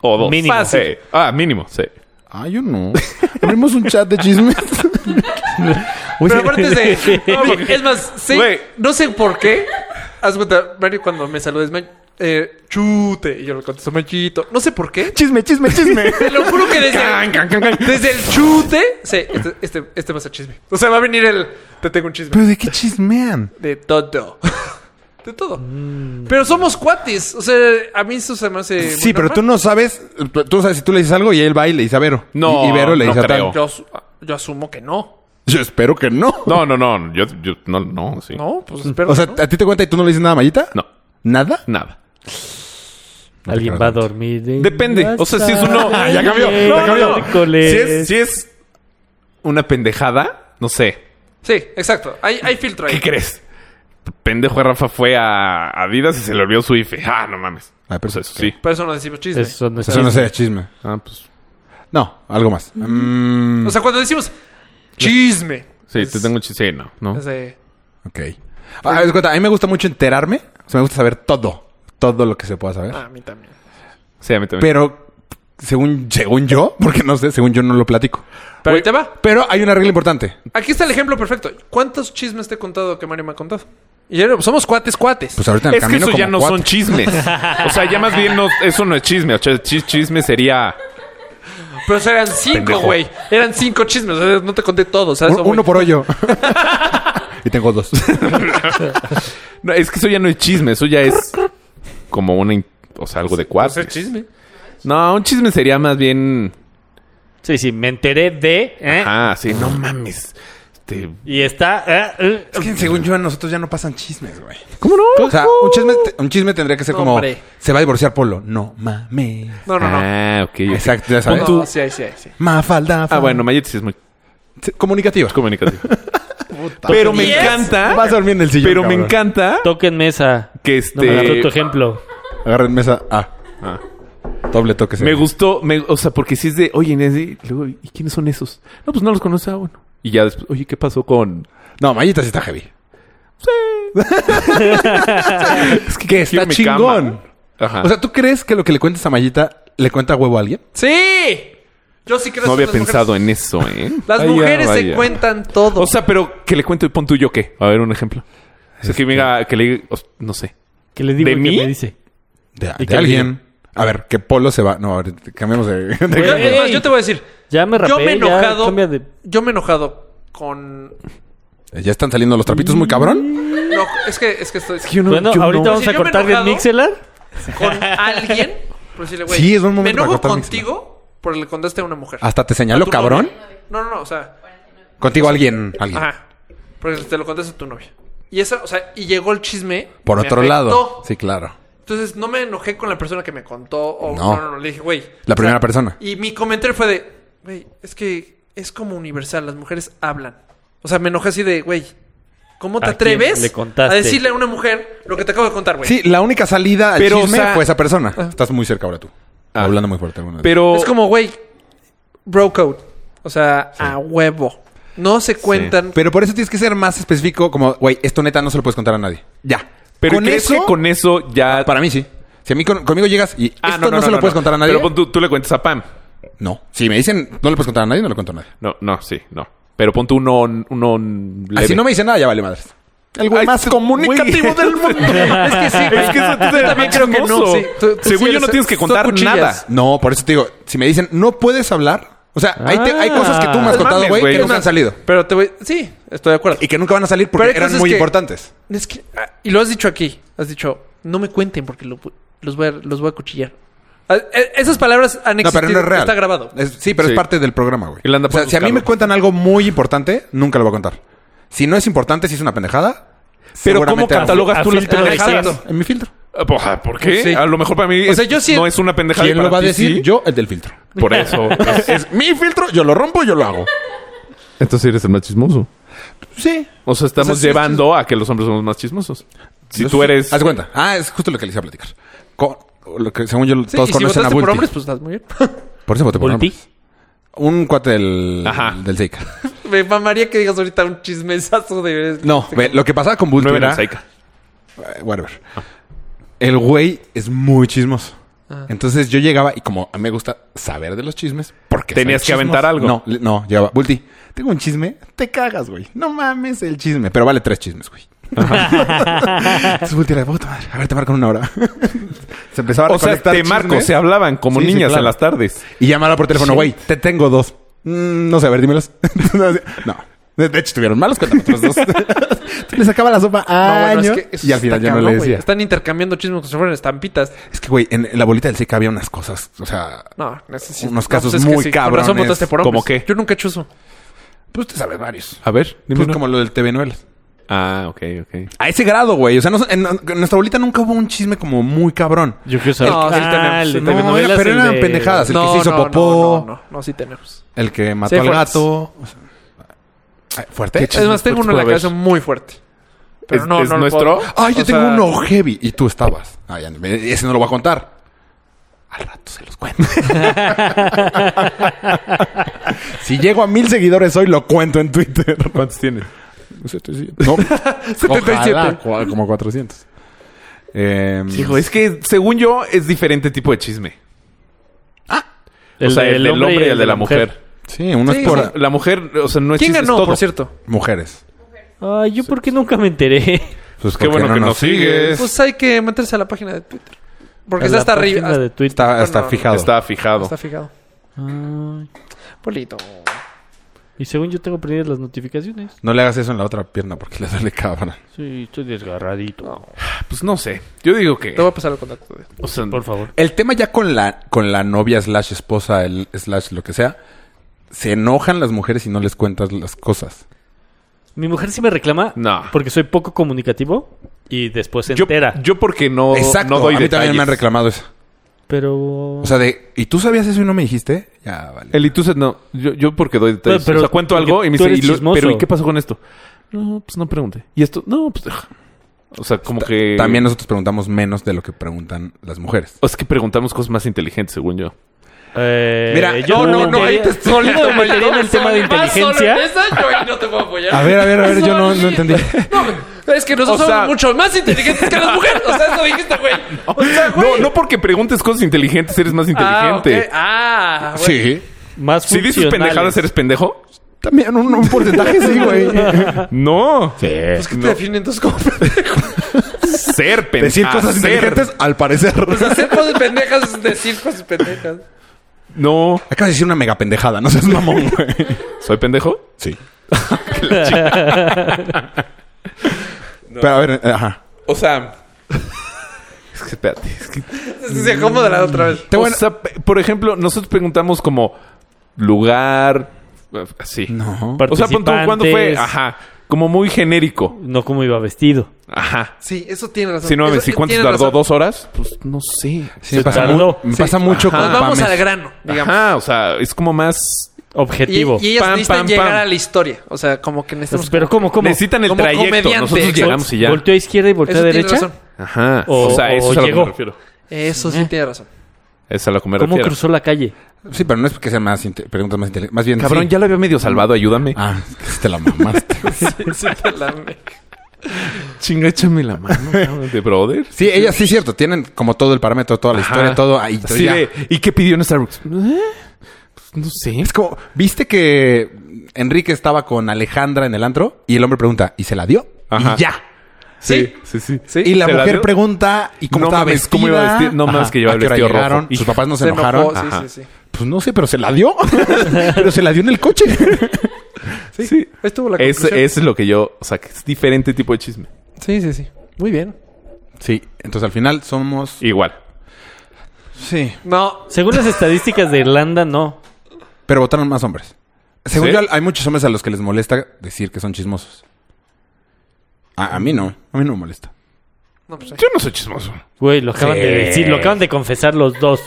Speaker 4: O dos.
Speaker 3: Mínimo.
Speaker 4: Sí. Ah, mínimo, sí.
Speaker 2: Ah, yo no. Abrimos un chat de chismes.
Speaker 5: Pero aparte es de... no, güey, es más, sí,
Speaker 4: Güey.
Speaker 5: no sé por qué. Haz de cuenta, Mario cuando me saludes, man, eh, chute. Y yo le contesto, manchito. No sé por qué.
Speaker 2: chisme, chisme, chisme.
Speaker 5: Te lo juro que desde, desde el chute. Sí, este, este, este va a ser chisme. O sea, va a venir el. Te tengo un chisme.
Speaker 2: ¿Pero de qué chismean?
Speaker 5: De todo. De todo. Pero somos cuates. O sea, a mí eso se me hace.
Speaker 2: sí, pero tú no sabes. Tú no sabes si tú le dices algo y él va y le dice a Vero.
Speaker 4: No,
Speaker 2: Y, y Vero le
Speaker 4: no
Speaker 2: dice a
Speaker 4: creo.
Speaker 2: Tano.
Speaker 5: Yo, asu- yo asumo que no.
Speaker 2: Yo espero que no.
Speaker 4: No, no, no. Yo, yo no, no, sí.
Speaker 5: No, pues espero.
Speaker 2: O sea,
Speaker 5: que no.
Speaker 2: ¿a ti te cuenta y tú no le dices nada a Mayita?
Speaker 4: No,
Speaker 2: ¿Nada?
Speaker 4: nada.
Speaker 3: Alguien va a dormir. en
Speaker 4: Depende. O sea, si es uno.
Speaker 3: la
Speaker 4: ya cambió.
Speaker 3: calle,
Speaker 4: No, no, no.
Speaker 3: miércoles.
Speaker 4: Si es, si es una pendejada, no sé.
Speaker 5: Sí, exacto. Hay, hay filtro ahí.
Speaker 4: ¿Qué crees? Pendejo Rafa fue a Adidas y se le olvidó su IFE. Ah, no mames.
Speaker 2: Ah, pero
Speaker 4: Pues eso
Speaker 2: ok.
Speaker 4: sí.
Speaker 5: Por eso no decimos chisme.
Speaker 3: Eso no es
Speaker 2: Eso no sería chisme.
Speaker 4: Ah, pues.
Speaker 2: No, algo más. Mm,
Speaker 5: O sea, cuando decimos chisme.
Speaker 4: Sí,
Speaker 5: es-
Speaker 4: te tengo un chiste. Sí, no, no.
Speaker 5: es de-
Speaker 2: ok. Ah, haz de cuenta, a mí me gusta mucho enterarme. O sea, me gusta saber todo. Todo lo que se pueda saber.
Speaker 5: Ah, a mí también.
Speaker 4: Sí, a mí también.
Speaker 2: Pero según, según yo, porque no sé, según yo no lo platico.
Speaker 5: Pero ahí te va.
Speaker 2: Pero hay una regla importante.
Speaker 5: Aquí está el ejemplo perfecto. ¿Cuántos chismes te he contado que Mario me ha contado? Y yo, somos cuates, cuates.
Speaker 2: Pues ahorita en el
Speaker 4: Es que
Speaker 2: camino
Speaker 4: eso ya
Speaker 2: como
Speaker 4: no
Speaker 2: cuatro.
Speaker 4: son chismes. O sea, ya más bien no, eso no es chisme. O sea, chi- chisme sería.
Speaker 5: Pero o sea, eran cinco,
Speaker 4: Pendejo.
Speaker 5: güey. Eran cinco chismes. o sea, no te conté todos.
Speaker 2: Un- uno por hoyo. y tengo dos.
Speaker 4: No, es que eso ya no es chisme, eso ya es como una... in- O sea, algo de cuatro.
Speaker 5: chisme.
Speaker 4: No, un chisme sería más bien...
Speaker 3: Sí, sí, me enteré de. ¿eh?
Speaker 4: Ah, sí, no mames. Este,
Speaker 3: Y está. ¿eh? eh,
Speaker 2: Es que según yo, a nosotros ya no pasan chismes, güey.
Speaker 4: ¿Cómo no?
Speaker 2: O sea, un chisme, te- un chisme tendría que ser como...
Speaker 5: Hombre.
Speaker 2: Se va a divorciar Polo. No, mames.
Speaker 5: No, no, no.
Speaker 4: Ah, ok. ok.
Speaker 2: Exacto, ya sabes.
Speaker 5: No,
Speaker 2: Tú-
Speaker 5: sí, ahí, sí, ahí, sí.
Speaker 2: Mafalda.
Speaker 4: Ah, bueno, Mayet sí es muy
Speaker 2: Comunicativos.
Speaker 4: comunicativo. pero me
Speaker 5: Yes.
Speaker 4: encanta...
Speaker 2: Vas a dormir en el sillón,
Speaker 4: Pero me
Speaker 2: cabrón.
Speaker 4: encanta
Speaker 3: Toquen mesa.
Speaker 4: que
Speaker 3: No me gustó
Speaker 4: este...
Speaker 3: tu ejemplo.
Speaker 2: Agarren mesa A.
Speaker 4: Ah.
Speaker 2: Doble toque.
Speaker 4: Me gustó, me- o sea, porque si es de, oye, Inés, y luego, ¿y quiénes son esos? No, pues no los conoce, ah, bueno. Y ya después, oye, ¿qué pasó con...?
Speaker 2: No, Mayita sí está heavy. es que, está
Speaker 4: Quiero mi
Speaker 2: chingón.
Speaker 4: cama. Ajá.
Speaker 2: O sea, ¿tú crees que lo que le cuentes a Mayita le cuenta huevo a alguien?
Speaker 5: ¡Sí! Yo sí creo
Speaker 4: no
Speaker 5: que
Speaker 4: había
Speaker 5: las mujeres-
Speaker 4: pensado en eso, ¿eh?
Speaker 5: Las
Speaker 4: Vaya,
Speaker 5: mujeres se
Speaker 4: vaya.
Speaker 5: cuentan todo.
Speaker 4: O sea, pero que le cuento y pon tú yo qué. A ver, un ejemplo. O sea, que me diga, que le diga, o s- no sé.
Speaker 3: ¿Qué le digo?
Speaker 4: ¿De
Speaker 3: y qué
Speaker 4: mí?
Speaker 3: me dice?
Speaker 2: De,
Speaker 3: ¿Y
Speaker 2: de
Speaker 3: qué
Speaker 2: alguien. A ver, que Polo se va. No, a ver, cambiamos de. de-
Speaker 5: Yo,
Speaker 3: Güey.
Speaker 5: es más, yo te voy a decir.
Speaker 3: Ya me rapé,
Speaker 5: yo me he
Speaker 3: ya
Speaker 5: enojado.
Speaker 3: cambia de-
Speaker 5: Yo me he enojado con.
Speaker 2: ya están saliendo los trapitos muy cabrón.
Speaker 5: No, es que, es que estoy.
Speaker 3: Bueno, ahorita
Speaker 5: no.
Speaker 3: vamos
Speaker 5: Pues Si
Speaker 3: a
Speaker 5: yo me
Speaker 3: cortar el
Speaker 5: enojado-
Speaker 3: mixelar.
Speaker 5: con alguien. Por decirle, güey.
Speaker 2: Sí, es buen momento
Speaker 5: Me enojo
Speaker 2: para cortar Ah,
Speaker 5: contigo por el que contaste a una mujer.
Speaker 2: Hasta te señaló,
Speaker 5: ¿Tu
Speaker 2: cabrón.
Speaker 5: novia? No, no, no. O sea,
Speaker 2: Contigo alguien. alguien.
Speaker 5: ajá. Porque te lo contaste a tu novia. Y esa, o sea, y llegó el chisme.
Speaker 2: Por
Speaker 5: me
Speaker 2: otro
Speaker 5: afectó.
Speaker 2: lado. Sí, claro.
Speaker 5: Entonces no me enojé con la persona que me contó. O, no.
Speaker 2: No.
Speaker 5: no, no, Le dije, güey.
Speaker 2: La primera persona.
Speaker 5: Y mi comentario fue de, güey, es que es como universal, las mujeres hablan. O sea, me enojé así de, güey, ¿cómo te
Speaker 3: ¿A quién
Speaker 5: atreves
Speaker 3: le contaste?
Speaker 5: a decirle a una mujer lo que te acabo de contar, güey?
Speaker 2: Sí, la única salida al
Speaker 4: Pero,
Speaker 2: chisme
Speaker 4: o sea-
Speaker 2: fue esa persona. Estás muy cerca ahora tú.
Speaker 4: Ah.
Speaker 2: Hablando muy fuerte. alguna vez.
Speaker 4: Pero...
Speaker 5: Es como, güey, bro code. O sea, a huevo. No se cuentan.
Speaker 2: Pero por eso tienes que ser más específico, como, güey, esto neta no se lo puedes contar a nadie. Ya.
Speaker 4: Pero
Speaker 2: con
Speaker 4: ¿crees
Speaker 2: eso, Ah,
Speaker 4: que con eso ya...
Speaker 2: para mí sí. Si a mí con- conmigo llegas y
Speaker 4: Ah,
Speaker 2: esto no, se lo puedes contar a nadie.
Speaker 4: Pero pon tú, tú le cuentas a Pam.
Speaker 2: No. Si me dicen no le puedes contar a nadie, no le cuento a nadie.
Speaker 4: No, no, sí, no. Pero pon tú uno, uno leve.
Speaker 2: Así no me dice nada, ya vale madres. El güey
Speaker 4: Ay,
Speaker 2: más
Speaker 4: tú,
Speaker 2: comunicativo
Speaker 4: güey.
Speaker 2: del mundo.
Speaker 5: Es que sí,
Speaker 4: Es que eso tú eres
Speaker 5: también
Speaker 4: bien
Speaker 5: creo que no,
Speaker 4: chismoso.
Speaker 5: sí. Tú- tú
Speaker 4: Según yo
Speaker 5: sí
Speaker 4: no
Speaker 5: eres-
Speaker 4: tienes que
Speaker 5: tú
Speaker 4: contar
Speaker 5: cuchillas.
Speaker 4: nada.
Speaker 2: No, por eso te digo, si me dicen no puedes hablar, o sea, hay, te- hay cosas que tú me
Speaker 4: Ah,
Speaker 2: has contado,
Speaker 4: mames,
Speaker 2: güey,
Speaker 4: güey.
Speaker 2: que
Speaker 4: Es
Speaker 2: nunca
Speaker 4: más-
Speaker 2: han salido.
Speaker 5: Pero te voy. Sí, estoy de acuerdo.
Speaker 2: Y que nunca van a salir
Speaker 5: Pero
Speaker 2: porque
Speaker 5: hay
Speaker 2: eran
Speaker 5: cosas
Speaker 2: muy
Speaker 5: que-
Speaker 2: importantes.
Speaker 5: Es que, ah, y lo has dicho aquí. Has dicho, no me cuenten porque lo- los, voy a, los voy a cuchillar. Ah, eh, Esas palabras han
Speaker 2: No,
Speaker 5: existido.
Speaker 2: pero no es real.
Speaker 5: Está grabado.
Speaker 2: Es- sí, pero
Speaker 4: Sí.
Speaker 2: es parte del programa, güey.
Speaker 4: Él anda
Speaker 2: O sea,
Speaker 4: por sus
Speaker 2: si a mí me
Speaker 4: carros.
Speaker 2: cuentan algo muy importante, nunca lo voy a contar. Si no es importante, si es una pendejada,
Speaker 4: Pero ¿cómo
Speaker 2: seguramente-
Speaker 4: catalogas
Speaker 3: a
Speaker 4: tú las
Speaker 3: filtro de
Speaker 4: pendejadas?
Speaker 3: quién.
Speaker 2: En mi filtro.
Speaker 4: Ah, po- ah, ¿Por qué?
Speaker 5: Sí.
Speaker 4: A lo mejor para mí
Speaker 5: O sea,
Speaker 4: es-
Speaker 5: yo sí-
Speaker 4: no es una pendejada. y
Speaker 2: ¿Quién lo
Speaker 4: para
Speaker 2: va a
Speaker 4: ti
Speaker 2: decir?
Speaker 4: sí.
Speaker 2: Yo, el del filtro.
Speaker 4: Por eso.
Speaker 2: Es mi filtro, yo lo rompo, yo lo hago.
Speaker 4: Entonces eres el más chismoso.
Speaker 2: Sí.
Speaker 4: O sea, estamos
Speaker 2: O sea, sí,
Speaker 4: llevando a que los hombres somos más chismosos. Si
Speaker 2: Yo
Speaker 4: tú
Speaker 2: sí.
Speaker 4: eres...
Speaker 2: Haz cuenta. Ah, es justo lo que les iba a platicar. Co- lo que, según yo,
Speaker 5: Sí,
Speaker 2: todos
Speaker 5: y si
Speaker 2: conocen a
Speaker 5: votaste
Speaker 2: Bulti.
Speaker 5: por hombres, pues estás muy bien.
Speaker 2: Por eso voté por
Speaker 3: Volpi.
Speaker 2: hombres. Un cuate del,
Speaker 4: Ajá.
Speaker 2: del Seika.
Speaker 5: Me mamaría que digas ahorita un chismesazo de...
Speaker 2: No, ve, lo que pasaba con Bulti
Speaker 4: Nueve
Speaker 2: era...
Speaker 4: en Saica.
Speaker 2: eh, whatever. El güey es muy chismoso. Entonces yo llegaba y como a mí me gusta saber de los chismes, porque soy
Speaker 4: Tenías que aventar algo.
Speaker 2: No, le- no, llegaba, Bulti, tengo un chisme, te cagas, güey. No mames el chisme, pero vale tres chismes, güey. Entonces Bulti era de puta madre. A ver, te marco en una hora. se empezaba a
Speaker 4: O sea,
Speaker 2: recolectar
Speaker 4: te marco,
Speaker 2: chismes.
Speaker 4: se hablaban como
Speaker 2: Sí, sí,
Speaker 4: niñas
Speaker 2: claro.
Speaker 4: en las tardes.
Speaker 2: Y llamara por teléfono, güey, te tengo dos. Mm, no sé, a ver, dímelos. no. De de hecho, estuvieron malos, cuéntame otros dos. Le sacaba la sopa
Speaker 5: No,
Speaker 2: a
Speaker 5: bueno,
Speaker 2: año.
Speaker 5: es que eso
Speaker 2: y al final
Speaker 5: está
Speaker 2: ya no
Speaker 5: cabrón,
Speaker 2: le
Speaker 5: güey.
Speaker 2: decía.
Speaker 5: Están intercambiando chismes como si fueran estampitas.
Speaker 2: Es que, güey, en, en la bolita del seca había unas cosas, o sea...
Speaker 5: No, necesito.
Speaker 2: Unos
Speaker 5: no,
Speaker 2: casos
Speaker 5: pues es
Speaker 2: muy
Speaker 5: que Con
Speaker 2: cabrones.
Speaker 5: razón votaste por hombres.
Speaker 4: ¿Cómo qué?
Speaker 5: Yo nunca he hecho eso.
Speaker 2: Pues te sabes varios.
Speaker 4: A ver, dime
Speaker 2: Pues
Speaker 4: uno.
Speaker 2: como lo del TV Novelas.
Speaker 4: Ah, ok, ok.
Speaker 2: A ese grado, güey. O sea, no- en, en nuestra bolita nunca hubo un chisme como muy cabrón.
Speaker 3: Yo quiero saber.
Speaker 5: No, sí tenemos, sí
Speaker 3: el de
Speaker 5: tenemos.
Speaker 2: No,
Speaker 3: telenovelas,
Speaker 2: era- pero
Speaker 3: el
Speaker 2: eran
Speaker 3: de-
Speaker 2: pendejadas. El que se hizo
Speaker 5: no,
Speaker 2: popó.
Speaker 5: No, no, no, no, sí tenemos.
Speaker 2: El que mató
Speaker 5: Sí,
Speaker 2: al
Speaker 5: fuertes.
Speaker 2: gato. O sea, ay, ¿Fuerte?
Speaker 5: Es más, tengo uno en la cabeza muy fuerte. Pero
Speaker 4: ¿Es-
Speaker 5: no,
Speaker 4: es
Speaker 5: no lo
Speaker 4: nuestro?
Speaker 5: puedo-
Speaker 2: Ay, yo
Speaker 5: o
Speaker 2: tengo
Speaker 5: sea-
Speaker 2: uno heavy. Y tú estabas. Ay, ya no- ese no lo voy a contar. Al rato se los cuento. si llego a mil seguidores hoy, lo cuento en Twitter.
Speaker 4: ¿Cuántos tienes?
Speaker 2: No.
Speaker 5: 77.
Speaker 2: Ojalá, cua- como 400. Eh,
Speaker 4: Hijo, es que según yo es diferente tipo de chisme.
Speaker 3: El
Speaker 4: o sea, el
Speaker 3: del
Speaker 4: del hombre y el de la mujer.
Speaker 2: sí, uno
Speaker 5: Sí,
Speaker 2: es por
Speaker 5: sí.
Speaker 4: La mujer, o sea, no es
Speaker 5: ¿Quién
Speaker 4: chisme, es
Speaker 5: ganó,
Speaker 4: todo.
Speaker 5: por cierto?
Speaker 2: mujeres.
Speaker 3: Ay, yo porque nunca me enteré.
Speaker 2: Pues
Speaker 4: Qué
Speaker 2: porque
Speaker 4: bueno que nos sigues.
Speaker 5: Pues hay que meterse a la página de Twitter. Porque
Speaker 3: A
Speaker 5: está
Speaker 3: la
Speaker 5: hasta arriba.
Speaker 3: página de Twitter.
Speaker 2: Está, está
Speaker 5: Bueno,
Speaker 2: fijado.
Speaker 4: Está fijado.
Speaker 5: Está fijado.
Speaker 3: Ay,
Speaker 5: Polito.
Speaker 3: y según yo tengo prendidas las notificaciones.
Speaker 2: No le hagas eso en la otra pierna porque le duele cabrón.
Speaker 3: Sí, estoy desgarradito.
Speaker 4: Pues no sé. Yo digo que.
Speaker 5: Te voy a pasar el contacto. de-
Speaker 4: o sea,
Speaker 3: Por favor.
Speaker 2: El tema ya con la, con la novia, slash esposa, el, slash lo que sea, se enojan las mujeres si no les cuentas las cosas.
Speaker 3: Mi mujer sí me reclama
Speaker 4: No.
Speaker 3: porque soy poco comunicativo y después se
Speaker 4: yo,
Speaker 3: entera.
Speaker 4: yo porque no,
Speaker 2: Exacto.
Speaker 4: no doy
Speaker 2: a mí
Speaker 4: detalles.
Speaker 2: también me han reclamado eso.
Speaker 3: Pero...
Speaker 2: O sea, de, ¿y tú sabías eso y no me dijiste? Ya, vale.
Speaker 4: El Ituset no. Yo, yo porque doy detalles.
Speaker 3: Pero-
Speaker 4: o sea, cuento
Speaker 3: porque
Speaker 4: algo y me
Speaker 3: tú
Speaker 4: dice,
Speaker 3: eres
Speaker 4: "Y lo-
Speaker 3: chismoso".
Speaker 4: pero ¿y qué pasó con esto? No, pues no pregunté. Y esto, no, pues. ah. O sea, como
Speaker 2: Ta-
Speaker 4: que.
Speaker 2: También nosotros preguntamos menos de lo que preguntan las mujeres.
Speaker 4: O es que preguntamos cosas más inteligentes, según yo.
Speaker 3: Eh,
Speaker 2: Mira,
Speaker 3: yo
Speaker 2: no, no, no,
Speaker 3: metería-
Speaker 2: ahí te-
Speaker 3: yo no me metería en el tema de inteligencia.
Speaker 5: este- no te puedo apoyar.
Speaker 2: A ver, a ver, a ver, yo no, no entendí.
Speaker 5: No, es que nosotros
Speaker 4: O sea-
Speaker 5: somos mucho más inteligentes que las mujeres. O sea, eso dijiste, güey. O sea, güey.
Speaker 4: No, no porque preguntes cosas inteligentes eres más
Speaker 5: Ah,
Speaker 4: inteligente.
Speaker 5: ok. Ah, güey.
Speaker 2: Sí.
Speaker 3: Más
Speaker 4: Si dices
Speaker 3: funcionales.
Speaker 4: pendejadas, eres pendejo.
Speaker 2: También un, un porcentaje sí, güey.
Speaker 3: Ah.
Speaker 4: No.
Speaker 5: Pues que te definen entonces como
Speaker 4: Ser pendejo.
Speaker 2: Decir cosas
Speaker 4: Hacer.
Speaker 2: inteligentes, al parecer.
Speaker 5: Pues hacer cosas pendejas es decir cosas pendejas.
Speaker 4: No.
Speaker 2: Acabas de decir una mega pendejada, no seas mamón, güey.
Speaker 4: ¿Soy pendejo?
Speaker 2: Sí. Pero a ver, eh, ajá.
Speaker 4: O sea. es que espérate. es que-
Speaker 5: Se acomoda la otra vez.
Speaker 4: o sea, pe- por ejemplo, nosotros preguntamos como lugar. eh, Así.
Speaker 2: No.
Speaker 4: O sea, pon tú, ¿cuándo fue?
Speaker 3: Participantes.
Speaker 4: Ajá. Como muy genérico.
Speaker 3: No como iba vestido.
Speaker 4: Ajá.
Speaker 5: Sí, eso tiene razón.
Speaker 4: Si no,
Speaker 5: Eso-
Speaker 4: si cuánto
Speaker 5: tiene
Speaker 4: tardó
Speaker 5: razón.
Speaker 4: dos horas, pues no sé.
Speaker 2: Sí, me
Speaker 3: Se
Speaker 2: pasa,
Speaker 3: tardó.
Speaker 2: mu- me
Speaker 3: Sí.
Speaker 2: pasa mucho
Speaker 4: Ajá.
Speaker 2: con
Speaker 5: Nos vamos
Speaker 2: Pames.
Speaker 5: al grano, digamos.
Speaker 4: Ajá, o sea, es como más.
Speaker 5: Y,
Speaker 3: Objetivo.
Speaker 5: y ellas
Speaker 4: Pam,
Speaker 5: necesitan
Speaker 4: pam,
Speaker 5: llegar
Speaker 4: pam.
Speaker 5: a la historia. O sea, como que necesitamos...
Speaker 3: Pero ¿cómo, cómo?
Speaker 4: Necesitan el
Speaker 5: como
Speaker 4: trayecto.
Speaker 5: comediante.
Speaker 4: Nosotros
Speaker 5: Exacto.
Speaker 4: llegamos y ya.
Speaker 3: ¿Volteo a izquierda y volteo
Speaker 5: eso
Speaker 3: a
Speaker 5: tiene
Speaker 3: derecha?
Speaker 5: razón.
Speaker 4: Ajá. O,
Speaker 3: O-
Speaker 4: sea, eso
Speaker 3: o
Speaker 4: es a lo
Speaker 3: llegó.
Speaker 4: que me refiero.
Speaker 5: Eso sí tiene razón.
Speaker 4: Es a lo que me
Speaker 3: ¿Cómo
Speaker 4: refiero.
Speaker 3: cruzó la calle?
Speaker 2: Sí, pero no es porque sean más inte- preguntas más inteligentes. Más bien.
Speaker 4: Cabrón,
Speaker 2: sí.
Speaker 4: ya lo había medio salvado, ayúdame.
Speaker 2: Ah, es que te la mamaste.
Speaker 4: Chinga, échame la mano, cabrón, de brother.
Speaker 2: Sí, ellas sí, cierto. Tienen como todo el parámetro, toda la
Speaker 4: Ajá.
Speaker 2: historia, todo ahí.
Speaker 4: Así
Speaker 2: ya.
Speaker 4: de, ¿y qué pidió en Starbucks? ¿Eh? Pues no sé.
Speaker 2: Es como, ¿viste que Enrique estaba con Alejandra en el antro? Y el hombre pregunta, ¿y se la dio?
Speaker 4: Ajá.
Speaker 2: Y ya.
Speaker 4: Sí, sí, sí.
Speaker 2: Y la
Speaker 4: ¿Se
Speaker 2: mujer
Speaker 4: dio?
Speaker 2: pregunta, ¿y cómo
Speaker 4: No
Speaker 2: estaba
Speaker 4: mames,
Speaker 2: vestida?
Speaker 4: ¿cómo iba vestida? No mames,
Speaker 2: Ajá.
Speaker 4: que llevaba
Speaker 2: ¿A
Speaker 4: el
Speaker 2: qué hora
Speaker 4: vestido rojo.
Speaker 2: llegaron?
Speaker 4: Hijo.
Speaker 2: ¿Sus papás no se,
Speaker 5: Se
Speaker 2: enojaron?
Speaker 4: Ah.
Speaker 5: enojó, sí,
Speaker 2: Ajá.
Speaker 5: sí, sí.
Speaker 2: Pues no sé, pero se la dio. pero se la dio en el coche.
Speaker 4: Sí.
Speaker 5: Ahí estuvo la
Speaker 4: Es,
Speaker 5: conclusión.
Speaker 4: es lo que yo... O sea, que es diferente tipo de chisme.
Speaker 5: Sí, sí, sí. Muy bien.
Speaker 2: Sí, entonces al final somos...
Speaker 4: Igual.
Speaker 2: Sí.
Speaker 5: No,
Speaker 3: Según las estadísticas de Irlanda, no.
Speaker 2: Pero votaron más hombres. Según
Speaker 4: ¿Sí?
Speaker 2: yo, hay muchos hombres a los que les molesta decir que son chismosos. A, a mí no. A mí no me molesta.
Speaker 5: no, pues,
Speaker 4: Yo no soy chismoso.
Speaker 3: Güey, lo acaban de decir, lo acaban de confesar los dos.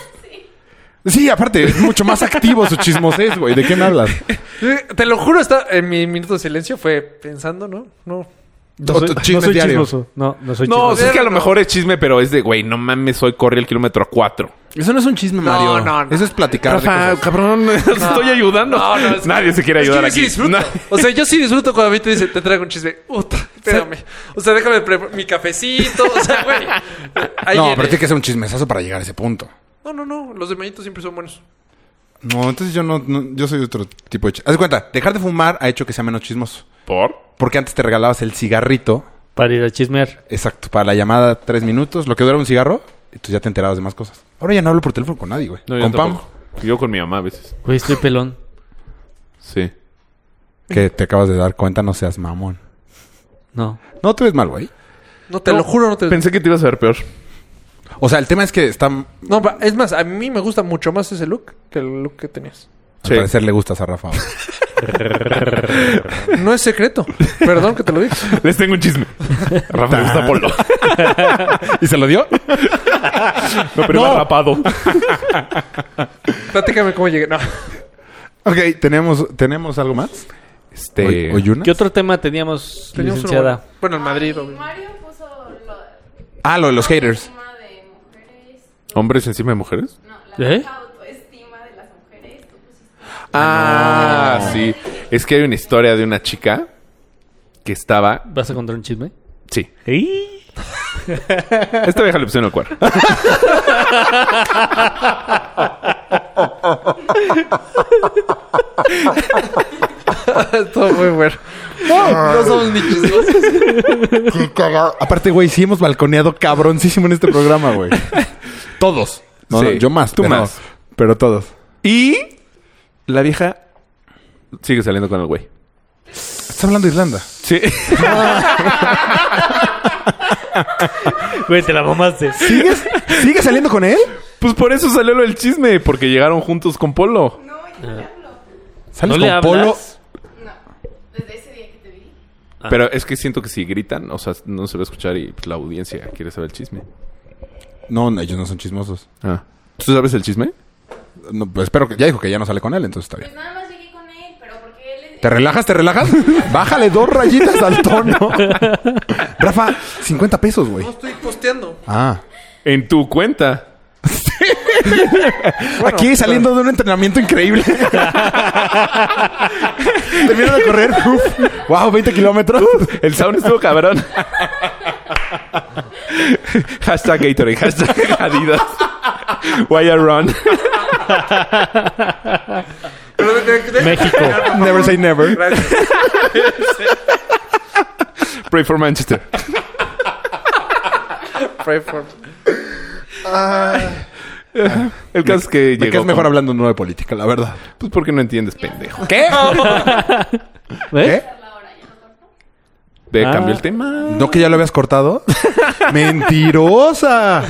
Speaker 2: Sí, aparte, es mucho más activo su chismosez, güey. ¿De qué me hablas?
Speaker 5: eh, te lo juro, está, en mi minuto de silencio fue pensando, ¿no? No.
Speaker 2: O- chismes diarios.
Speaker 3: No, no soy
Speaker 4: No, o
Speaker 3: chismoso.
Speaker 4: sea, es que a lo mejor es chisme, pero es de, güey, no mames, soy corre el kilómetro 4.
Speaker 2: Eso no es un chisme,
Speaker 5: No,
Speaker 2: Mario.
Speaker 5: no, no.
Speaker 2: Eso es platicar de cosas.
Speaker 4: cabrón, estoy ayudando.
Speaker 5: No, no, es que-
Speaker 4: Nadie se quiere
Speaker 5: es que
Speaker 4: ayudar
Speaker 5: yo sí
Speaker 4: aquí.
Speaker 5: disfruto.
Speaker 4: Na-
Speaker 5: O sea, yo sí disfruto cuando a mí te dice, te traigo un chisme. Puta, espérame. O sea, déjame pre- mi cafecito. O sea, güey. Ahí
Speaker 2: No,
Speaker 5: viene.
Speaker 4: eh.
Speaker 2: pero tiene que ser un chismesazo para llegar a ese punto.
Speaker 5: No, no, no. Los de Mayito siempre son buenos.
Speaker 2: No, entonces yo no, no- yo soy otro tipo de... ch- Haz de cuenta, dejar de fumar ha hecho que sea menos chismoso.
Speaker 4: ¿Por?
Speaker 2: Porque antes te regalabas el cigarrito,
Speaker 3: Para ir a chismear.
Speaker 2: exacto, para la llamada tres minutos, lo que dura un cigarro, entonces ya te enterabas de más cosas. Ahora ya no hablo por teléfono con nadie, güey.
Speaker 4: No, yo
Speaker 2: con Pam,
Speaker 4: tampoco. Yo con mi mamá a veces.
Speaker 3: Güey, estoy pelón.
Speaker 4: Sí.
Speaker 2: que te acabas de dar cuenta, no seas mamón.
Speaker 3: No.
Speaker 2: No te ves mal, güey.
Speaker 5: No, te lo juro, no te
Speaker 4: Pensé que te ibas a ver peor.
Speaker 2: O sea, el tema es que está... Al
Speaker 5: No, pa- es más, a mí me gusta mucho más ese look que el look que tenías.
Speaker 4: Sí.
Speaker 2: parecer le gustas a Rafa. güey.
Speaker 5: No es secreto. Perdón que te lo diga.
Speaker 4: Les tengo un chisme. Rafa me gusta Polo.
Speaker 2: ¿Y se lo dio?
Speaker 4: No, pero iba rapado.
Speaker 5: Platícame cómo llegué. No.
Speaker 2: ok, ¿tenemos, ¿tenemos algo más?
Speaker 4: Este.
Speaker 2: ¿O- ¿Oyuna?
Speaker 3: ¿Qué otro tema teníamos,
Speaker 5: Teníamos uno
Speaker 3: licenciada?
Speaker 5: bueno. Bueno, en Madrid.
Speaker 7: Ay,
Speaker 5: obvio.
Speaker 7: Mario puso lo-
Speaker 2: Ah, lo de los haters.
Speaker 7: autoestima de mujeres.
Speaker 4: ¿Hombres encima de mujeres?
Speaker 7: No, la
Speaker 3: ¿Eh?
Speaker 7: baja autoestima de las mujeres. Tú pusiste
Speaker 4: Ah, sí. Es que hay una historia de una chica que estaba.
Speaker 3: ¿Vas a contar un chisme?
Speaker 4: Sí.
Speaker 3: ¿Sí?
Speaker 4: Esta vieja le pusieron el cuerno.
Speaker 5: Todo muy bueno. No, no somos ni chismosos.
Speaker 2: Aparte, güey, sí hemos balconeado cabroncísimo en este programa, güey. todos. No,
Speaker 4: Sí.
Speaker 2: no, yo más.
Speaker 4: Tú
Speaker 2: pero-
Speaker 4: más.
Speaker 2: Pero todos.
Speaker 4: Y
Speaker 2: La vieja.
Speaker 4: Sigue saliendo con el güey.
Speaker 2: Estás hablando de Irlanda.
Speaker 4: Sí.
Speaker 3: Güey, te la mamaste.
Speaker 2: ¿Sigues, ¿Sigue saliendo con él?
Speaker 4: pues por eso salió lo del chisme, porque llegaron juntos con Polo.
Speaker 2: ¿Sales
Speaker 3: ¿No le
Speaker 2: con Polo?
Speaker 3: hablas?
Speaker 7: No. Desde ese día que te vi.
Speaker 4: Pero es que siento que si gritan, o sea, no se va a escuchar y pues, la audiencia quiere saber el chisme.
Speaker 2: No, no, ellos no son chismosos.
Speaker 4: Ah. ¿Tú sabes el chisme?
Speaker 2: No, pues espero que. Ya dijo que ya no sale con él, entonces está bien.
Speaker 7: Pues nada más llegué con él, pero porque él es.
Speaker 2: ¿Te relajas? ¿Te relajas? Bájale dos rayitas al tono. Rafa, 50 pesos, güey.
Speaker 5: No estoy posteando.
Speaker 2: Ah.
Speaker 4: En tu cuenta.
Speaker 2: Aquí saliendo de un entrenamiento increíble. Termino de correr. Uf. Wow, 20 kilómetros.
Speaker 4: El sound estuvo cabrón. hashtag Gatorade, hashtag Adidas. Why I run.
Speaker 3: México.
Speaker 2: Never say never.
Speaker 4: Pray for Manchester.
Speaker 5: Pray for-
Speaker 4: El caso es que
Speaker 2: Me
Speaker 4: llegó.
Speaker 2: quedas mejor
Speaker 4: con-
Speaker 2: hablando no de política, la verdad.
Speaker 4: Pues porque no entiendes, pendejo.
Speaker 2: ¿Qué?
Speaker 3: ¿Ves?
Speaker 4: Te
Speaker 3: Ah.
Speaker 4: cambió el tema.
Speaker 2: ¿No que ya lo habías cortado? ¡Mentirosa!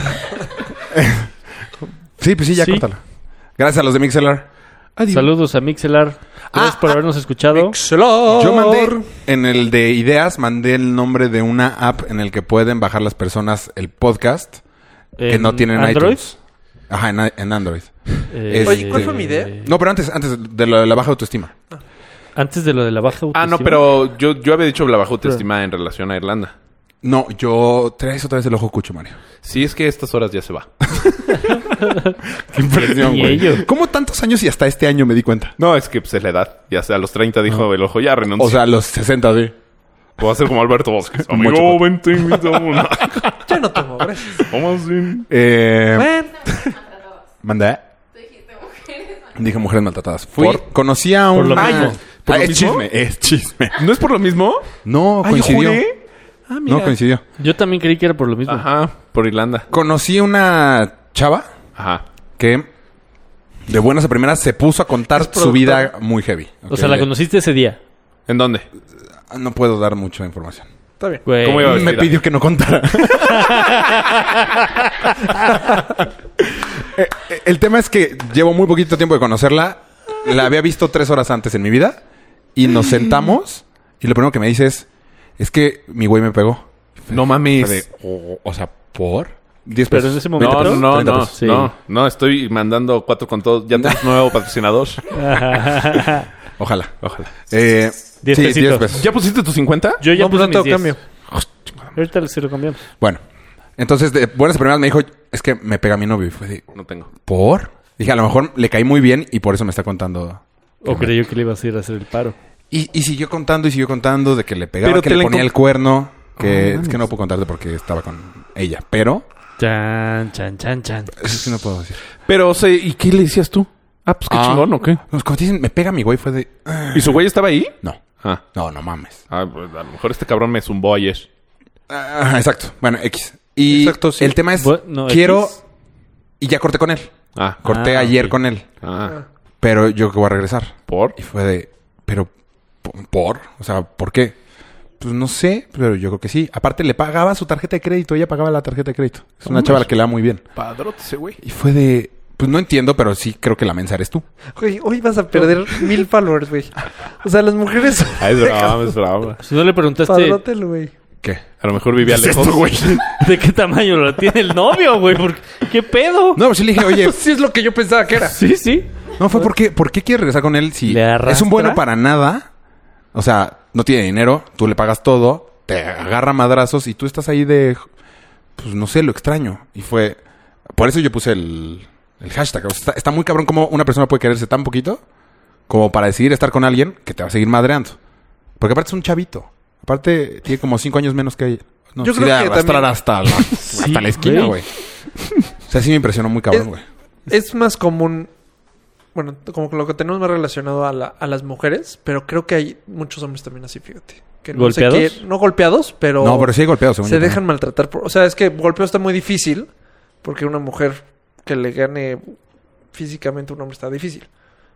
Speaker 2: sí, pues sí, ya
Speaker 3: Sí.
Speaker 2: córtala. Gracias a los de Mixelar.
Speaker 3: ¿Eh? Saludos a Mixelar. Gracias por habernos escuchado.
Speaker 2: Yo mandé en el de ideas, mandé el nombre de una app en el que pueden bajar las personas el podcast que
Speaker 3: En
Speaker 2: no tienen
Speaker 3: Android.
Speaker 2: iTunes. Ajá, en, en Android.
Speaker 3: Eh,
Speaker 2: Oye, ¿cuál
Speaker 5: fue mi idea?
Speaker 2: No, pero antes, antes de la, la baja autoestima.
Speaker 3: Antes de lo de la baja
Speaker 2: Pues
Speaker 4: Ah, no,
Speaker 3: autoestima.
Speaker 4: pero yo, yo había dicho la baja autoestima en relación a Irlanda.
Speaker 2: No, yo traes otra vez el ojo cucho, Mario.
Speaker 4: Sí, es que a estas horas ya se va.
Speaker 2: Qué impresión,
Speaker 3: Ni
Speaker 2: güey.
Speaker 3: ellos.
Speaker 2: ¿Cómo tantos años y hasta este año me di cuenta?
Speaker 4: No, es que pues, es la edad. Ya sea, a los 30 dijo el ojo, ya renuncio.
Speaker 2: O sea, a los 60, sí.
Speaker 4: Voy a ser como Alberto Bosques.
Speaker 2: Mucho
Speaker 4: Amigo, vente, invítame una.
Speaker 5: Ya no tomo, gracias.
Speaker 4: Vamos bien.
Speaker 2: Eh,
Speaker 5: Bueno,
Speaker 2: mandé.
Speaker 7: Tú dijiste mujeres.
Speaker 2: Dije mujeres maltratadas. Fui,
Speaker 4: ¿Por?
Speaker 2: conocí a un...
Speaker 3: lo
Speaker 2: Ah,
Speaker 3: mismo.
Speaker 2: es
Speaker 4: ¿Por lo
Speaker 2: es
Speaker 4: mismo?
Speaker 2: chisme, es chisme.
Speaker 4: ¿No es por lo mismo?
Speaker 2: No,
Speaker 4: Ay,
Speaker 2: coincidió.
Speaker 4: juré. Ah, mira.
Speaker 2: No, coincidió.
Speaker 3: Yo también creí que era por lo mismo.
Speaker 4: Ajá, por Irlanda.
Speaker 2: Conocí una chava
Speaker 4: Ajá.
Speaker 2: que de buenas a primeras se puso a contar su vida muy heavy.
Speaker 3: O sea, la
Speaker 2: Ok. Ah,
Speaker 3: conociste ese día.
Speaker 4: ¿En dónde?
Speaker 2: No puedo dar mucha información.
Speaker 5: está bien.
Speaker 3: Güey.
Speaker 4: ¿Cómo iba?
Speaker 2: Me
Speaker 4: vestida.
Speaker 2: pidió que no contara. Eh, eh, El tema es que llevo muy poquito tiempo de conocerla. La había visto tres horas antes en mi vida. Y nos sentamos. Y lo primero que me dice es... Es que mi güey me pegó.
Speaker 4: No
Speaker 2: Fue de,
Speaker 4: mames.
Speaker 2: "O- o sea, ¿por? 10
Speaker 3: Pero
Speaker 2: pesos.
Speaker 3: en ese
Speaker 4: No,
Speaker 3: momento.
Speaker 4: no, no,
Speaker 2: 30
Speaker 4: no,
Speaker 2: pesos.
Speaker 3: Sí.
Speaker 4: no, no, estoy mandando cuatro con todos. Ya tenemos nuevo patrocinador.
Speaker 2: Ojalá.
Speaker 4: Ojalá.
Speaker 2: Eh,
Speaker 3: Diez
Speaker 2: sí,
Speaker 3: pesitos.
Speaker 2: 10 pesos.
Speaker 4: ¿Ya pusiste tus 50?
Speaker 3: Yo ya
Speaker 5: No, pues
Speaker 3: puse
Speaker 5: no tengo
Speaker 3: mis 10.
Speaker 5: cambio.
Speaker 3: Ahorita se lo cambiamos.
Speaker 2: Bueno. Entonces, de buenas a primeras me dijo... Es que me pega mi novio. Y fue de...
Speaker 4: No tengo.
Speaker 2: ¿Por? Dije, a lo mejor le caí muy bien y por eso me está contando.
Speaker 3: O creyó que le ibas a ir a hacer el paro.
Speaker 2: Y, y siguió contando y siguió contando de que le pegaba,
Speaker 4: Pero
Speaker 2: que
Speaker 4: te la
Speaker 2: le
Speaker 4: Ah,
Speaker 2: ponía
Speaker 4: encon-
Speaker 2: el cuerno. Que es que no puedo contarte porque estaba con ella. Pero...
Speaker 3: Chan, chan, chan, chan.
Speaker 2: Eso sí no puedo decir.
Speaker 4: Pero, o sea, ¿y qué le decías tú? Ah, pues qué
Speaker 2: Ah.
Speaker 4: chingón, ¿o qué?
Speaker 2: Pues como te dicen, me pega mi güey. Fue de... "Ah,
Speaker 4: ¿Y su güey estaba ahí?
Speaker 2: No.
Speaker 4: Ah.
Speaker 2: No, no mames.
Speaker 4: Ah, pues a lo mejor este cabrón me zumbó ayer.
Speaker 2: Ah, exacto. Bueno, X. Y
Speaker 5: Exacto, sí.
Speaker 2: el tema es,
Speaker 3: Bueno, X.
Speaker 2: quiero... Y ya corté con él.
Speaker 4: Ah,
Speaker 2: Corté
Speaker 3: Ah,
Speaker 2: ayer
Speaker 3: ok.
Speaker 2: con él.
Speaker 4: ah,
Speaker 2: Pero yo que voy a regresar.
Speaker 4: ¿por?
Speaker 2: Y fue de... Pero... po- ¿Por? O sea, ¿por qué? Pues no sé, pero yo creo que sí. Aparte, le pagaba su tarjeta de crédito. Ella pagaba la tarjeta de crédito. Es una chava a la que le da muy bien.
Speaker 4: Padrote ese güey.
Speaker 2: Y fue de... Pues no entiendo, pero sí creo que la mensa eres tú.
Speaker 5: Güey, hoy vas a perder mil followers, güey. O sea, las mujeres.
Speaker 4: Ah, es brava, es brava.
Speaker 3: Si no le preguntaste
Speaker 5: Padrótelo, güey.
Speaker 2: ¿Qué?
Speaker 4: A lo mejor vivía
Speaker 2: ¿Qué es
Speaker 4: lejos.
Speaker 2: esto, güey?
Speaker 3: de qué tamaño lo tiene el novio, güey. porque- ¿Qué pedo?
Speaker 2: No, pues yo le dije, oye...
Speaker 5: Pues sí es lo que yo pensaba que era.
Speaker 3: Sí, sí.
Speaker 2: No, fue porque... ¿Por qué quieres regresar con él si...
Speaker 3: ¿Le arrastra?
Speaker 2: Es un bueno para nada. O sea, no tiene dinero. Tú le pagas todo. Te agarra madrazos. Y tú estás ahí de... Pues no sé, lo extraño. Y fue... Por eso yo puse el... El hashtag. O sea, está, está muy cabrón como una persona puede quererse tan poquito... Como para decidir estar con alguien que te va a seguir madreando. Porque aparte es un chavito. Aparte tiene como cinco años menos que ella. No,
Speaker 5: Yo
Speaker 2: sí
Speaker 5: creo
Speaker 2: de
Speaker 5: que
Speaker 2: arrastrar
Speaker 5: también-
Speaker 2: hasta la, hasta la esquina, güey. O sea, sí me impresionó muy cabrón,
Speaker 5: Es-
Speaker 2: güey.
Speaker 5: Es más común. Bueno, como que lo que tenemos más relacionado a, la- a las mujeres, pero creo que hay muchos hombres también así, fíjate. Que no sé
Speaker 3: ¿Golpeados?
Speaker 5: qué- no golpeados, pero.
Speaker 2: No, pero sí hay golpeado, según
Speaker 5: se
Speaker 2: yo, ¿no?
Speaker 5: dejan maltratar. Por, o sea, es que golpeo está muy difícil porque una mujer que le gane físicamente a un hombre está difícil.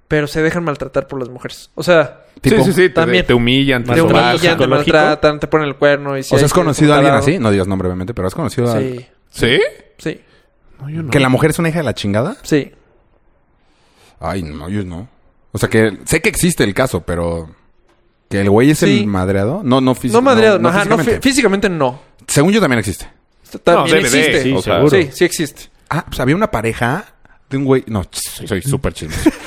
Speaker 5: pero se dejan maltratar por las mujeres. O sea,
Speaker 2: Tipo,
Speaker 4: sí, sí, sí. te-
Speaker 5: también.
Speaker 4: Te, humillan, te
Speaker 5: te
Speaker 3: Maltrato
Speaker 5: humillan, te
Speaker 4: sobajan.
Speaker 3: psicológico.
Speaker 5: maltratan, te ponen el cuerno. Y si
Speaker 2: O sea,
Speaker 5: hay
Speaker 2: ¿has conocido a alguien
Speaker 5: cagado-
Speaker 2: así? No digas nombre, obviamente, pero ¿has conocido a...
Speaker 5: Sí,
Speaker 4: ¿Sí?
Speaker 5: sí,
Speaker 2: ¿Que la mujer es una hija de la chingada?
Speaker 5: sí.
Speaker 2: Ay, no, yo no. O sea, que sé que existe el caso, pero... ¿Que el güey es
Speaker 5: Sí.
Speaker 2: el madreado? No, no físico-
Speaker 5: No madreado, no, ajá, no, fí-
Speaker 2: físicamente.
Speaker 5: físicamente no.
Speaker 2: Según yo también existe.
Speaker 5: También
Speaker 4: DVD,
Speaker 5: existe.
Speaker 4: sí,
Speaker 5: Sí,
Speaker 4: o sea,
Speaker 3: seguro.
Speaker 5: sí, existe.
Speaker 2: Ah, pues había una pareja de un güey... No, ch- soy soy súper chismoso.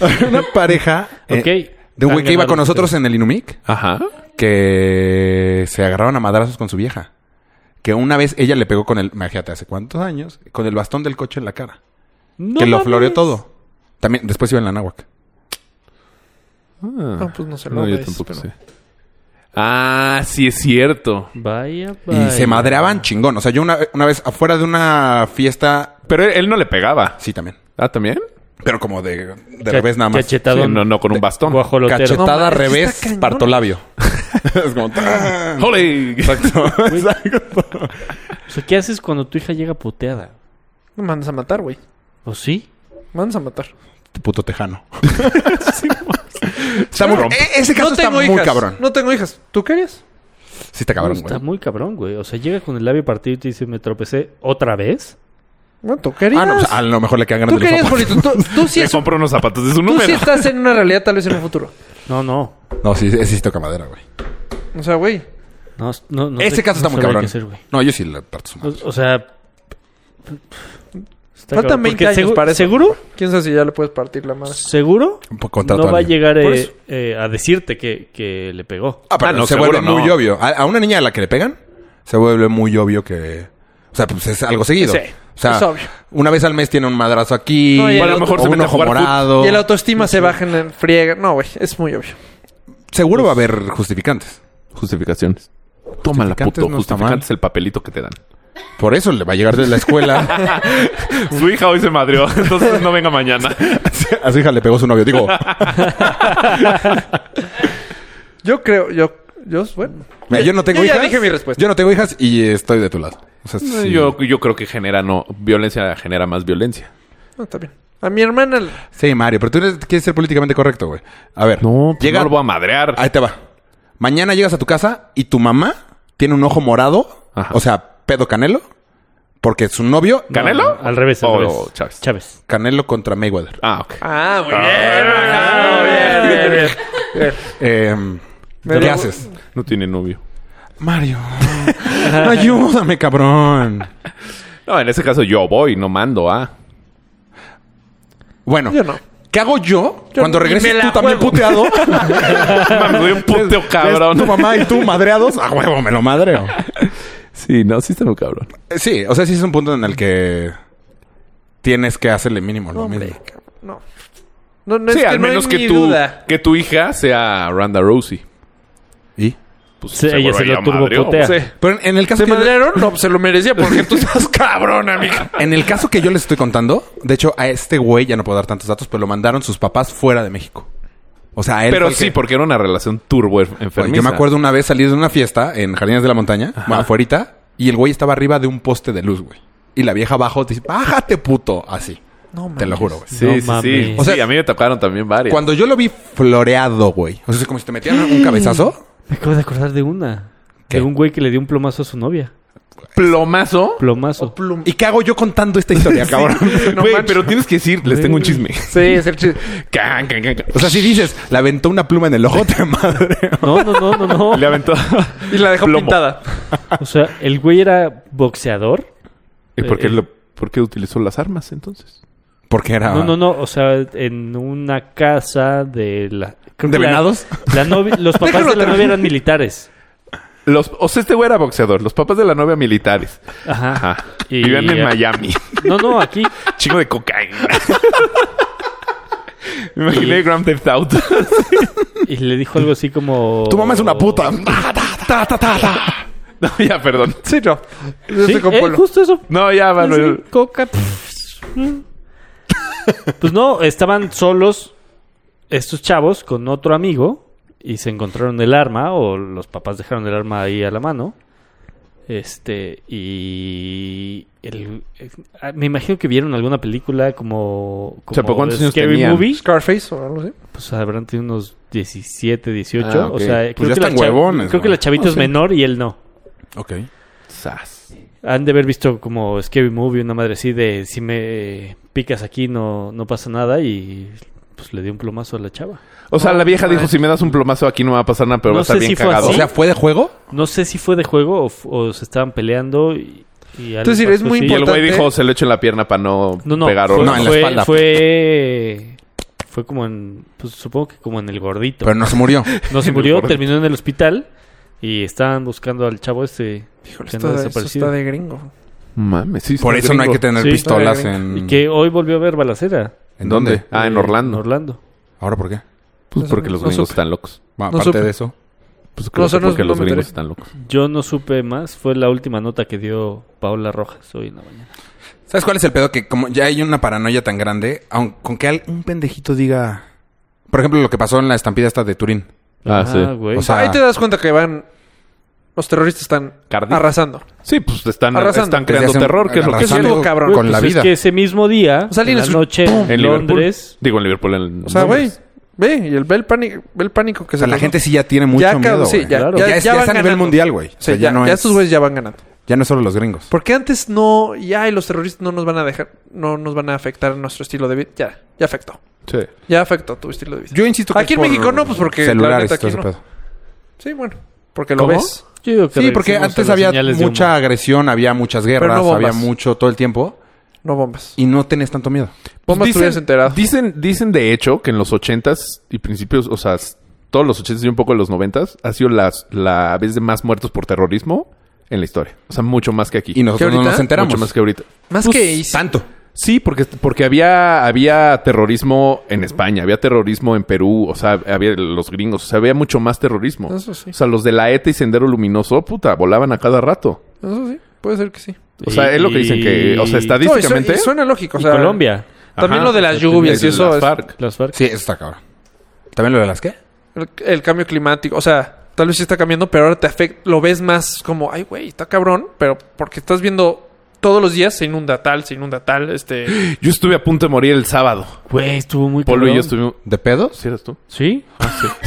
Speaker 2: Había una pareja... eh,
Speaker 3: Ok.
Speaker 2: De un güey
Speaker 3: Han
Speaker 2: que iba
Speaker 3: ganado
Speaker 2: con nosotros
Speaker 3: ustedes.
Speaker 2: en el Inumic.
Speaker 4: Ajá.
Speaker 2: que se agarraron a madrazos con su vieja. Que una vez ella le pegó con el, imagínate, hace cuántos años, con el bastón del coche en la cara.
Speaker 3: No
Speaker 2: que lo
Speaker 3: mames.
Speaker 2: floreó todo. También, después iba en la náhuac.
Speaker 4: Ah.
Speaker 5: No, pues no se lo
Speaker 4: No, yo
Speaker 5: ves,
Speaker 4: tampoco
Speaker 5: pero-
Speaker 4: sé. Ah, sí es cierto.
Speaker 3: Vaya,
Speaker 2: Y
Speaker 3: vaya.
Speaker 2: se madreaban chingón. O sea, yo una, una vez afuera de una fiesta,
Speaker 4: Pero él, él no le pegaba.
Speaker 2: sí también.
Speaker 4: Ah, ¿también?
Speaker 2: Pero como de, de
Speaker 3: Ca-
Speaker 2: revés nada más.
Speaker 4: Sí,
Speaker 3: Cachetado.
Speaker 4: no, no, con un bastón.
Speaker 3: Guajolotero.
Speaker 5: No
Speaker 2: Cachetada
Speaker 5: mames,
Speaker 2: revés,
Speaker 5: está cañón.
Speaker 2: partolabio. es como... ¡ah!
Speaker 4: ¡Holy!
Speaker 2: Exacto. exacto.
Speaker 3: O sea, pues, ¿qué haces cuando tu hija llega puteada?
Speaker 5: Me mandas a matar, güey.
Speaker 3: ¿O sí?
Speaker 5: Me mandas a matar.
Speaker 2: Este Puto tejano. Está muy-
Speaker 4: Rompe.
Speaker 2: e- ese caso
Speaker 5: no
Speaker 2: está
Speaker 5: tengo
Speaker 2: muy
Speaker 5: hijas.
Speaker 2: cabrón.
Speaker 5: No tengo hijas. ¿Tú querías?
Speaker 2: Sí está cabrón,
Speaker 3: Está
Speaker 2: güey.
Speaker 3: muy cabrón, güey. O sea, llega con el labio partido y te dice, me tropecé otra vez.
Speaker 5: Bueno, tú querías.
Speaker 2: Ah, no, pues, a lo mejor le quedan ganas
Speaker 5: tú
Speaker 2: de los
Speaker 5: querías,
Speaker 2: zapatos.
Speaker 5: Polito. Tú, tú sí
Speaker 4: Le
Speaker 5: es-
Speaker 4: compró unos zapatos de su
Speaker 5: tú sí
Speaker 4: número.
Speaker 5: estás en una realidad tal vez en un futuro.
Speaker 3: No, no.
Speaker 2: No, sí, ese sí toca madera, güey.
Speaker 5: O sea, güey.
Speaker 3: No, no, no
Speaker 2: Ese
Speaker 3: sé-
Speaker 2: caso
Speaker 3: no
Speaker 2: está muy
Speaker 3: sabría
Speaker 2: cabrón.
Speaker 3: qué hacer, güey.
Speaker 2: no, yo sí le parto su madre.
Speaker 3: O, o sea... está
Speaker 5: Faltan
Speaker 3: cabrón.
Speaker 5: 20
Speaker 3: Porque
Speaker 5: años
Speaker 3: segu-
Speaker 5: para eso.
Speaker 3: ¿Seguro?
Speaker 5: ¿Quién sabe si ya le puedes partir la madre?
Speaker 3: ¿Seguro?
Speaker 2: Un poco contrato
Speaker 3: no va a
Speaker 2: alguien.
Speaker 3: llegar
Speaker 5: Por
Speaker 3: eh,
Speaker 5: eso.
Speaker 3: eh, a decirte que, que le pegó.
Speaker 2: Ah, pero
Speaker 4: Ah, no,
Speaker 2: se
Speaker 4: seguro
Speaker 2: vuelve
Speaker 4: no.
Speaker 2: muy obvio. A, a una niña a la que le pegan, se vuelve muy obvio que. O sea, pues es algo seguido.
Speaker 5: Sí,
Speaker 2: o sea,
Speaker 5: es obvio.
Speaker 2: una vez al mes tiene un madrazo aquí.
Speaker 5: No, y el
Speaker 2: o
Speaker 5: O a lo
Speaker 4: mejor se
Speaker 2: un
Speaker 4: mete a
Speaker 2: ojo
Speaker 4: jugar fut-
Speaker 2: morado.
Speaker 5: Y la autoestima se baja en el friega. No, güey. Es muy obvio.
Speaker 2: Seguro va a haber justificantes.
Speaker 4: Justificaciones. Toma la
Speaker 2: Justificantes
Speaker 4: puto.
Speaker 2: no está
Speaker 4: Justificantes el papelito que te dan.
Speaker 2: Por eso le va a llegar desde la escuela.
Speaker 4: Su hija hoy se madrió, entonces no venga mañana.
Speaker 2: a su hija le pegó su novio. Digo,
Speaker 5: Yo creo, yo, yo, bueno.
Speaker 2: mira, yo no tengo
Speaker 5: Yo ya
Speaker 2: hijas.
Speaker 5: dije mi respuesta.
Speaker 2: Yo no tengo hijas y estoy de tu lado. O sea, sí.
Speaker 4: Yo, yo creo que genera no. Violencia genera más violencia.
Speaker 5: No, está bien. A mi hermana, el-
Speaker 2: Sí, Mario, pero tú eres- quieres ser políticamente correcto, güey. A ver.
Speaker 4: No, pues
Speaker 2: llega-
Speaker 4: no lo voy a madrear.
Speaker 2: Ahí te va. Mañana llegas a tu casa y tu mamá tiene un ojo morado,
Speaker 4: Ajá.
Speaker 2: o sea, pedo canelo, porque su novio,
Speaker 4: ¿Canelo?
Speaker 3: No, al revés, al
Speaker 2: Oh,
Speaker 4: O
Speaker 3: revés.
Speaker 4: Chávez.
Speaker 3: Chávez.
Speaker 2: canelo contra Mayweather.
Speaker 4: Ah, ok.
Speaker 5: Ah, muy bien. muy bien, muy bien,
Speaker 2: Eh,
Speaker 5: Me
Speaker 2: ¿Qué
Speaker 5: lo-
Speaker 2: haces?
Speaker 4: No tiene novio.
Speaker 2: Mario, ayúdame, cabrón.
Speaker 4: No, en ese caso yo voy, no mando, ah.
Speaker 2: Bueno,
Speaker 5: bien. Ah, Yo no.
Speaker 2: ¿qué hago yo,
Speaker 5: Yo
Speaker 2: cuando
Speaker 5: ni
Speaker 2: regreses
Speaker 5: me la
Speaker 2: tú también
Speaker 5: juego.
Speaker 2: puteado?
Speaker 4: Mames, soy un puteo
Speaker 2: ¿Ves Tu
Speaker 4: cabrón.
Speaker 2: mamá y tú madreados, a huevo, me lo madreo.
Speaker 4: Sí, no, sí está muy cabrón.
Speaker 2: Eh, Sí, o sea, sí es un punto en el que tienes que hacerle mínimo lo
Speaker 5: Hombre,
Speaker 2: mismo.
Speaker 5: cabrón, no. No, no
Speaker 4: sí,
Speaker 5: es que
Speaker 4: al
Speaker 5: no hay
Speaker 4: menos
Speaker 5: ni
Speaker 4: que, tu,
Speaker 5: duda.
Speaker 4: que tu hija sea Randa Rousey.
Speaker 2: ¿Y?
Speaker 4: Pues
Speaker 3: Sí, ella
Speaker 4: seguro
Speaker 3: se lo
Speaker 4: madreó.
Speaker 3: turboputea.
Speaker 4: Sí.
Speaker 2: Pero en, en el caso
Speaker 5: ¿Te
Speaker 2: que-
Speaker 5: madrearon? No, pues se lo merecía porque tú estás cabrón, amiga.
Speaker 2: En el caso que yo les estoy contando, de hecho, a este güey ya no puedo dar tantos datos, pero lo mandaron sus papás fuera de México. O sea, a él.
Speaker 4: Pero
Speaker 2: fue el
Speaker 4: sí,
Speaker 2: que-
Speaker 4: porque era una relación turbo enfermiza.
Speaker 2: Yo me acuerdo una vez salir de una fiesta en Jardines de la Montaña, bueno, afuerita, y el güey estaba arriba de un poste de luz, güey. Y la vieja abajo dice, bájate, puto. Así.
Speaker 5: No, mames.
Speaker 2: Te lo juro, güey.
Speaker 4: Sí,
Speaker 3: No
Speaker 4: sí, sí.
Speaker 3: mames.
Speaker 2: O sea,
Speaker 4: sí, a mí me tocaron también varias.
Speaker 2: Cuando yo lo vi floreado, güey. O sea, es como si te metieran
Speaker 5: Mm.
Speaker 2: un cabezazo.
Speaker 3: Me acabo de acordar de una.
Speaker 2: ¿Qué?
Speaker 3: De un güey que le dio un plomazo a su novia.
Speaker 4: Plomazo.
Speaker 3: Plomazo.
Speaker 5: Plum.
Speaker 2: ¿Y qué hago yo contando esta historia, cabrón?
Speaker 5: No
Speaker 4: Güey,
Speaker 5: manches.
Speaker 4: pero tienes que decir, les tengo un chisme.
Speaker 5: Sí, es el chiste.
Speaker 4: Can, can, can, can.
Speaker 2: O sea, si dices, le aventó una pluma en el ojo, te madre.
Speaker 3: No, no, no, no,
Speaker 4: Le
Speaker 3: no.
Speaker 4: aventó.
Speaker 5: Y la dejó
Speaker 4: Plomo.
Speaker 5: pintada.
Speaker 3: O sea, el güey era boxeador.
Speaker 4: ¿Y por qué,
Speaker 3: Eh,
Speaker 4: lo- por qué utilizó las armas entonces?
Speaker 2: Porque era.
Speaker 3: No, no, no. O sea, en una casa de la. creo
Speaker 2: ¿De
Speaker 3: que la-
Speaker 2: venados?
Speaker 3: la novia- los papás de la novia eran militares.
Speaker 4: Los, o sea, este güey era boxeador. Los papás de la novia militares.
Speaker 3: Ajá.
Speaker 4: Ajá.
Speaker 3: Y-
Speaker 4: Vivían en Miami.
Speaker 3: No, no, aquí.
Speaker 4: Chingo de cocaína. Me imaginé Grand Theft Auto.
Speaker 3: Y le dijo algo así como.
Speaker 2: Tu mamá es una puta.
Speaker 4: Oh. No, ya, perdón.
Speaker 5: Sí, no. Yo
Speaker 3: Sí,
Speaker 5: estoy con
Speaker 3: eh,
Speaker 5: Polo.
Speaker 3: justo eso.
Speaker 4: No, ya, Manuel.
Speaker 3: Sí, coca. pff, mm. Pues no, estaban solos estos chavos con otro amigo y se encontraron el arma o los papás dejaron el arma ahí a la mano Este, y el- eh, ah, me imagino que vieron alguna película como, como
Speaker 4: sea, ¿pero cuántos años
Speaker 3: Scary
Speaker 4: tenían?
Speaker 3: Movie.
Speaker 5: Scarface o algo así.
Speaker 3: Pues habrán tenido unos 17, 18.
Speaker 4: Ah, ok.
Speaker 3: O
Speaker 2: Pues
Speaker 3: sea,
Speaker 2: ya
Speaker 3: que la
Speaker 2: están
Speaker 3: cha-
Speaker 2: huevones,
Speaker 3: creo que
Speaker 2: güey.
Speaker 3: la chavita
Speaker 2: No,
Speaker 3: es
Speaker 2: sí.
Speaker 3: menor y él no.
Speaker 2: Ok.
Speaker 4: Sas.
Speaker 3: Han de haber visto como Scary Movie, una madre así de si me picas aquí no, no pasa nada y pues le dio un plomazo a la chava.
Speaker 4: O sea, la vieja dijo,
Speaker 5: Ay.
Speaker 4: si me das un plomazo aquí no me va a pasar nada, pero
Speaker 3: No
Speaker 4: va a estar
Speaker 3: sé
Speaker 4: bien
Speaker 3: si fue
Speaker 4: cagado.
Speaker 3: así.
Speaker 2: O sea, ¿fue de juego?
Speaker 3: No sé si fue de juego o, f- o se estaban peleando y... y algo
Speaker 5: Es decir, es
Speaker 3: pasó
Speaker 5: muy
Speaker 3: así.
Speaker 4: y el güey
Speaker 5: importante.
Speaker 4: dijo, se lo echo en la pierna para no,
Speaker 3: No, no,
Speaker 4: pegar
Speaker 3: fue,
Speaker 4: oro.
Speaker 2: No, en la
Speaker 3: fue-
Speaker 2: espalda. pues.
Speaker 3: Fue, fue como en... Pues supongo que como en el gordito.
Speaker 2: Pero no se murió.
Speaker 3: No se
Speaker 4: el
Speaker 3: murió,
Speaker 4: gordito.
Speaker 3: terminó en el hospital y estaban buscando al chavo este...
Speaker 5: Híjole,
Speaker 3: Que
Speaker 5: esto,
Speaker 3: no
Speaker 5: esto
Speaker 3: desaparecido.
Speaker 5: está de gringo.
Speaker 4: Mames, sí.
Speaker 2: Por
Speaker 4: está
Speaker 2: eso no hay
Speaker 4: gringo.
Speaker 2: que tener
Speaker 3: Sí.
Speaker 2: pistolas
Speaker 5: Está
Speaker 2: en...
Speaker 3: Y que hoy volvió a ver balacera.
Speaker 2: ¿En dónde?
Speaker 4: Ah, en
Speaker 3: Eh,
Speaker 4: Orlando.
Speaker 3: En Orlando.
Speaker 2: ¿Ahora por qué?
Speaker 4: Pues porque los
Speaker 5: No
Speaker 4: gringos están locos.
Speaker 2: Bueno,
Speaker 5: No
Speaker 2: aparte
Speaker 5: supe.
Speaker 2: de eso.
Speaker 4: Pues creo que
Speaker 5: sé, no-
Speaker 4: porque
Speaker 5: no
Speaker 4: los
Speaker 5: me
Speaker 4: gringos
Speaker 5: enteré.
Speaker 4: están locos.
Speaker 3: Yo no supe más. Fue la última nota que dio Paola Rojas hoy en la mañana.
Speaker 2: ¿Sabes cuál es el pedo? Que como ya hay una paranoia tan grande, aun con que al- un pendejito diga... Por ejemplo, lo que pasó en la estampida esta de Turín.
Speaker 4: Ah, sí.
Speaker 3: güey.
Speaker 2: O sea,
Speaker 5: Ahí te das cuenta que van. Los terroristas están
Speaker 4: Cardiff.
Speaker 5: arrasando.
Speaker 4: Sí, pues están,
Speaker 5: Arrasando.
Speaker 4: están
Speaker 2: Desde
Speaker 4: creando
Speaker 2: hace un-
Speaker 4: terror, que es lo que
Speaker 2: arrasando
Speaker 5: estuvo cabrón.
Speaker 2: Con la
Speaker 3: pues
Speaker 2: vida.
Speaker 3: Es que ese mismo día,
Speaker 5: O sea, alguien
Speaker 3: en la
Speaker 5: es un-
Speaker 3: noche,
Speaker 5: ¡pum!
Speaker 4: En
Speaker 3: en Londres,
Speaker 4: Liverpool. Digo, en Liverpool. En
Speaker 5: O sea,
Speaker 4: Londres.
Speaker 5: güey. Ve, y el, ve, el pánico, ve el pánico que
Speaker 2: O sea,
Speaker 5: se
Speaker 2: la
Speaker 5: les-
Speaker 2: gente sí ya tiene mucho
Speaker 5: Ya,
Speaker 2: miedo,
Speaker 5: cabrón, sí,
Speaker 2: güey.
Speaker 5: ya-
Speaker 3: Claro.
Speaker 2: ya,
Speaker 5: ya-
Speaker 2: es,
Speaker 5: ya
Speaker 2: ya es
Speaker 5: van
Speaker 2: a nivel
Speaker 5: ganando.
Speaker 2: mundial, güey. O
Speaker 5: Sí,
Speaker 2: sea, ya,
Speaker 5: ya,
Speaker 2: no
Speaker 5: ya
Speaker 2: es...
Speaker 5: estos güeyes ya van ganando.
Speaker 2: Ya no es solo los gringos.
Speaker 5: Porque antes no, ya y los terroristas no nos van a dejar, no nos van a afectar nuestro estilo de vida. Ya, ya afectó.
Speaker 4: Sí.
Speaker 5: Ya afectó tu estilo de vida.
Speaker 2: Yo insisto que
Speaker 5: Aquí
Speaker 2: es
Speaker 5: en
Speaker 2: por
Speaker 5: México no, pues porque
Speaker 2: celulares,
Speaker 5: la
Speaker 2: todo
Speaker 5: neta, aquí
Speaker 2: ese
Speaker 5: no.
Speaker 2: pedo.
Speaker 5: Sí, bueno. Porque lo
Speaker 4: ¿Cómo?
Speaker 5: ves.
Speaker 3: yo digo que
Speaker 2: Sí, porque
Speaker 3: regresemos a
Speaker 2: antes
Speaker 3: las
Speaker 2: había
Speaker 3: señales de
Speaker 2: mucha
Speaker 3: humo.
Speaker 2: agresión, había muchas guerras,
Speaker 5: no
Speaker 2: había
Speaker 5: bombas.
Speaker 2: mucho todo el tiempo
Speaker 5: No bombas.
Speaker 2: y no tenías tanto miedo.
Speaker 5: Vos más te hubieras enterado.
Speaker 4: Dicen, dicen de hecho que en los ochentas y principios, o sea, s- todos los ochentas y un poco los noventas, ha sido las, la vez de más muertos por terrorismo en la historia. O sea, mucho más que aquí.
Speaker 2: Y nosotros no
Speaker 5: ahorita?
Speaker 2: nos enteramos.
Speaker 4: Mucho más que ahorita.
Speaker 5: Más
Speaker 3: Pues,
Speaker 5: que hice.
Speaker 2: pues, Tanto.
Speaker 4: Sí, porque, porque había, había terrorismo en España, había terrorismo en Perú, o sea, había los gringos, o sea, había mucho más terrorismo.
Speaker 5: Eso sí.
Speaker 4: O sea, los de la ETA y Sendero Luminoso, puta, volaban a cada rato.
Speaker 5: Eso sí. Puede ser que sí.
Speaker 4: O sea, es lo que dicen que, o sea,
Speaker 3: Y-
Speaker 5: No, y su-
Speaker 4: estadísticamente...
Speaker 5: y suena lógico. O
Speaker 3: Y
Speaker 5: sea,
Speaker 3: Colombia.
Speaker 5: También
Speaker 4: Ajá,
Speaker 5: lo de las
Speaker 4: o sea,
Speaker 5: lluvias y
Speaker 4: las
Speaker 5: eso. es-
Speaker 4: FARC.
Speaker 3: Las FARC.
Speaker 2: Sí, eso está cabrón. ¿También lo de las qué?
Speaker 5: el, el cambio climático. O sea, tal vez sí está cambiando, pero ahora te afecta, lo ves más como, ay, güey, está cabrón, pero porque estás viendo todos los días se inunda tal, se inunda tal, este...
Speaker 4: Yo estuve a punto de morir el sábado.
Speaker 3: Güey, estuvo muy
Speaker 4: Polo y yo
Speaker 3: cabrón.
Speaker 4: estuvimos...
Speaker 2: ¿De pedos?
Speaker 4: ¿Sí eras tú?
Speaker 3: ¿Sí?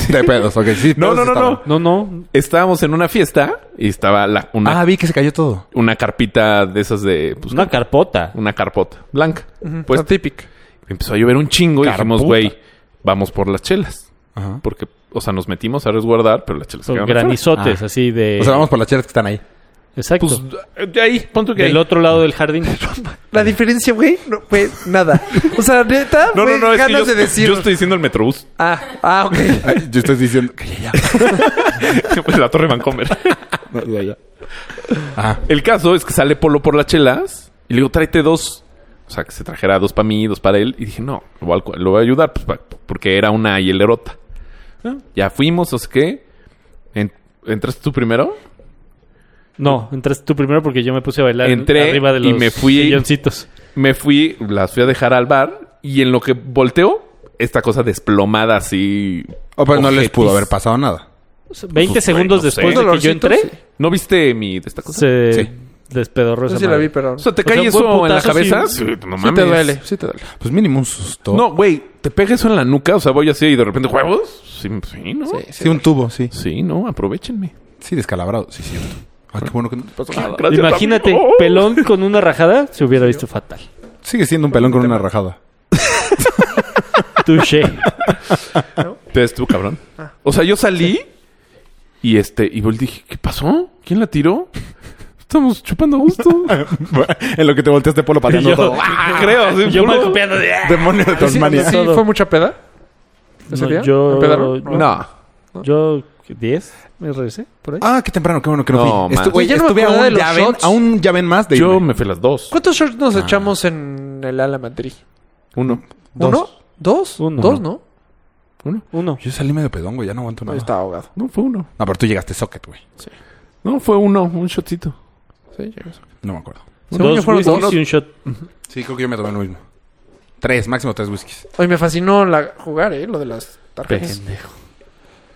Speaker 2: De pedos, ok. Sí,
Speaker 4: No,
Speaker 2: pedos
Speaker 4: no, no, Pues
Speaker 2: estaban.
Speaker 4: no.
Speaker 3: No, no.
Speaker 4: Estábamos en una fiesta y estaba la- una,
Speaker 2: Ah, vi que se cayó todo.
Speaker 4: una carpita de esas de... pues,
Speaker 3: Una carpota.
Speaker 4: una carpota blanca.
Speaker 5: Pues
Speaker 4: Pues
Speaker 5: típico.
Speaker 4: empezó a llover un chingo y dijimos,
Speaker 2: Carpota.
Speaker 4: güey, vamos por las chelas.
Speaker 2: Ajá.
Speaker 4: Porque, o sea, nos metimos a resguardar, pero las chelas se
Speaker 3: Son
Speaker 4: quedaron afuera.
Speaker 3: granizotes,
Speaker 2: Ah.
Speaker 3: así de...
Speaker 2: O sea, vamos por las chelas que están ahí.
Speaker 3: Exacto.
Speaker 4: Pues eh, de ahí, pon tú que
Speaker 3: Del
Speaker 4: ahí.
Speaker 3: otro lado del jardín.
Speaker 5: La diferencia, güey, no fue nada. O sea, neta,
Speaker 4: Ah. No, no,
Speaker 5: fue
Speaker 4: no, es que
Speaker 5: ganas
Speaker 4: yo,
Speaker 5: de decir...
Speaker 4: yo estoy diciendo el Metrobús,
Speaker 5: Ah, ah, ok.
Speaker 2: Ay, yo estoy diciendo... Calla, ya.
Speaker 4: pues, la Torre Vancomer.
Speaker 2: No, ya, ya. Ajá.
Speaker 4: el caso es que sale Polo por las chelas y le digo, tráete dos. O sea, que se trajera dos para mí, dos para él. Y dije, no, lo voy a, lo voy a ayudar, pues, pa- porque era una hielerota.
Speaker 3: Ah.
Speaker 4: ¿No? Ya fuimos, o sea, ¿qué? En- ¿Entraste tú primero?
Speaker 3: No, entraste tú primero porque yo me puse a bailar
Speaker 4: Entré
Speaker 3: arriba de los
Speaker 4: y me fui-
Speaker 3: silloncitos.
Speaker 4: Me fui, las fui a dejar al bar y en lo que volteo, esta cosa desplomada así.
Speaker 2: O pues no les
Speaker 4: Ojetis.
Speaker 2: pudo haber pasado nada.
Speaker 3: O sea, 20 segundos
Speaker 4: Pues, no sé.
Speaker 3: después de que yo entré,
Speaker 4: ¿No viste mi de esta cosa?
Speaker 3: se
Speaker 2: Sí.
Speaker 3: despedorró
Speaker 5: Yo
Speaker 3: esa
Speaker 5: sí la
Speaker 3: madre.
Speaker 5: vi, pero...
Speaker 4: O sea, te
Speaker 3: O sea,
Speaker 4: cae
Speaker 3: un buen
Speaker 4: eso en la
Speaker 3: putazo
Speaker 4: cabeza.
Speaker 3: sí-
Speaker 4: Sí, no
Speaker 5: Sí te duele, sí te duele.
Speaker 2: Pues mínimo un susto.
Speaker 4: No, güey, te pega eso en la nuca, o sea, voy así y de repente huevos. Sí, sí, ¿no? Sí,
Speaker 2: Sí, un tubo, sí.
Speaker 4: no, aprovechenme.
Speaker 2: Sí, descalabrado. Sí, cierto. Ay, qué bueno que no te pasó nada.
Speaker 4: Ah, Gracias,
Speaker 3: Imagínate,
Speaker 5: Oh.
Speaker 4: amigo.
Speaker 3: pelón con una rajada se hubiera visto fatal.
Speaker 2: Sigue siendo un pelón con una rajada.
Speaker 3: Touché.
Speaker 4: Entonces tú, cabrón. O sea, yo salí y este, y volteé y dije, ¿qué pasó? ¿Quién la tiró? Estamos chupando a gusto.
Speaker 2: en lo que te volteaste polo pateando
Speaker 3: Yo-
Speaker 2: todo.
Speaker 4: Creo, sí,
Speaker 3: yo
Speaker 4: puro-
Speaker 3: mal copiando de...
Speaker 2: Demonio de
Speaker 5: Sí,
Speaker 2: Tasmania.
Speaker 5: sí,
Speaker 3: Todo.
Speaker 5: fue mucha peda. ¿Ese
Speaker 3: No,
Speaker 5: día?
Speaker 3: yo-
Speaker 5: ¿Empedaron?
Speaker 4: No.
Speaker 3: Yo, 10, me regresé por ahí.
Speaker 2: Ah, qué temprano, qué bueno que no,
Speaker 4: No,
Speaker 2: fui.
Speaker 4: man.
Speaker 2: Estu- güey,
Speaker 5: Ya no me
Speaker 2: estuve a
Speaker 5: acordaba de
Speaker 2: un,
Speaker 5: los
Speaker 2: llaven,
Speaker 5: shots.
Speaker 2: a un llaven más de
Speaker 4: Yo
Speaker 2: irme.
Speaker 4: me fui a las dos.
Speaker 5: ¿Cuántos shorts nos echamos en el Ala Madrid?
Speaker 4: Uno.
Speaker 2: Dos.
Speaker 5: ¿Uno? ¿Dos?
Speaker 3: Uno.
Speaker 5: ¿Dos, no?
Speaker 4: Uno.
Speaker 3: Uno.
Speaker 2: Yo salí medio pedón, güey. Ya no aguanto nada.
Speaker 5: Estaba ahogado.
Speaker 4: No, fue uno.
Speaker 2: No, pero tú llegaste socket, güey.
Speaker 4: No, fue uno, un shotcito.
Speaker 5: Sí, llegó.
Speaker 2: No me acuerdo.
Speaker 5: Según yo
Speaker 3: Dos
Speaker 5: fueron
Speaker 3: whiskies
Speaker 5: dos.
Speaker 3: y un shot.
Speaker 2: Sí, creo que yo me tomé lo mismo. Tres, máximo tres whiskies.
Speaker 5: Oye, me fascinó la, jugar, ¿eh? Lo de las tarjetas.
Speaker 4: Pendejo.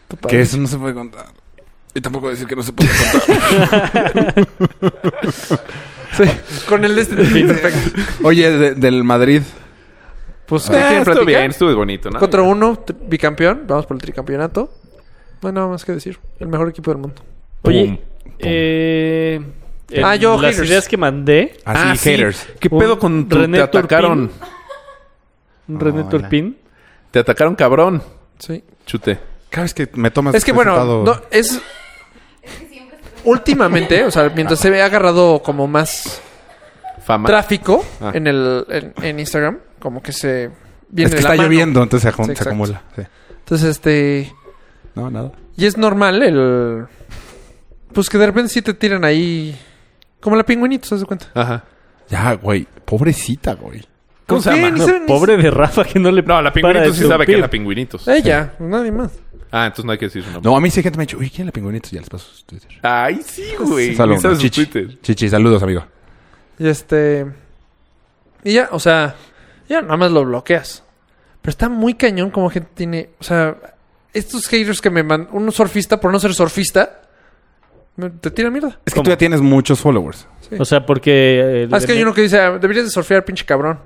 Speaker 5: Está padre.
Speaker 2: Que eso no se puede contar. Y tampoco decir que no se puede contar.
Speaker 5: Con el de este. Perfecto.
Speaker 2: Oye, de- del Madrid.
Speaker 5: Pues, ¿qué
Speaker 4: Ah,
Speaker 5: quieren
Speaker 4: estuvo
Speaker 5: platicar?
Speaker 4: bien, estuvo bonito, ¿no?
Speaker 5: Contra uno, tri- bicampeón. Vamos por el tricampeonato. No hay nada más que decir. El mejor equipo del mundo.
Speaker 3: Oye,
Speaker 4: Pum,
Speaker 3: eh, el-
Speaker 5: Ah, yo,
Speaker 3: las
Speaker 5: haters.
Speaker 3: ideas que mandé,
Speaker 2: Así,
Speaker 4: Ah, sí.
Speaker 2: haters.
Speaker 4: ¿Qué
Speaker 3: Un
Speaker 4: pedo con tu,
Speaker 3: René
Speaker 4: te atacaron?
Speaker 3: René
Speaker 2: Hola.
Speaker 3: Turpin.
Speaker 4: Te atacaron cabrón.
Speaker 5: Sí.
Speaker 4: Chute.
Speaker 2: Cada vez que me tomas.
Speaker 5: Es que bueno,
Speaker 2: presentado-
Speaker 5: no, es. Últimamente, o sea, mientras se ve agarrado como más
Speaker 4: Fama.
Speaker 5: tráfico
Speaker 4: Ah.
Speaker 5: en el en, en Instagram, como que se viene
Speaker 2: Es que
Speaker 5: de
Speaker 2: está
Speaker 5: la mano.
Speaker 2: lloviendo, entonces se, acum-
Speaker 5: Sí,
Speaker 2: se
Speaker 5: exacto.
Speaker 2: acumula. Sí.
Speaker 5: Entonces, este,
Speaker 2: No, nada.
Speaker 5: y es normal el pues que de repente sí te tiran ahí como la pingüinito, ¿se das cuenta?
Speaker 4: Ajá.
Speaker 2: Ya, güey. Pobrecita, güey.
Speaker 4: ¿Cómo se
Speaker 5: ¿Por qué?
Speaker 4: llama?
Speaker 5: Ni
Speaker 4: No,
Speaker 5: se- ni
Speaker 3: Pobre de Rafa que no le
Speaker 4: No, la
Speaker 3: para de
Speaker 4: pingüinitos sí sabe que es la
Speaker 3: escupir.
Speaker 4: pingüinitos.
Speaker 5: se- Ella, Eh, pues, nadie más.
Speaker 4: Ah, entonces no hay que decir su nombre.
Speaker 2: No, a mí sí hay gente que me ha dicho, uy, ¿quién es la pingüinito? Ya les paso su Twitter.
Speaker 4: Ay, sí, güey.
Speaker 2: Salud,
Speaker 4: Ni sabes su
Speaker 2: chichi.
Speaker 4: Twitter.
Speaker 2: Chichi, saludos, amigo.
Speaker 5: Y este y ya, o sea, ya nada más lo bloqueas. Pero está muy cañón como gente tiene, o sea, estos haters que me mandan, un surfista por no ser surfista me- te tiran mierda.
Speaker 2: Es que tú ya tienes muchos followers.
Speaker 3: O sea, porque... eh,
Speaker 5: Ah, es que
Speaker 3: le-
Speaker 5: hay uno que dice, "Ah, deberías de surfear, pinche cabrón.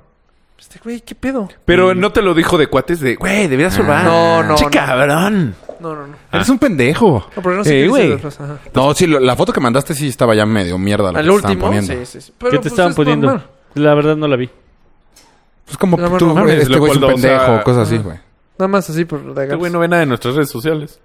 Speaker 5: Este güey, ¿qué pedo?
Speaker 4: Pero no te lo dijo de cuates de, güey, deberías probar.
Speaker 5: Ah. No, no,
Speaker 4: Che,
Speaker 5: no.
Speaker 4: cabrón.
Speaker 5: No, no, no.
Speaker 2: Eres un pendejo.
Speaker 5: No, pero no sé
Speaker 2: Eh,
Speaker 5: qué dice
Speaker 2: güey.
Speaker 5: después, ajá.
Speaker 2: No, sí, lo- la foto que mandaste sí estaba ya medio mierda. La
Speaker 5: Al
Speaker 2: que te estaban
Speaker 5: último.
Speaker 2: poniendo.
Speaker 5: Sí, sí, sí.
Speaker 3: ¿Qué
Speaker 5: Pero,
Speaker 3: te
Speaker 5: pues,
Speaker 3: estaban
Speaker 5: es
Speaker 3: poniendo?
Speaker 5: normal.
Speaker 3: La verdad no la vi.
Speaker 2: Pues como
Speaker 5: No,
Speaker 2: tú,
Speaker 5: no
Speaker 2: güey,
Speaker 5: mames,
Speaker 2: este güey es un
Speaker 4: Leopoldo, o sea,
Speaker 2: pendejo, cosas así, güey.
Speaker 5: Nada más así por de
Speaker 4: Este
Speaker 5: ganas.
Speaker 4: güey no ve nada de nuestras redes sociales.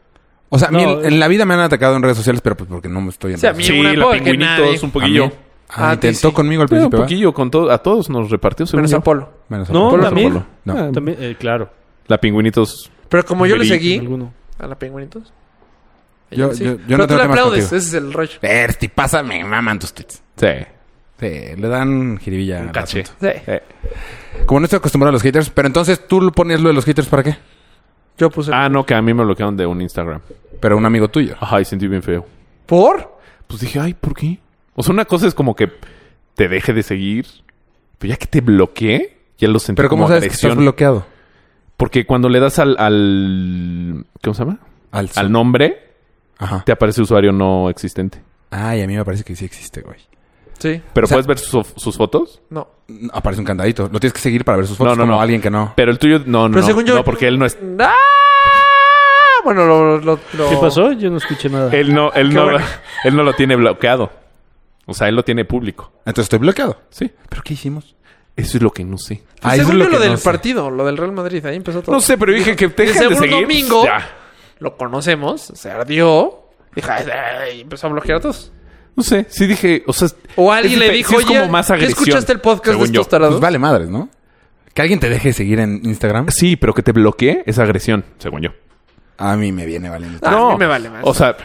Speaker 2: O sea, a mí
Speaker 3: No,
Speaker 2: en- en la vida me han atacado en redes sociales, pero pues porque no me estoy en
Speaker 5: Sí, a
Speaker 2: redes
Speaker 5: mí una
Speaker 4: la
Speaker 5: porque
Speaker 4: pingüinitos,
Speaker 5: nadie-
Speaker 4: un poquillo.
Speaker 2: A mí
Speaker 5: Ah,
Speaker 2: intentó
Speaker 5: sí, sí.
Speaker 2: conmigo
Speaker 4: Eh,
Speaker 2: al
Speaker 4: un
Speaker 2: principio. ¿va?
Speaker 4: poquillo con todo. A todos nos repartió, según
Speaker 5: Menos
Speaker 4: yo.
Speaker 5: Apolo.
Speaker 2: Menos a
Speaker 3: No,
Speaker 2: Polo.
Speaker 3: también.
Speaker 2: No.
Speaker 3: Ah, también, eh, claro.
Speaker 4: La pingüinitos.
Speaker 5: Pero como yo le
Speaker 4: Brillo,
Speaker 5: seguí
Speaker 3: Alguno.
Speaker 5: a la pingüinitos.
Speaker 2: Yo,
Speaker 5: sí.
Speaker 2: yo, yo
Speaker 5: Pero
Speaker 2: no
Speaker 5: tú
Speaker 2: tengo
Speaker 5: le
Speaker 2: temas
Speaker 5: aplaudes,
Speaker 2: contigo.
Speaker 5: ese es el rollo.
Speaker 2: Ersti, pásame, maman tus tweets.
Speaker 4: Sí.
Speaker 2: Sí, le dan jiribilla.
Speaker 4: Un
Speaker 2: al
Speaker 4: caché.
Speaker 2: asunto.
Speaker 5: Sí.
Speaker 4: Eh.
Speaker 2: Como no estoy acostumbrado a los haters, pero entonces tú lo ponías lo de los haters para qué?
Speaker 5: Yo puse.
Speaker 4: Ah, no, que a mí me bloquearon de un Instagram.
Speaker 2: Pero un amigo tuyo.
Speaker 4: Ajá, y sentí bien feo.
Speaker 5: ¿Por?
Speaker 4: Pues dije, ay, ¿por qué? O sea, una cosa es como que te deje de seguir. Pero ya que te bloqueé, ya lo sentí
Speaker 2: Pero
Speaker 4: como
Speaker 2: ¿cómo sabes que
Speaker 4: agresión.
Speaker 2: estás bloqueado?
Speaker 4: Porque cuando le das al, al... ¿Cómo se llama?
Speaker 2: Al,
Speaker 4: Al nombre,
Speaker 2: Ajá.
Speaker 4: te aparece usuario no existente.
Speaker 2: Ay, a mí me parece que sí existe, güey.
Speaker 5: Sí.
Speaker 4: Pero
Speaker 2: O sea-
Speaker 4: puedes ver sus, sus fotos.
Speaker 5: No.
Speaker 2: No, Aparece un candadito. Lo tienes que seguir para ver sus
Speaker 4: No,
Speaker 2: fotos.
Speaker 4: no,
Speaker 2: como
Speaker 4: no.
Speaker 2: alguien que no.
Speaker 4: Pero el tuyo, no, no,
Speaker 5: Pero
Speaker 4: no.
Speaker 5: según yo.
Speaker 4: No, porque él no es...
Speaker 5: ¡Ah! Bueno, lo. lo- lo-
Speaker 3: ¿Qué pasó? Yo no escuché nada.
Speaker 4: Él no, él
Speaker 5: Qué
Speaker 4: no,
Speaker 5: bueno.
Speaker 4: él no lo tiene bloqueado. O sea, él lo tiene público.
Speaker 2: Entonces estoy bloqueado.
Speaker 4: Sí.
Speaker 2: ¿Pero qué hicimos?
Speaker 4: Eso es lo que no sé.
Speaker 5: Pues
Speaker 2: Ah, eso
Speaker 5: según
Speaker 2: es
Speaker 5: yo, lo
Speaker 2: que
Speaker 5: del
Speaker 2: no sé.
Speaker 5: partido, lo del Real Madrid. Ahí empezó todo.
Speaker 4: No sé, pero dije que te
Speaker 5: Desde
Speaker 4: dejen de
Speaker 5: un
Speaker 4: seguir. pues
Speaker 5: domingo.
Speaker 4: Ya.
Speaker 5: Lo conocemos, se ardió. Dije, ay, ay, empezó a bloquear a todos.
Speaker 4: No sé. Sí dije, o sea...
Speaker 5: O alguien
Speaker 4: es
Speaker 5: le
Speaker 4: dife-
Speaker 5: dijo,
Speaker 4: sí es
Speaker 5: oye,
Speaker 4: como más
Speaker 5: ¿ya
Speaker 4: agresión,
Speaker 5: escuchaste el podcast de
Speaker 4: según yo.
Speaker 5: estos tarados?
Speaker 2: Pues vale madres, ¿no? Que alguien te deje seguir en Instagram.
Speaker 4: Sí, pero que te bloquee es agresión, según yo.
Speaker 2: A mí me viene valiendo.
Speaker 5: Ah, a mí me vale más.
Speaker 4: O sea,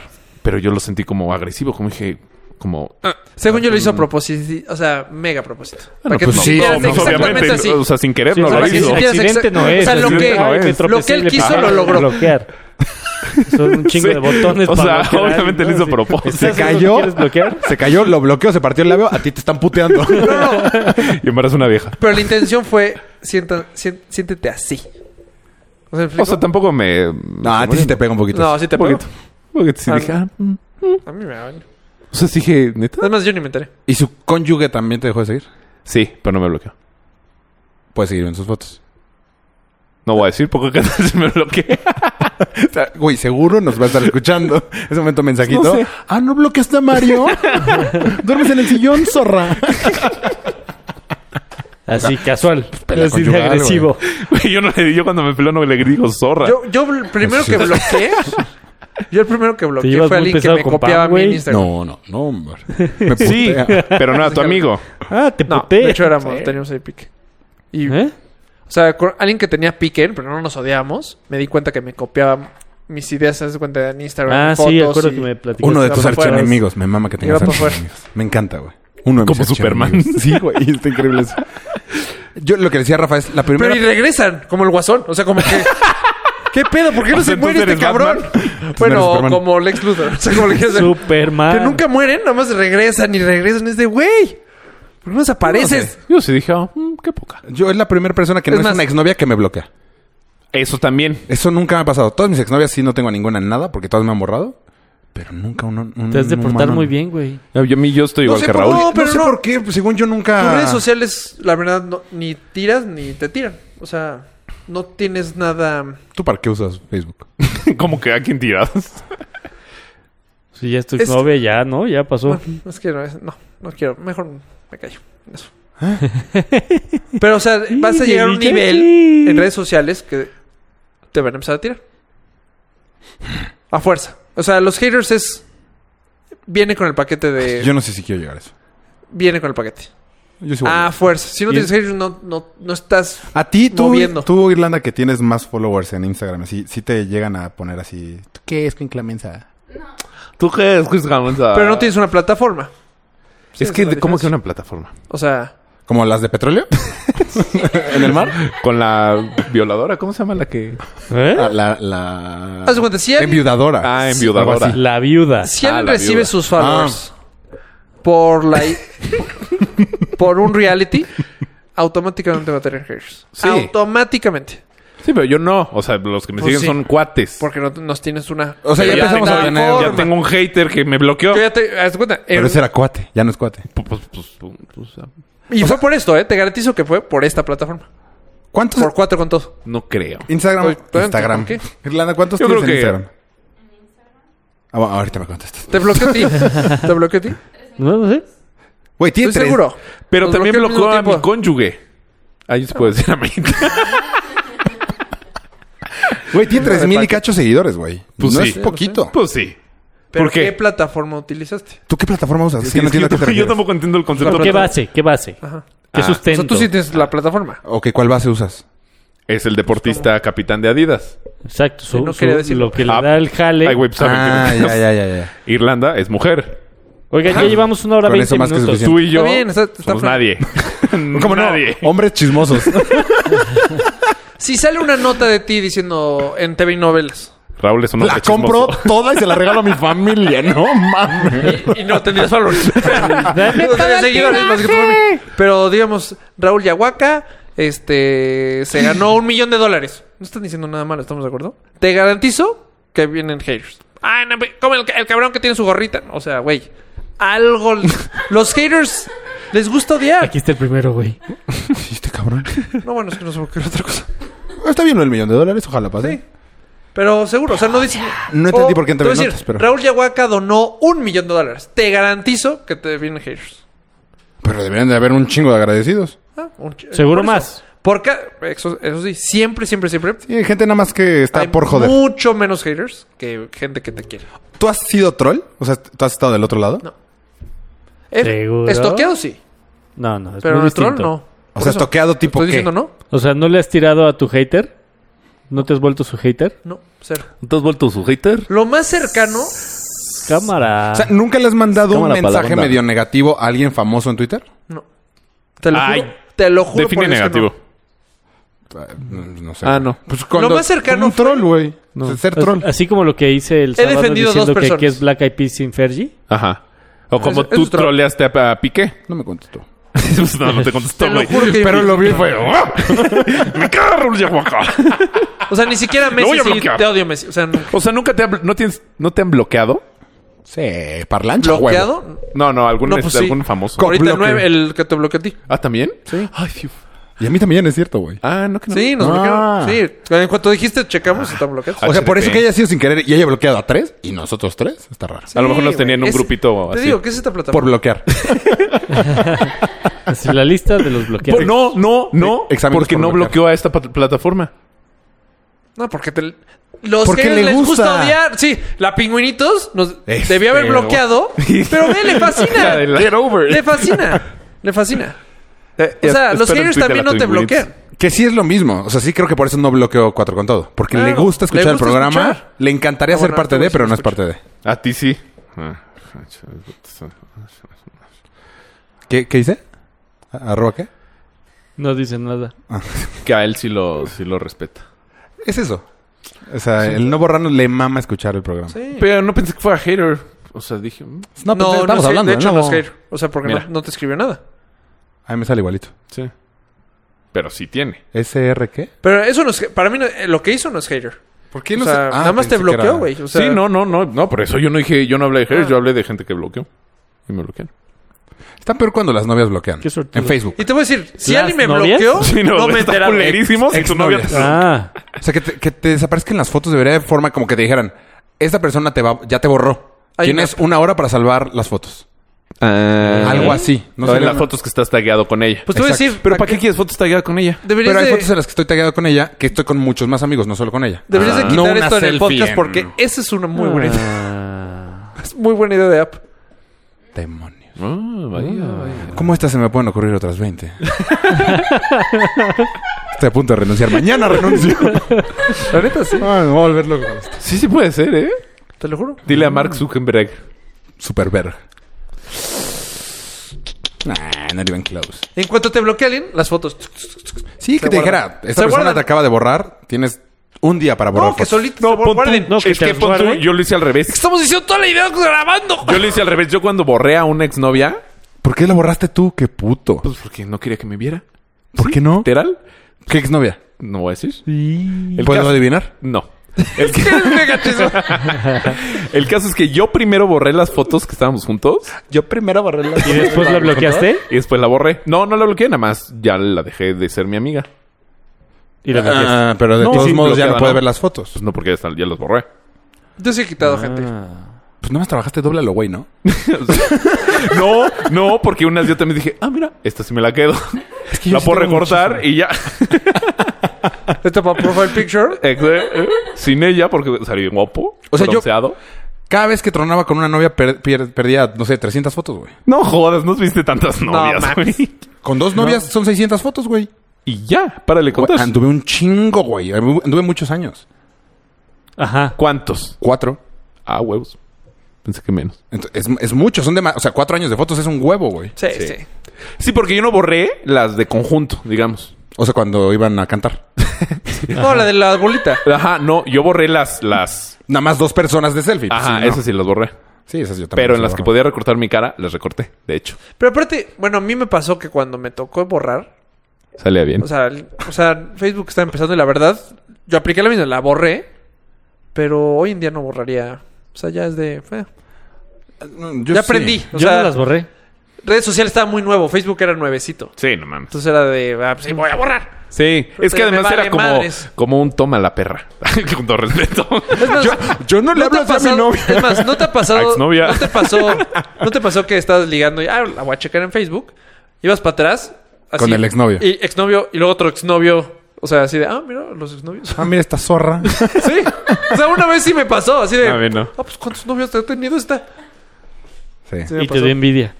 Speaker 4: pero yo lo sentí como agresivo, como dije, como. "Ah,
Speaker 5: Según yo lo
Speaker 4: Mm.
Speaker 5: hizo a propósito, o sea, mega a propósito. Para que
Speaker 2: pues
Speaker 5: tú
Speaker 2: sí,
Speaker 5: sintieras
Speaker 2: no, pues
Speaker 5: exactamente
Speaker 4: obviamente,
Speaker 5: así.
Speaker 4: o sea, sin querer
Speaker 3: Sí,
Speaker 4: no
Speaker 3: o sea,
Speaker 4: lo
Speaker 5: que
Speaker 4: hizo.
Speaker 5: si quieres
Speaker 3: accidente
Speaker 5: exact-
Speaker 3: no es.
Speaker 5: o sea, lo
Speaker 4: accidente
Speaker 5: que-
Speaker 4: no
Speaker 3: Ay,
Speaker 4: es.
Speaker 3: me
Speaker 4: Lo
Speaker 3: tropecé
Speaker 5: que él
Speaker 3: y le
Speaker 5: quiso
Speaker 3: pegaba
Speaker 5: lo logró.
Speaker 3: Bloquear. Son un chingo
Speaker 4: Sí.
Speaker 3: de botones
Speaker 4: O sea,
Speaker 3: para bloquear a alguien,
Speaker 4: obviamente lo hizo a
Speaker 3: Sí.
Speaker 4: propósito.
Speaker 3: ¿Estás
Speaker 4: Se
Speaker 3: seguro que
Speaker 2: cayó.
Speaker 3: ¿Quieres bloquear?
Speaker 2: Se cayó, lo bloqueó, se partió el labio. A ti te están puteando.
Speaker 4: Y embaraza una vieja.
Speaker 5: Pero la intención fue, sienta- sien- siéntete así. O sea, ¿me explico?
Speaker 4: O sea, tampoco me.
Speaker 2: no,
Speaker 4: Ah,
Speaker 2: a ti sí te pega un poquito.
Speaker 5: no, sí te
Speaker 4: Un
Speaker 5: pego.
Speaker 4: poquito. Porque sí
Speaker 5: Ah,
Speaker 4: dije, ah, mm.
Speaker 5: A mí me vale.
Speaker 4: o sea, sí dije, neta.
Speaker 5: Además, yo ni me enteré.
Speaker 2: ¿Y su cónyuge también te dejó de seguir?
Speaker 4: Sí, pero no me bloqueó.
Speaker 2: Puedes seguir en sus fotos.
Speaker 4: No voy a decir porque qué tal si me bloquea.
Speaker 2: O sea, güey, seguro nos va a estar escuchando. Ese momento mensajito.
Speaker 4: No sé.
Speaker 2: Ah, no bloqueaste a Mario. Duermes en el sillón, zorra.
Speaker 3: Así, casual.
Speaker 4: pues,
Speaker 2: pelea
Speaker 3: Así de
Speaker 2: conyugal,
Speaker 3: agresivo.
Speaker 4: Güey, yo no le yo cuando me peló no le digo zorra.
Speaker 5: Yo, yo el primero que bloqueé, yo el primero que bloqueé
Speaker 3: llevas
Speaker 5: fue
Speaker 3: muy
Speaker 5: alguien que
Speaker 3: pesado
Speaker 5: me
Speaker 3: con
Speaker 5: copiaba a
Speaker 3: Pam,
Speaker 5: mí en
Speaker 3: güey.
Speaker 5: Instagram.
Speaker 2: No, no, no, hombre. Me
Speaker 4: sí,
Speaker 2: putea.
Speaker 4: pero no a tu amigo.
Speaker 3: Ah, te
Speaker 5: No,
Speaker 3: puté.
Speaker 5: de hecho éramos, teníamos ahí pique. Y,
Speaker 3: ¿Eh?
Speaker 5: O sea, con alguien que tenía pique, pero no nos odiábamos, me di cuenta que me copiaba mis ideas, ¿sabes? Cuenta en Instagram.
Speaker 3: Ah,
Speaker 5: fotos
Speaker 3: sí, acuerdo
Speaker 5: y-
Speaker 3: que me platicaste.
Speaker 2: Uno de
Speaker 5: Iba
Speaker 2: tus
Speaker 5: pa' fuera.
Speaker 2: archienemigos. Me mama que tengas
Speaker 5: Iba pa' fuera.
Speaker 2: archienemigos. Me encanta, güey. Uno de mis
Speaker 4: Como Superman.
Speaker 2: archienemigos. Sí, güey. Está increíble eso. Yo lo que decía Rafa es la primera...
Speaker 5: Pero y regresan, como el guasón. O sea, como que. ¿Qué pedo? ¿Por qué no
Speaker 4: O sea,
Speaker 5: se muere
Speaker 4: entonces
Speaker 5: este
Speaker 4: eres
Speaker 5: cabrón?
Speaker 2: eres
Speaker 5: Bueno,
Speaker 2: Superman.
Speaker 5: como Lex Luthor. O sea, como le quieras decir.
Speaker 3: Superman.
Speaker 5: Que nunca mueren, nada más regresan y regresan. Es de, güey, ¿por qué no desapareces?
Speaker 4: Yo sí dije, ah, mm, qué poca.
Speaker 2: Yo es la primera persona que no
Speaker 5: Es
Speaker 2: es,
Speaker 5: más-
Speaker 2: una exnovia que me bloquea.
Speaker 4: Eso también.
Speaker 2: Eso nunca me ha pasado. Todas mis exnovias sí no tengo a ninguna en nada porque todas me han borrado. Pero nunca uno. un-
Speaker 3: Te has
Speaker 4: Mm,
Speaker 3: de
Speaker 2: un
Speaker 3: portar
Speaker 2: humano-
Speaker 3: muy bien, güey.
Speaker 4: No, yo, mi- yo estoy
Speaker 5: No
Speaker 4: igual
Speaker 5: sé
Speaker 4: que
Speaker 5: por-
Speaker 4: Raúl.
Speaker 5: no,
Speaker 2: No,
Speaker 5: pero
Speaker 2: sé
Speaker 5: no.
Speaker 2: por qué, pues, según yo nunca.
Speaker 5: Tus redes sociales, la verdad, no- ni tiras ni te tiran. O sea, no tienes nada.
Speaker 2: ¿Tú para qué usas Facebook?
Speaker 4: Como que a quien tiras.
Speaker 3: Si ya es tu
Speaker 5: Es-
Speaker 3: novia, ya, ¿no? Ya pasó.
Speaker 5: Es que no, es- no, no quiero. Mejor me callo. Eso. Pero, o sea, vas a llegar a un
Speaker 3: Jenny,
Speaker 5: nivel
Speaker 3: Jenny.
Speaker 5: en redes sociales que te van a empezar a tirar. A fuerza. O sea, los haters es. Viene con el paquete de.
Speaker 2: Yo no sé si quiero llegar a eso.
Speaker 5: Viene con el paquete.
Speaker 2: Yo sí voy a-
Speaker 5: A fuerza. Si no
Speaker 3: Y-
Speaker 5: tienes haters, no, no, no estás.
Speaker 2: A ti, tú,
Speaker 5: moviendo.
Speaker 2: tú, Irlanda, que tienes más followers en Instagram, así, sí te llegan a poner así. ¿tú ¿Qué es Quinclamenza?
Speaker 4: ¿Tú qué es? Pero
Speaker 5: Pero no tienes una plataforma.
Speaker 4: Es
Speaker 5: Sí,
Speaker 4: que,
Speaker 5: es una
Speaker 4: ¿cómo
Speaker 5: diferencia.
Speaker 4: que una plataforma?
Speaker 5: O sea,
Speaker 2: ¿Como las de petróleo?
Speaker 4: ¿En el mar? Con la violadora, ¿cómo se llama la que...?
Speaker 3: ¿Eh?
Speaker 2: Ah, La. la...
Speaker 5: Haz de cuenta, si alguien-
Speaker 2: Enviudadora.
Speaker 4: Ah,
Speaker 2: Sí, algo
Speaker 4: enviudadora.
Speaker 2: así.
Speaker 3: La viuda.
Speaker 5: si
Speaker 4: Ah,
Speaker 5: alguien
Speaker 4: la
Speaker 5: recibe
Speaker 4: viuda.
Speaker 5: sus followers por la por un reality, automáticamente va a tener haters.
Speaker 4: Sí.
Speaker 5: Automáticamente.
Speaker 4: Sí, pero yo no. O sea, los que me
Speaker 5: Pues
Speaker 4: siguen
Speaker 5: sí.
Speaker 4: son cuates.
Speaker 5: Porque no nos tienes una.
Speaker 2: O sea, ya
Speaker 4: Pero ya
Speaker 2: empezamos
Speaker 4: tengo-
Speaker 2: a tener.
Speaker 5: ya
Speaker 4: Ya tengo un hater que me bloqueó.
Speaker 5: Yo ya te. haz de cuenta. en-
Speaker 2: Pero ese era cuate, ya no es cuate.
Speaker 4: Pu- pues- pues- pues- pues, ah,
Speaker 5: y fue por esto, ¿eh? Te garantizo que fue por esta plataforma.
Speaker 2: ¿Cuántos?
Speaker 5: Por cuatro con todo.
Speaker 4: No creo.
Speaker 2: Instagram.
Speaker 5: Oye, ¿tanto?
Speaker 2: Instagram.
Speaker 5: ¿Por qué?
Speaker 2: Irlanda, ¿cuántos
Speaker 4: Yo
Speaker 2: tienes en
Speaker 4: creo que-
Speaker 2: Instagram? Ah, bueno, ahorita me contestas.
Speaker 5: Te bloqueó a ti. Te bloqueó a ti.
Speaker 3: No, no sé.
Speaker 2: Güey, tiene
Speaker 5: Estoy
Speaker 2: tres.
Speaker 5: seguro.
Speaker 4: Pero
Speaker 5: Nos
Speaker 4: también
Speaker 5: bloqueó al
Speaker 4: bloqueó a mi
Speaker 5: mismo tiempo.
Speaker 4: cónyuge. Ahí se puede
Speaker 5: Ah.
Speaker 4: decir a
Speaker 2: Güey, tiene tres mil y cacho seguidores, güey.
Speaker 4: Pues
Speaker 2: no
Speaker 4: sí.
Speaker 2: es poquito.
Speaker 4: Pues sí.
Speaker 5: ¿Pero
Speaker 4: ¿Por qué?
Speaker 5: qué? plataforma utilizaste?
Speaker 2: ¿Tú qué plataforma usas? Es que no
Speaker 4: Es que
Speaker 2: entiendo
Speaker 4: yo,
Speaker 2: a
Speaker 4: tampoco-
Speaker 2: qué te
Speaker 4: yo
Speaker 2: refieres.
Speaker 4: tampoco entiendo el concepto.
Speaker 3: ¿Qué base? ¿Qué base?
Speaker 5: Ajá.
Speaker 3: ¿Qué
Speaker 4: Ah.
Speaker 5: O
Speaker 3: sustento?
Speaker 5: sea, tú sí tienes la plataforma.
Speaker 2: Ok, ¿cuál base usas?
Speaker 4: Es el deportista capitán de Adidas.
Speaker 3: Exacto. Su,
Speaker 5: no
Speaker 3: su-
Speaker 5: quería decirlo.
Speaker 3: lo que le
Speaker 4: Ah.
Speaker 3: da el jale.
Speaker 4: Ay, güey, pues, saben
Speaker 2: Ah,
Speaker 4: que no-
Speaker 2: ya, ya, ya, ya.
Speaker 4: Irlanda es mujer.
Speaker 3: Oiga,
Speaker 5: Ah,
Speaker 3: ya llevamos una hora
Speaker 2: Con eso
Speaker 3: veinte
Speaker 2: más que
Speaker 3: minutos.
Speaker 2: suficiente.
Speaker 4: Tú y yo
Speaker 5: Está bien, está- está
Speaker 4: somos
Speaker 5: fregado.
Speaker 4: nadie.
Speaker 2: ¿Cómo
Speaker 4: Como
Speaker 2: no?
Speaker 4: nadie.
Speaker 2: Hombres chismosos.
Speaker 5: Si sale una nota de ti diciendo en TV y novelas
Speaker 4: Raúl es un
Speaker 2: la
Speaker 4: hombre
Speaker 2: compro
Speaker 4: chismoso.
Speaker 2: toda y se la regalo a mi familia. No mames.
Speaker 5: y, y no tendrías followers. no tendrías seguidores más que tu familia. Pero digamos, Raúl Yahuaca este, se ganó un millón de dólares. No están diciendo nada malo, ¿estamos de acuerdo? Te garantizo que vienen haters. Ah, no, pe- como el, ca- el cabrón que tiene su gorrita. O sea, güey, algo. Los haters les gusta odiar.
Speaker 3: Aquí está el primero, güey.
Speaker 4: este
Speaker 2: Chiste, cabrón.
Speaker 5: No, bueno, es que no sé por qué era otra cosa.
Speaker 2: Está bien el millón de dólares, ojalá pase.
Speaker 5: Pero seguro, o sea, no dice.
Speaker 2: No entendí
Speaker 5: O
Speaker 2: por qué en
Speaker 5: te voy a
Speaker 2: TV
Speaker 5: decir,
Speaker 2: Notas, pero-
Speaker 5: Raúl Yahuaca donó un millón de dólares. Te garantizo que te vienen haters.
Speaker 2: Pero deberían de haber un chingo de agradecidos.
Speaker 5: Ah, un ch-
Speaker 3: Seguro
Speaker 5: por eso.
Speaker 3: más.
Speaker 5: Por ca- eso, eso sí, siempre, siempre, siempre.
Speaker 2: Sí, hay gente nada más que está
Speaker 5: hay
Speaker 2: por joder.
Speaker 5: Mucho menos haters que gente que te quiere.
Speaker 2: ¿Tú has sido troll? O sea, ¿tú has estado del otro lado?
Speaker 5: No. Eh,
Speaker 3: ¿Seguro?
Speaker 5: Estoqueado sí,
Speaker 3: No, no. Es
Speaker 5: pero
Speaker 3: muy
Speaker 5: no troll
Speaker 3: distinto.
Speaker 5: no.
Speaker 2: O sea, estoqueado tipo
Speaker 5: ¿Estoy
Speaker 2: qué?
Speaker 5: diciendo no?
Speaker 3: O sea, ¿no le has tirado a tu hater? ¿No te has vuelto su hater?
Speaker 5: No, cero.
Speaker 4: ¿Tú has vuelto su hater?
Speaker 5: Lo más cercano,
Speaker 3: Cámara.
Speaker 2: O sea, ¿nunca le has mandado un
Speaker 4: Cámara para la
Speaker 2: mensaje
Speaker 4: banda.
Speaker 2: medio negativo a alguien famoso en Twitter?
Speaker 5: no. Te lo
Speaker 4: Ay,
Speaker 5: juro. Te lo juro.
Speaker 4: Define
Speaker 5: por Dios que
Speaker 4: negativo.
Speaker 5: no.
Speaker 2: Ah, No, no sé.
Speaker 4: Ah, no.
Speaker 2: Pues cuando-
Speaker 5: Lo más cercano
Speaker 2: como un
Speaker 5: fue-
Speaker 2: troll, güey. O sea, Ser
Speaker 3: As-
Speaker 2: troll.
Speaker 3: Así como lo que hice el sábado
Speaker 5: defendido a dos
Speaker 3: diciendo que,
Speaker 5: personas.
Speaker 3: que es Black Eyed Peas sin Fergie.
Speaker 4: Ajá. O como
Speaker 5: Eso- eso
Speaker 4: tú
Speaker 5: es troll.
Speaker 4: troleaste a, a Piqué.
Speaker 2: No me contestó.
Speaker 4: Pues no, no te
Speaker 5: Te
Speaker 4: contestó,
Speaker 5: lo
Speaker 4: güey.
Speaker 5: juro que
Speaker 2: Pero lo vi y fue... "Ah".
Speaker 4: Me caga Raúl Yahuaca.
Speaker 5: O sea, ni siquiera Messi
Speaker 4: oh. voy a
Speaker 5: sí,
Speaker 4: bloquear.
Speaker 5: te odio Messi. O sea,
Speaker 4: O sea, ¿nunca te, ha bl- no, tienes, no te han bloqueado?
Speaker 2: Sí, parlancha, huevo.
Speaker 5: bloqueado.
Speaker 4: No, no, algún,
Speaker 5: No,
Speaker 4: este,
Speaker 5: pues sí.
Speaker 4: algún famoso.
Speaker 2: Co-
Speaker 5: Ahorita el,
Speaker 2: bloque.
Speaker 5: nueve, el que te bloqueó a ti.
Speaker 4: Ah, ¿también? Sí. Ay, sí.
Speaker 2: Y a mí también es cierto, güey.
Speaker 4: Ah, no que no.
Speaker 5: Sí, nos
Speaker 2: Ah.
Speaker 5: bloquearon. Sí, en cuanto dijiste, checamos y te bloqueados.
Speaker 4: Ah,
Speaker 2: O sea, por
Speaker 4: HDP.
Speaker 2: eso que haya sido sin querer y haya bloqueado a tres y nosotros tres, está raro.
Speaker 4: a lo mejor los
Speaker 5: Sí,
Speaker 4: tenía en
Speaker 5: güey.
Speaker 4: un
Speaker 5: Es-
Speaker 4: grupito
Speaker 5: Te
Speaker 4: así.
Speaker 5: digo, ¿qué es esta
Speaker 2: Por
Speaker 5: plataforma?
Speaker 2: bloquear.
Speaker 3: Así la lista de los bloqueados.
Speaker 4: Por- no, no, no.
Speaker 2: Sí, exámenes
Speaker 4: porque
Speaker 2: por
Speaker 4: no
Speaker 2: bloquear.
Speaker 4: bloqueó a esta pat- plataforma.
Speaker 5: No, porque te... Los
Speaker 2: Porque
Speaker 5: que
Speaker 2: le
Speaker 5: les gusta
Speaker 2: gusta.
Speaker 5: odiar. Sí, la pingüinitos nos
Speaker 2: Este,
Speaker 5: debía haber bloqueado. pero ve, le
Speaker 4: La
Speaker 5: fascina.
Speaker 4: de la- Get over it.
Speaker 5: Le fascina. Le fascina. O
Speaker 4: ya
Speaker 5: sea,
Speaker 4: está
Speaker 5: los
Speaker 4: Eh, en
Speaker 5: haters
Speaker 4: Twitter
Speaker 5: también
Speaker 4: a
Speaker 5: no te
Speaker 4: Twinguits.
Speaker 5: bloquean.
Speaker 2: Que sí es lo mismo. O sea, sí creo que por eso no bloqueo Cuatro con Todo. Porque le
Speaker 5: Claro,
Speaker 2: gusta escuchar
Speaker 5: le
Speaker 2: el
Speaker 5: gusta
Speaker 2: programa.
Speaker 5: escuchar.
Speaker 2: Le encantaría
Speaker 5: Ah,
Speaker 2: ser
Speaker 5: bueno,
Speaker 2: parte
Speaker 5: este
Speaker 2: de,
Speaker 5: güey sí
Speaker 2: pero
Speaker 5: lo
Speaker 2: no es parte de.
Speaker 4: A ti sí. Ah,
Speaker 2: ¿Qué, qué dice? ¿A- ¿Arroba qué?
Speaker 3: No dicen nada.
Speaker 4: Que a él sí lo, sí lo respeta.
Speaker 2: Es eso. O sea, el no borrarnos le mama escuchar el programa.
Speaker 5: Sí.
Speaker 4: Pero no pensé que fuera hater. O sea, dije... mm,
Speaker 2: No, pues, estamos
Speaker 5: sé,
Speaker 2: hablando.
Speaker 5: De hecho,
Speaker 2: ¿no?
Speaker 5: no es hater. O sea, porque no,
Speaker 4: Mira.
Speaker 5: no te escribió nada.
Speaker 2: Ahí me sale igualito.
Speaker 4: Sí. Pero sí tiene.
Speaker 2: ¿SR qué?
Speaker 5: Pero eso no es... Para mí, no- eh, lo que hizo no es hater.
Speaker 2: ¿Por qué
Speaker 5: O sea,
Speaker 2: Ah,
Speaker 5: nada más te
Speaker 2: pensé que era-
Speaker 5: bloqueó, güey. O sea,
Speaker 4: sí, no, no, no, no, por eso yo no dije, yo no hablé de haters, yo hablé de gente que bloqueó. Y me bloquearon.
Speaker 2: Está peor cuando las novias bloquean.
Speaker 3: Qué sortudo.
Speaker 2: En Facebook.
Speaker 5: Y te voy a decir, si
Speaker 3: ¿Las
Speaker 5: alguien me
Speaker 3: novias?
Speaker 5: bloqueó,
Speaker 4: Sí,
Speaker 5: no, me
Speaker 4: está
Speaker 5: enteraba.
Speaker 4: culerísimo si
Speaker 2: Ex-
Speaker 4: tu novia-
Speaker 2: exnovias.
Speaker 3: Ah,
Speaker 2: O sea, que te, que te desaparezcan las fotos debería de forma como que te dijeran, esta persona te va, ya te borró.
Speaker 5: Hay
Speaker 2: Tienes una hora para salvar las fotos.
Speaker 4: Ah.
Speaker 2: Algo así.
Speaker 4: No
Speaker 2: No
Speaker 4: sé
Speaker 2: sería
Speaker 4: las
Speaker 2: una-
Speaker 4: fotos que estás tagueado con ella.
Speaker 5: Pues te voy a
Speaker 2: Exacto.
Speaker 5: decir,
Speaker 4: Pero ¿para qué quieres fotos tagueadas con ella?
Speaker 5: deberías
Speaker 2: Pero hay
Speaker 5: de-
Speaker 2: fotos en las que estoy tagueado con ella, que estoy con muchos más amigos, no solo con ella.
Speaker 5: Deberías de
Speaker 2: Ah.
Speaker 5: quitar
Speaker 2: No una
Speaker 5: esto en el
Speaker 2: selfie
Speaker 5: podcast
Speaker 2: en-
Speaker 5: porque esa es una muy buena idea.
Speaker 3: Ah.
Speaker 5: Es muy buena idea de app.
Speaker 2: Demonios.
Speaker 4: Ah, vaya, vaya.
Speaker 2: ¿Cómo estas se me pueden ocurrir otras 20? Estoy a punto de renunciar. Mañana renuncio.
Speaker 5: La neta, sí.
Speaker 2: Ay, Ah, me voy a volver loco con esto.
Speaker 4: Sí, sí puede ser, ¿eh?
Speaker 5: Te lo juro.
Speaker 4: Dile a Mark Zuckerberg.
Speaker 2: Superberg. Nah, not even close.
Speaker 5: En cuanto te bloquea alguien, las fotos.
Speaker 2: Sí, que
Speaker 5: Se
Speaker 2: te
Speaker 5: guardan.
Speaker 2: dijera, esta
Speaker 5: Se
Speaker 2: persona
Speaker 5: guardan.
Speaker 2: te acaba de borrar, tienes un día para borrar
Speaker 5: No, que
Speaker 2: fotos.
Speaker 5: solito se
Speaker 4: pon tú-
Speaker 5: guarden.
Speaker 3: no, que
Speaker 4: es
Speaker 3: te
Speaker 4: que
Speaker 3: las
Speaker 4: pon tú-
Speaker 3: guarden.
Speaker 4: yo lo hice al revés.
Speaker 5: Estamos diciendo toda la idea grabando.
Speaker 4: Yo lo hice al revés. Yo cuando borré a una exnovia,
Speaker 2: ¿Por qué la borraste tú? ¡Qué puto!
Speaker 4: pues porque no quería que me viera.
Speaker 2: ¿Por qué no?
Speaker 4: ¿Literal?
Speaker 2: ¿Qué exnovia?
Speaker 4: No voy a decir. El
Speaker 2: ¿Puedo
Speaker 4: caso-
Speaker 2: adivinar?
Speaker 4: No. El, ca- el caso es que yo primero borré las fotos que estábamos juntos
Speaker 2: Yo primero borré la...
Speaker 3: ¿Y después la bloqueaste?
Speaker 4: y después la borré. No, no la bloqueé, nada más ya la dejé de ser mi amiga.
Speaker 3: Y la bloqueaste.
Speaker 2: Ah, pero de
Speaker 4: No,
Speaker 2: todos
Speaker 4: sí,
Speaker 2: modos ya
Speaker 4: bloqueada,
Speaker 2: no puede
Speaker 4: ¿no?
Speaker 2: ver las fotos.
Speaker 4: Pues no, porque ya, está- ya las borré.
Speaker 5: Yo sí he quitado gente.
Speaker 2: Pues nada más trabajaste doble a lo güey, ¿no?
Speaker 4: No, no, porque unas yo también dije, ah, mira, esta sí me la quedo.
Speaker 2: yo
Speaker 4: la
Speaker 2: sí
Speaker 4: puedo
Speaker 2: tengo
Speaker 4: recortar y ya.
Speaker 5: Esto para profile picture.
Speaker 4: Ex- eh, Sin ella, porque salí guapo.
Speaker 2: O sea, yo-
Speaker 4: bronceado.
Speaker 2: Cada vez que tronaba con una novia per- pier- perdía, no sé, 300 fotos, güey.
Speaker 4: No jodas, no viste tantas novias,
Speaker 5: mames.
Speaker 4: güey.
Speaker 2: Con dos novias son 600 fotos, güey.
Speaker 4: Y ya, párale
Speaker 2: Güey,
Speaker 4: contar.
Speaker 2: Anduve un chingo, güey. Anduve muchos años.
Speaker 3: Ajá.
Speaker 4: ¿Cuántos?
Speaker 2: Cuatro.
Speaker 4: Ah, huevos. Pensé que menos.
Speaker 2: Ento- es, es mucho, son de O sea, cuatro años de fotos es un huevo, güey.
Speaker 5: Sí, sí.
Speaker 4: Sí. Sí, porque yo no borré las de conjunto, digamos.
Speaker 2: O sea, cuando iban a cantar.
Speaker 5: No, la de la bolita.
Speaker 4: Ajá, no, yo borré las, las.
Speaker 2: Nada más dos personas de selfie. pues,
Speaker 4: Ajá,
Speaker 2: sí, no.
Speaker 4: esas sí las borré.
Speaker 2: Sí, esas yo también.
Speaker 4: Pero en
Speaker 2: se
Speaker 4: las que
Speaker 2: borran.
Speaker 4: podía recortar mi cara, las recorté, de hecho.
Speaker 5: Pero aparte, bueno, a mí me pasó que cuando me tocó borrar,
Speaker 4: Salía bien.
Speaker 5: o sea, el- o sea, Facebook está empezando y la verdad, yo apliqué la misma, la borré, pero hoy en día no borraría. O sea, ya es de. eh,
Speaker 2: Mm, yo
Speaker 5: ya
Speaker 2: sí.
Speaker 5: aprendí. O
Speaker 3: Yo
Speaker 5: sea,
Speaker 3: no las borré.
Speaker 5: redes sociales estaba muy nuevo, Facebook era nuevecito.
Speaker 4: sí, no mames.
Speaker 5: Entonces era de, ah, pues sí, voy a borrar.
Speaker 4: Sí, es que
Speaker 5: Pero me
Speaker 4: además
Speaker 5: vale
Speaker 4: era como,
Speaker 5: madres.
Speaker 4: como un toma la perra. Con todo respeto.
Speaker 5: Es más,
Speaker 2: Yo no le
Speaker 5: te
Speaker 2: hablo
Speaker 5: ha
Speaker 2: así a mi
Speaker 5: pasado-
Speaker 2: novia.
Speaker 5: Es más, no te ha pasado.
Speaker 4: A exnovia.
Speaker 5: No te pasó. No te pasó que estabas ligando y ah, la voy a checar en Facebook. Ibas para atrás. así,
Speaker 2: Con el exnovio.
Speaker 5: Y exnovio, y luego otro exnovio. O sea, así de, ah, mira, los exnovios.
Speaker 2: Ah, mira esta zorra.
Speaker 5: sí. O sea, una vez sí me pasó, así de.
Speaker 4: A mí no.
Speaker 5: Ah, pues cuántos novios te ha tenido esta.
Speaker 2: Sí.
Speaker 5: Sí me
Speaker 3: y te
Speaker 5: pasó.
Speaker 3: dio envidia.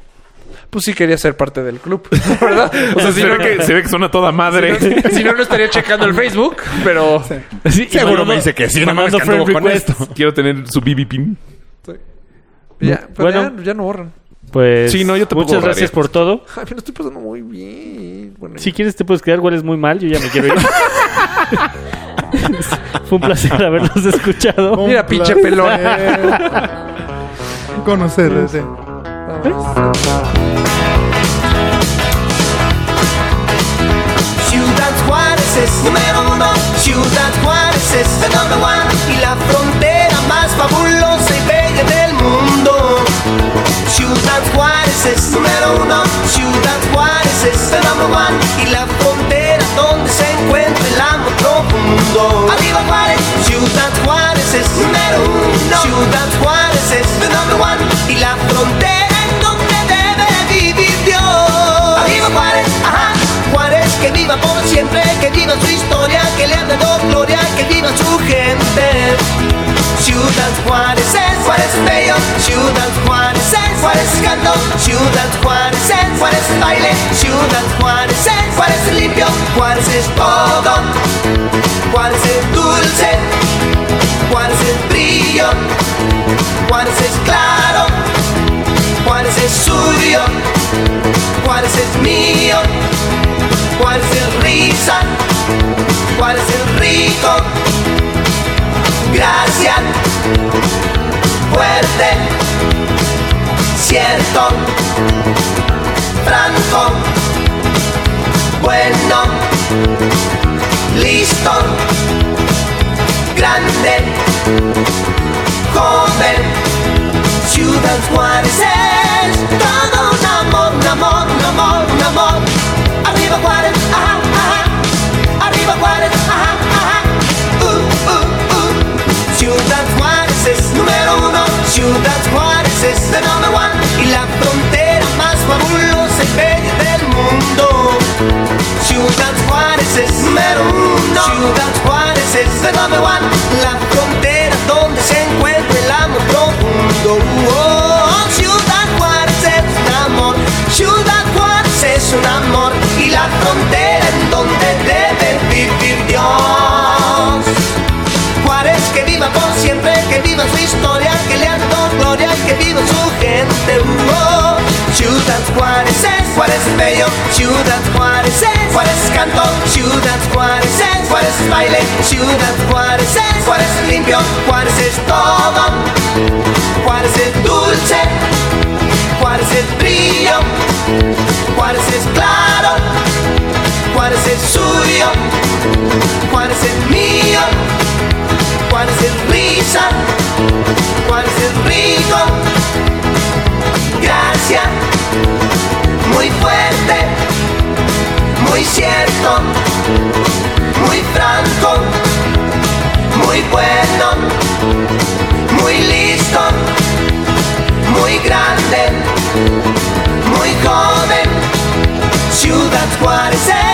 Speaker 5: Pues sí quería ser parte del club, la ¿verdad?
Speaker 4: O sea, se, ve que, se ve que suena toda madre.
Speaker 5: Si no, no estaría checando el Facebook, pero.
Speaker 3: Sí, y
Speaker 2: Seguro
Speaker 3: mandando-
Speaker 2: me dice que sí, no mames,
Speaker 3: mandando
Speaker 2: que anduvo
Speaker 3: friend
Speaker 2: con
Speaker 3: request.
Speaker 2: esto.
Speaker 4: Quiero tener su BB pin.
Speaker 5: Ya, pero
Speaker 3: Bueno.
Speaker 5: ya, ya no borran.
Speaker 3: Pues
Speaker 4: Sí, no, yo tampoco
Speaker 3: muchas
Speaker 4: borraría.
Speaker 3: gracias por todo.
Speaker 5: Ay, me lo estoy pasando muy bien. Bueno,
Speaker 3: Si quieres te puedes quedar, igual es muy mal, yo ya me quiero ir. Fue un placer haberlos escuchado.
Speaker 5: mira, pinche pelón.
Speaker 2: Conocerles.
Speaker 9: Ciudad Juárez es número uno, Ciudad Juárez es el number one y la frontera más fabulosa y bella del mundo. Ciudad Juárez es número uno, Ciudad Juárez es el number one y la frontera donde se encuentra el amor profundo. Arriba Juárez, Ciudad Juárez es número uno, Ciudad Juárez es el number one y la frontera en donde debe vivir Dios. Arriba Juárez, ajá. Juárez que viva por siempre, que viva su historia, que le han dado gloria, que viva su gente. Ciudad Juárez es, Juárez es bello, Ciudad Juárez es, Juárez es canto, Ciudad Juárez es, Juárez es baile, Ciudad Juárez es, Juárez es limpio, Juárez es todo, Juárez es dulce, Juárez es brillo, Juárez es claro, Juárez es suyo, Juárez es mío, Juárez es risa, Juárez es rico. Gracias, fuerte, cierto, franco, bueno, listo, grande, joven, Ciudad Juárez es todo un amor, un amor, un amor, un amor. Arriba Juárez, ajá, ajá. Arriba Juárez, ajá, ajá. Uh, uh, uh. Ciudad Juárez es número uno, Ciudad Juárez es the number one y la frontera más fabulosa y bella del mundo. Ciudad Juárez es número uno. Ciudad Juárez es the number one. La frontera donde se encuentra el amor profundo. Oh, Ciudad Juárez es un amor. Ciudad Juárez es un amor. Y la frontera en donde debe vivir Dios. Juárez que viva por siempre, que viva su historia, que le han dado gloria y que viva su gente. Uh-oh. Ciudad Juárez es, Juárez es bello, Ciudad Juárez es, Juárez es canto, Ciudad Juárez es, Juárez es baile, Ciudad Juárez es, Juárez es limpio, Juárez es todo, Juárez es dulce, Juárez es brillo, Juárez es claro, Juárez es suyo, Juárez es mío. Juárez es risa, Juárez es rico. Gracias, muy fuerte, muy cierto, muy franco, muy bueno, muy listo, muy grande, muy joven. Ciudad Juárez es